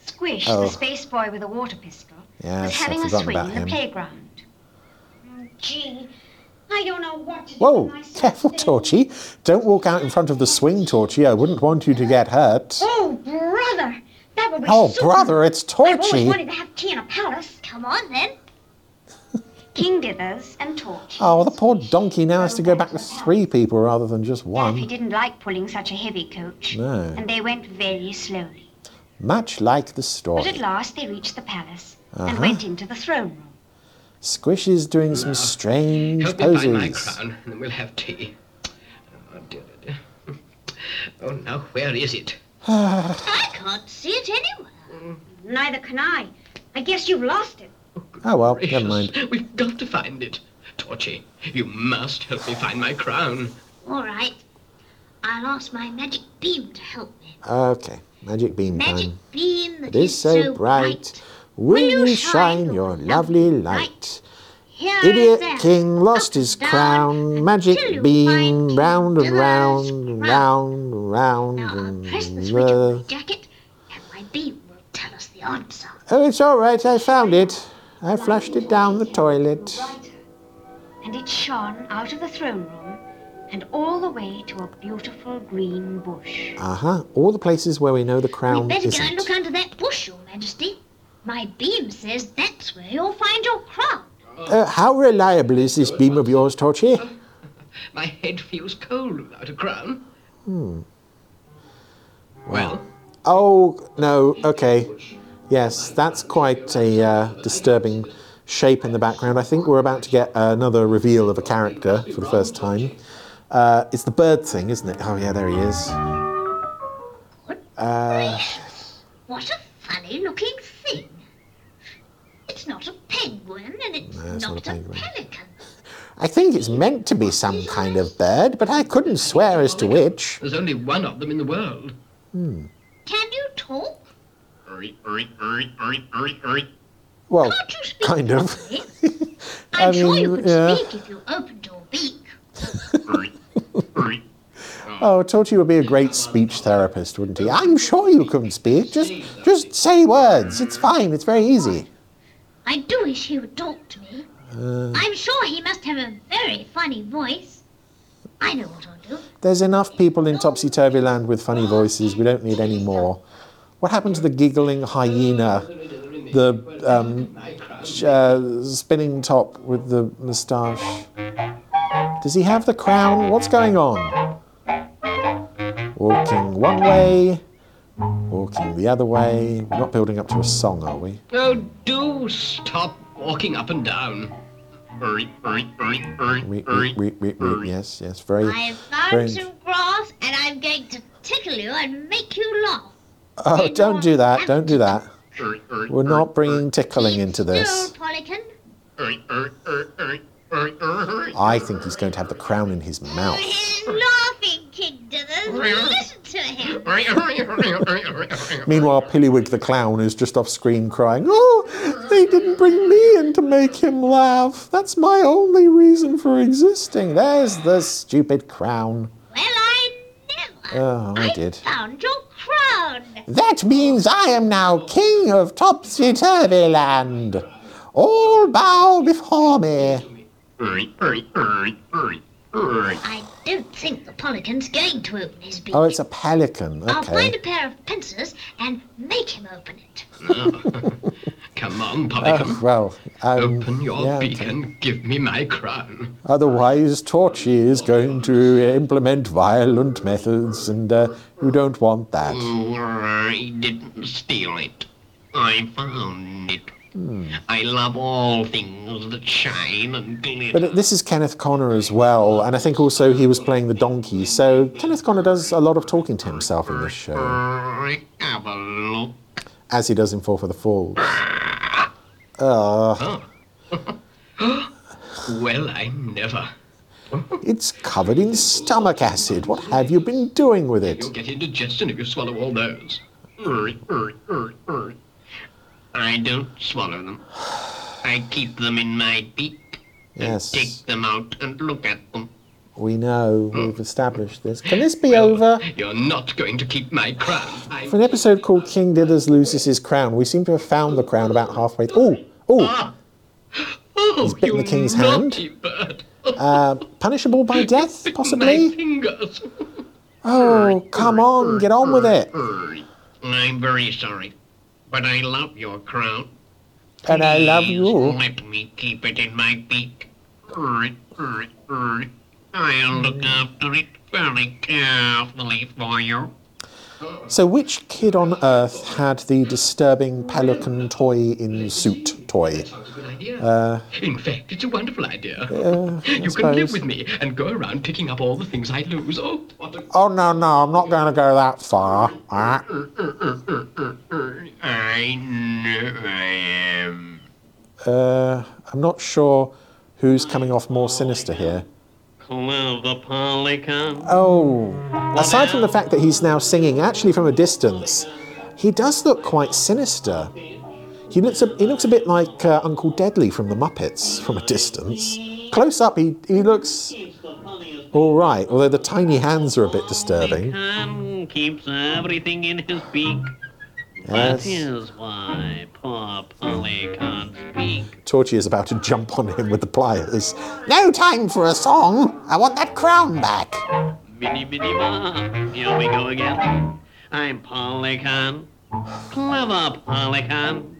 [SPEAKER 12] Squish,
[SPEAKER 9] Oh.
[SPEAKER 12] the space boy with a water pistol,
[SPEAKER 9] Yes,
[SPEAKER 12] was
[SPEAKER 9] I'd
[SPEAKER 12] having a
[SPEAKER 9] forgotten
[SPEAKER 12] swing
[SPEAKER 9] about
[SPEAKER 12] in the
[SPEAKER 9] him.
[SPEAKER 12] playground. Mm, Gee, I don't know what to
[SPEAKER 9] Whoa, careful, Torchy. Don't walk out in front of the swing, Torchy. I wouldn't want you to get hurt.
[SPEAKER 12] Oh, brother! That would be
[SPEAKER 9] Oh,
[SPEAKER 12] super.
[SPEAKER 9] brother, it's
[SPEAKER 12] I've always wanted
[SPEAKER 9] Torchy.
[SPEAKER 12] to have tea in a palace. Come on,
[SPEAKER 9] [laughs]
[SPEAKER 12] then. King Dithers and Torch.
[SPEAKER 9] Oh, the poor donkey now has to go back with three people rather than just
[SPEAKER 12] He
[SPEAKER 9] one.
[SPEAKER 12] didn't like pulling such a heavy coach,
[SPEAKER 9] No.
[SPEAKER 12] and they went very slowly.
[SPEAKER 9] Much like the
[SPEAKER 12] But at
[SPEAKER 9] story.
[SPEAKER 12] last they reached the palace and
[SPEAKER 9] Uh-huh.
[SPEAKER 12] went into the throne room.
[SPEAKER 9] Squish is doing some strange
[SPEAKER 6] Help me find my
[SPEAKER 9] poses.
[SPEAKER 6] crown, and then we'll have tea. Oh, dear, dear, dear. Oh, now where is it?
[SPEAKER 12] I can't see it anywhere. Neither can I. I guess you've lost it.
[SPEAKER 9] Oh well,
[SPEAKER 6] Gracious.
[SPEAKER 9] never mind.
[SPEAKER 6] We've got to find it. Torchy, you must help me find my crown.
[SPEAKER 12] All right. I'll ask my magic beam to help me.
[SPEAKER 9] Okay, magic beam time.
[SPEAKER 12] Beam that
[SPEAKER 9] It is so bright. Will you shine your lovely light?
[SPEAKER 12] Here
[SPEAKER 9] Idiot
[SPEAKER 12] and there.
[SPEAKER 9] king lost his crown. Magic beam round and round and round and round and round.
[SPEAKER 12] Jacket, and my beam will tell us the answer.
[SPEAKER 9] Oh, it's all right. I found it. I flushed it down the toilet.
[SPEAKER 12] And it shone out of the throne room and all the way to a beautiful green bush.
[SPEAKER 9] Uh huh. All the places where we know the
[SPEAKER 12] We'd
[SPEAKER 9] crown
[SPEAKER 12] better go and
[SPEAKER 9] isn't.
[SPEAKER 12] look under that bush, Your Majesty. My beam says that's where you'll find your crown.
[SPEAKER 9] Uh, how reliable is this beam of yours, Torchy?
[SPEAKER 6] My head feels cold without a crown.
[SPEAKER 9] Hmm.
[SPEAKER 6] Well,
[SPEAKER 9] Oh no. Okay. Yes, that's quite a uh, disturbing shape in the background. I think we're about to get another reveal of a character for the first time. Uh, it's the bird thing, isn't it? Oh yeah, there he is. Uh,
[SPEAKER 12] What a funny looking thing. It's not a penguin and it's
[SPEAKER 9] No, it's not a
[SPEAKER 12] not, a,
[SPEAKER 9] penguin.
[SPEAKER 12] pelican.
[SPEAKER 9] I think it's meant to be some kind of bird, but I couldn't swear as to which.
[SPEAKER 6] there's only one of them in the world.
[SPEAKER 9] Hmm.
[SPEAKER 12] Can you talk?
[SPEAKER 9] Well, kind of. [laughs]
[SPEAKER 12] I'm sure you could
[SPEAKER 9] yeah.
[SPEAKER 12] speak if you opened your beak.
[SPEAKER 9] Oh, Torchy would be a great speech therapist, wouldn't he? I'm sure you can speak. Just, just say words. It's fine. It's very easy.
[SPEAKER 12] I do wish he would talk to me.
[SPEAKER 9] Uh,
[SPEAKER 12] I'm sure he must have a very funny voice. I know what I'll do.
[SPEAKER 9] there's enough people in Topsy Turvy Land with funny voices. We don't need any more. What happened to the giggling hyena? The um, sh- uh, spinning top with the moustache. Does he have the crown? What's going on? Walking one way, walking the other way. We're not building up to a song, are we?
[SPEAKER 6] Oh, do stop walking up and down.
[SPEAKER 9] We, we, we, we, we, yes, yes, very,
[SPEAKER 12] I've found
[SPEAKER 9] very.
[SPEAKER 12] some grass and I'm going to tickle you and make you laugh.
[SPEAKER 9] Oh, don't do that! Don't do that. We're not bringing tickling into
[SPEAKER 12] Still,
[SPEAKER 9] this.
[SPEAKER 12] Polican.
[SPEAKER 9] I think he's going to have the crown in his mouth.
[SPEAKER 12] He's laughing, King Dithers. Listen to him.
[SPEAKER 9] Meanwhile, Pillywig the clown is just off screen crying, "Oh, they didn't bring me in to make him laugh. That's my only reason for existing. There's the stupid crown." Well, I never. Oh, I did.
[SPEAKER 12] Found your crown.
[SPEAKER 9] That means I am now king of Topsy Turvy Land. All bow before me.
[SPEAKER 12] I don't think the Polican's going to open his beak.
[SPEAKER 9] Oh, it's a pelican.
[SPEAKER 12] I'll find
[SPEAKER 9] Okay.
[SPEAKER 12] a pair of pincers and make him open it.
[SPEAKER 6] Come on,
[SPEAKER 9] Uh,
[SPEAKER 6] Poppycom.
[SPEAKER 9] [laughs] well, um,
[SPEAKER 6] Open your
[SPEAKER 9] yeah,
[SPEAKER 6] beak and give me my crown.
[SPEAKER 9] Otherwise, Torchy is going to implement violent methods, and uh, you don't want that.
[SPEAKER 6] I didn't steal it. I found it.
[SPEAKER 9] Hmm.
[SPEAKER 6] I love all things that shine and glitter.
[SPEAKER 9] But this is Kenneth Connor as well, and I think also he was playing the donkey, so Kenneth Connor does a lot of talking to himself in this show,
[SPEAKER 6] Have a look.
[SPEAKER 9] as he does in Four for the Falls. Uh,
[SPEAKER 6] well, I never.
[SPEAKER 9] it's covered in stomach acid. What have you been doing with it?
[SPEAKER 6] You'll get indigestion if you swallow all those. I don't swallow them. I keep them in my beak,
[SPEAKER 9] Yes,
[SPEAKER 6] take them out, and look at them.
[SPEAKER 9] we know. We've established this. Can this be over?
[SPEAKER 6] You're not going to keep my crown. I
[SPEAKER 9] For an episode called King Dithers Loses His Crown, we seem to have found the crown about halfway. Oh,
[SPEAKER 6] Ah.
[SPEAKER 9] oh! He's
[SPEAKER 6] Oh,
[SPEAKER 9] bitten the king's hand. Uh, punishable by
[SPEAKER 6] [laughs]
[SPEAKER 9] death,
[SPEAKER 6] my
[SPEAKER 9] possibly?
[SPEAKER 6] fingers.
[SPEAKER 9] Oh, come on, get on with it.
[SPEAKER 6] I'm very sorry, but I love your crown.
[SPEAKER 9] And I love you.
[SPEAKER 6] Let me keep it in my beak. I'll look after it very carefully for you.
[SPEAKER 9] So, which kid on earth had the disturbing pelican toy in suit toy? Uh,
[SPEAKER 6] In fact, it's a wonderful idea.
[SPEAKER 9] Yeah, I
[SPEAKER 6] you can live
[SPEAKER 9] suppose.
[SPEAKER 6] with me and go around picking up all the things I lose. Oh, what a...
[SPEAKER 9] oh, no, no, I'm not going to go that far. Ah.
[SPEAKER 6] I know I am.
[SPEAKER 9] Uh, I'm not sure who's coming off more sinister here.
[SPEAKER 6] Hello, the Polycom.
[SPEAKER 9] Oh, aside from the fact that he's now singing actually from a distance, he does look quite sinister. He looks a, he looks a bit like uh, Uncle Deadly from the Muppets from a distance. Close up, he, he looks all right, although the tiny hands are a bit disturbing.
[SPEAKER 13] Tom keeps everything in his beak. That
[SPEAKER 9] Yes.
[SPEAKER 13] is why poor Polly can't speak.
[SPEAKER 9] Torchy is about to jump on him with the pliers. No time for a song! I want that crown back!
[SPEAKER 13] Mini, mini, ma. Here we go again. I'm Polycon. Clever Polycon.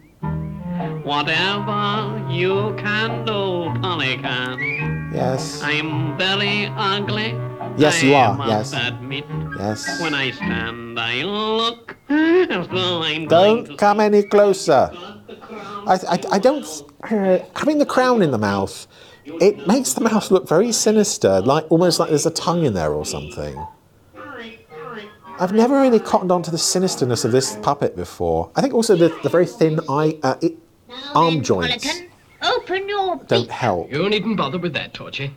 [SPEAKER 13] Whatever you can do, Polycon.
[SPEAKER 9] Yes.
[SPEAKER 13] I'm very ugly.
[SPEAKER 9] Yes, you
[SPEAKER 13] I
[SPEAKER 9] are,
[SPEAKER 13] must
[SPEAKER 9] yes.
[SPEAKER 13] Admit.
[SPEAKER 9] Yes.
[SPEAKER 13] When I stand, I look [laughs] as though I'm going
[SPEAKER 9] Don't come any closer. I, I, I don't. [clears throat] having the crown in the mouth, it makes the mouth look very sinister, like almost like there's a tongue in there or something. I've never really cottoned on to the sinisterness of this puppet before. I think also the, the very thin eye, uh, it, arm joints
[SPEAKER 11] Open your
[SPEAKER 9] don't help.
[SPEAKER 6] You needn't bother with that, Torchy.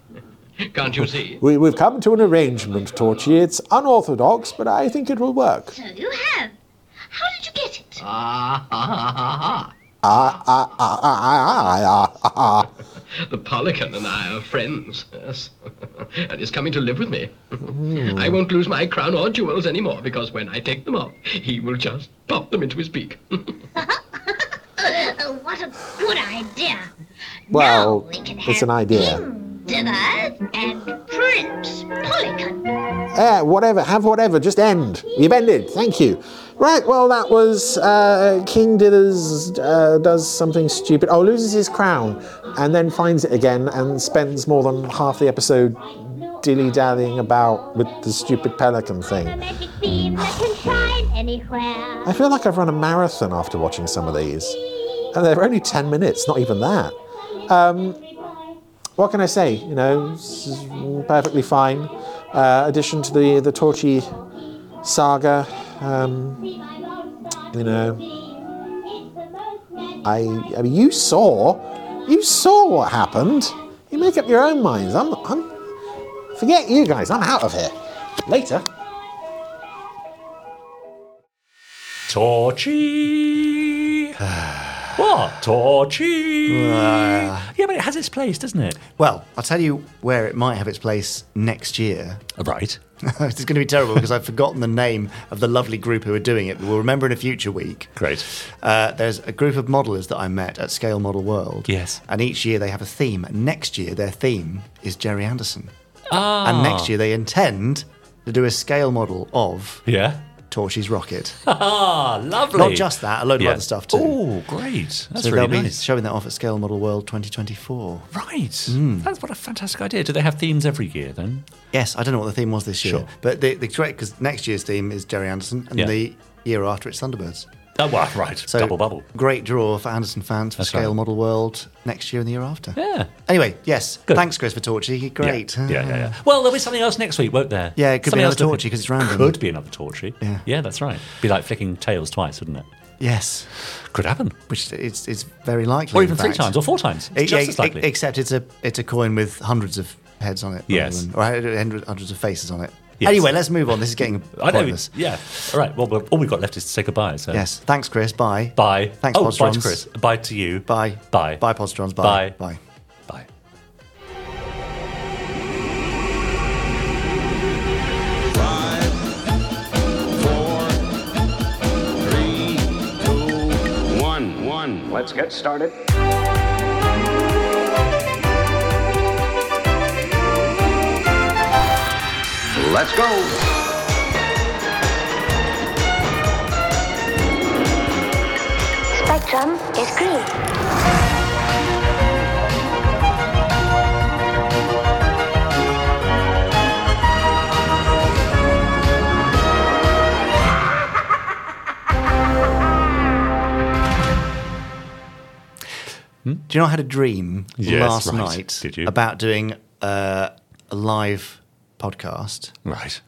[SPEAKER 6] Can't you see?
[SPEAKER 9] We, we've come to an arrangement, Torchy. It's unorthodox, but I think it will work.
[SPEAKER 11] So you have. How did you get it?
[SPEAKER 6] Ah, ah, ah, ah,
[SPEAKER 9] Ah, ah, ah, ah, ah, ah, ah, ah.
[SPEAKER 6] ah. The Polycon and I are friends, yes. and he's coming to live with me. I won't lose my crown or jewels anymore because when I take them off, he will just pop them into his beak.
[SPEAKER 11] Oh, what a good idea.
[SPEAKER 9] Well,
[SPEAKER 11] we can
[SPEAKER 9] Oh, it's an idea.
[SPEAKER 11] Dinner and Prince Polycon.
[SPEAKER 9] Eh, whatever, have whatever, just end. You've ended, thank you. Right, well, that was uh, King Dithers uh, does something stupid. Oh, loses his crown and then finds it again and spends more than half the episode dilly dallying about with the stupid pelican thing.
[SPEAKER 11] Magic beam that can shine anywhere.
[SPEAKER 9] I feel like I've run a marathon after watching some of these. And they're only 10 minutes, not even that. Um, what can I say? You know, this is perfectly fine. Uh, addition to the, the Torchy saga, um, you know, I, I mean, you saw, you saw what happened. You make up your own minds. I'm, I'm, forget you guys, I'm out of here. Later.
[SPEAKER 3] [sighs]
[SPEAKER 1] Torchy. what? Torchy.
[SPEAKER 3] Ah.
[SPEAKER 1] yeah, but it has its place, doesn't it?
[SPEAKER 3] Well, I'll tell you where it might have its place next year.
[SPEAKER 1] Right.
[SPEAKER 3] [laughs] it's going to be terrible because I've forgotten the name of the lovely group who are doing it, but we'll remember in a future week.
[SPEAKER 1] Great.
[SPEAKER 3] Uh, there's a group of modelers that I met at Scale Model World.
[SPEAKER 1] Yes.
[SPEAKER 3] And each year they have a theme. Next year, their theme is Jerry Anderson.
[SPEAKER 1] Ah.
[SPEAKER 3] And next year, they intend to do a scale model of
[SPEAKER 1] Yeah.
[SPEAKER 3] Torchy's rocket.
[SPEAKER 1] Ah, lovely.
[SPEAKER 3] Not just that, a load
[SPEAKER 1] Yeah.
[SPEAKER 3] of other stuff too.
[SPEAKER 1] Oh, great. That's
[SPEAKER 3] so
[SPEAKER 1] really
[SPEAKER 3] they'll
[SPEAKER 1] nice.
[SPEAKER 3] be showing that off at Scale Model World 2024.
[SPEAKER 1] Right.
[SPEAKER 3] Mm.
[SPEAKER 1] That's what a fantastic idea. Do they have themes every year then?
[SPEAKER 3] Yes, I don't know what the theme was this year,
[SPEAKER 1] Sure.
[SPEAKER 3] but the, the correct because next year's theme is Jerry Anderson, and
[SPEAKER 1] Yeah.
[SPEAKER 3] the year after it's Thunderbirds.
[SPEAKER 1] Oh, well, right. Double bubble.
[SPEAKER 3] Great draw for Anderson fans for
[SPEAKER 1] That's
[SPEAKER 3] Scale
[SPEAKER 1] right.
[SPEAKER 3] Model World next year and the year after.
[SPEAKER 1] Yeah.
[SPEAKER 3] Anyway, yes.
[SPEAKER 1] Good.
[SPEAKER 3] Thanks, Chris, for Torchy. Great.
[SPEAKER 1] Yeah, yeah, yeah, yeah. Ah. Well, there'll be something else next week, won't there?
[SPEAKER 3] Yeah, it could be
[SPEAKER 1] Something
[SPEAKER 3] another
[SPEAKER 1] else looking-
[SPEAKER 3] Torchy because it's random.
[SPEAKER 1] Could be another Torchy.
[SPEAKER 3] Yeah.
[SPEAKER 1] Yeah, that's right. Be like flicking tails twice, wouldn't it?
[SPEAKER 3] Yes.
[SPEAKER 1] Could happen.
[SPEAKER 3] Which it's, it's very likely.
[SPEAKER 1] Or
[SPEAKER 3] in
[SPEAKER 1] even three
[SPEAKER 3] fact.
[SPEAKER 1] times or four times. It's
[SPEAKER 3] E-
[SPEAKER 1] just
[SPEAKER 3] e-
[SPEAKER 1] as likely.
[SPEAKER 3] e- except it's a it's a coin with hundreds of heads on it. rather
[SPEAKER 1] Yes.
[SPEAKER 3] than- or hundred- hundreds of faces on it.
[SPEAKER 1] Yes.
[SPEAKER 3] Anyway, let's move on. This is getting
[SPEAKER 1] [laughs] I know.
[SPEAKER 3] pointless.
[SPEAKER 1] Yeah. All right. Well, we're- all we've got left is to say goodbye. So
[SPEAKER 3] Yes. Thanks, Chris. Bye.
[SPEAKER 1] Bye.
[SPEAKER 3] Thanks,
[SPEAKER 1] oh, Bye to
[SPEAKER 3] Podstrons.
[SPEAKER 1] Chris. Bye to you.
[SPEAKER 3] Bye.
[SPEAKER 1] Bye.
[SPEAKER 3] Bye, Podstrons.
[SPEAKER 1] Bye.
[SPEAKER 3] Bye. Bye.
[SPEAKER 1] Bye.
[SPEAKER 14] One, one. Let's get started. Let's go.
[SPEAKER 15] Spectrum is green.
[SPEAKER 3] Do you know I had a dream
[SPEAKER 1] Yes,
[SPEAKER 3] last
[SPEAKER 1] right.
[SPEAKER 3] night
[SPEAKER 1] Did you?
[SPEAKER 3] about doing uh, a live podcast?
[SPEAKER 1] Right.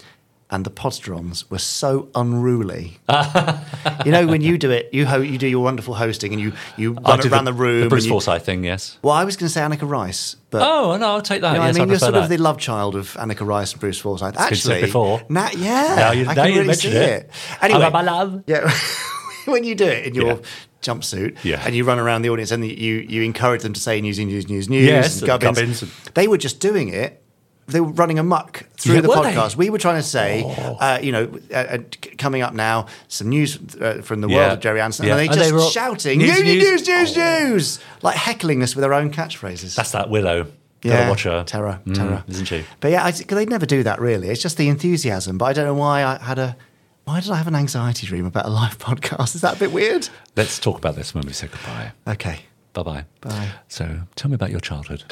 [SPEAKER 3] And the podstrons were so unruly. [laughs] you know, when you do it, you ho- you do your wonderful hosting and you you
[SPEAKER 1] I
[SPEAKER 3] run
[SPEAKER 1] do
[SPEAKER 3] around the, room.
[SPEAKER 1] The Bruce
[SPEAKER 3] and you-
[SPEAKER 1] Forsyth thing. Yes.
[SPEAKER 3] well, I was going to say Annika Rice, but
[SPEAKER 1] Oh no, I'll take that.
[SPEAKER 3] You know what
[SPEAKER 1] yes,
[SPEAKER 3] I mean,
[SPEAKER 1] I
[SPEAKER 3] you're
[SPEAKER 1] prefer
[SPEAKER 3] sort of
[SPEAKER 1] that.
[SPEAKER 3] the love child of Annika Rice and Bruce Forsyth.
[SPEAKER 1] been said
[SPEAKER 3] Actually,
[SPEAKER 1] before.
[SPEAKER 3] Now, yeah,
[SPEAKER 1] Now you-
[SPEAKER 3] I
[SPEAKER 1] now
[SPEAKER 3] can
[SPEAKER 1] you
[SPEAKER 3] really
[SPEAKER 1] mention
[SPEAKER 3] see
[SPEAKER 1] it.
[SPEAKER 3] it. Anyway,
[SPEAKER 1] Abba, my love.
[SPEAKER 3] Yeah, [laughs] when you do it in your
[SPEAKER 1] Yeah.
[SPEAKER 3] jumpsuit
[SPEAKER 1] Yeah.
[SPEAKER 3] and you run around the audience and you you encourage them to say news, news, news, news,
[SPEAKER 1] Yes,
[SPEAKER 3] and
[SPEAKER 1] and
[SPEAKER 3] gubbins.
[SPEAKER 1] gubbins and-
[SPEAKER 3] They were just doing it. They were running amok through
[SPEAKER 1] Yeah,
[SPEAKER 3] the
[SPEAKER 1] were they? Oh.
[SPEAKER 3] podcast. We were trying to say, uh, you know, uh, uh, c- coming up now, some news uh, from the
[SPEAKER 1] Yeah.
[SPEAKER 3] world of Jerry Anderson,
[SPEAKER 1] Yeah.
[SPEAKER 3] and they
[SPEAKER 1] And
[SPEAKER 3] just
[SPEAKER 1] they were all,
[SPEAKER 3] shouting,
[SPEAKER 1] "News,
[SPEAKER 3] news, news,
[SPEAKER 1] news." Oh.
[SPEAKER 3] news, news, news, like heckling us with their own catchphrases.
[SPEAKER 1] That's that Willow.
[SPEAKER 3] Yeah,
[SPEAKER 1] Gotta watch her.
[SPEAKER 3] terror,
[SPEAKER 1] Mm,
[SPEAKER 3] terror.
[SPEAKER 1] Isn't she?
[SPEAKER 3] But yeah, I, cause they'd never do that really. It's just the enthusiasm. But I don't know why I had a. Why did I have an anxiety dream about a live [laughs] podcast? Is that a bit weird?
[SPEAKER 1] Let's talk about this when we say goodbye.
[SPEAKER 3] Okay.
[SPEAKER 1] Bye bye.
[SPEAKER 3] Bye.
[SPEAKER 1] So tell me about your childhood.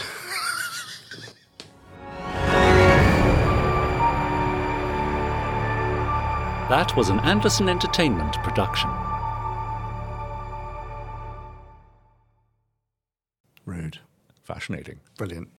[SPEAKER 1] that was an Anderson Entertainment production.
[SPEAKER 3] Rude.
[SPEAKER 1] Fascinating.
[SPEAKER 3] Brilliant.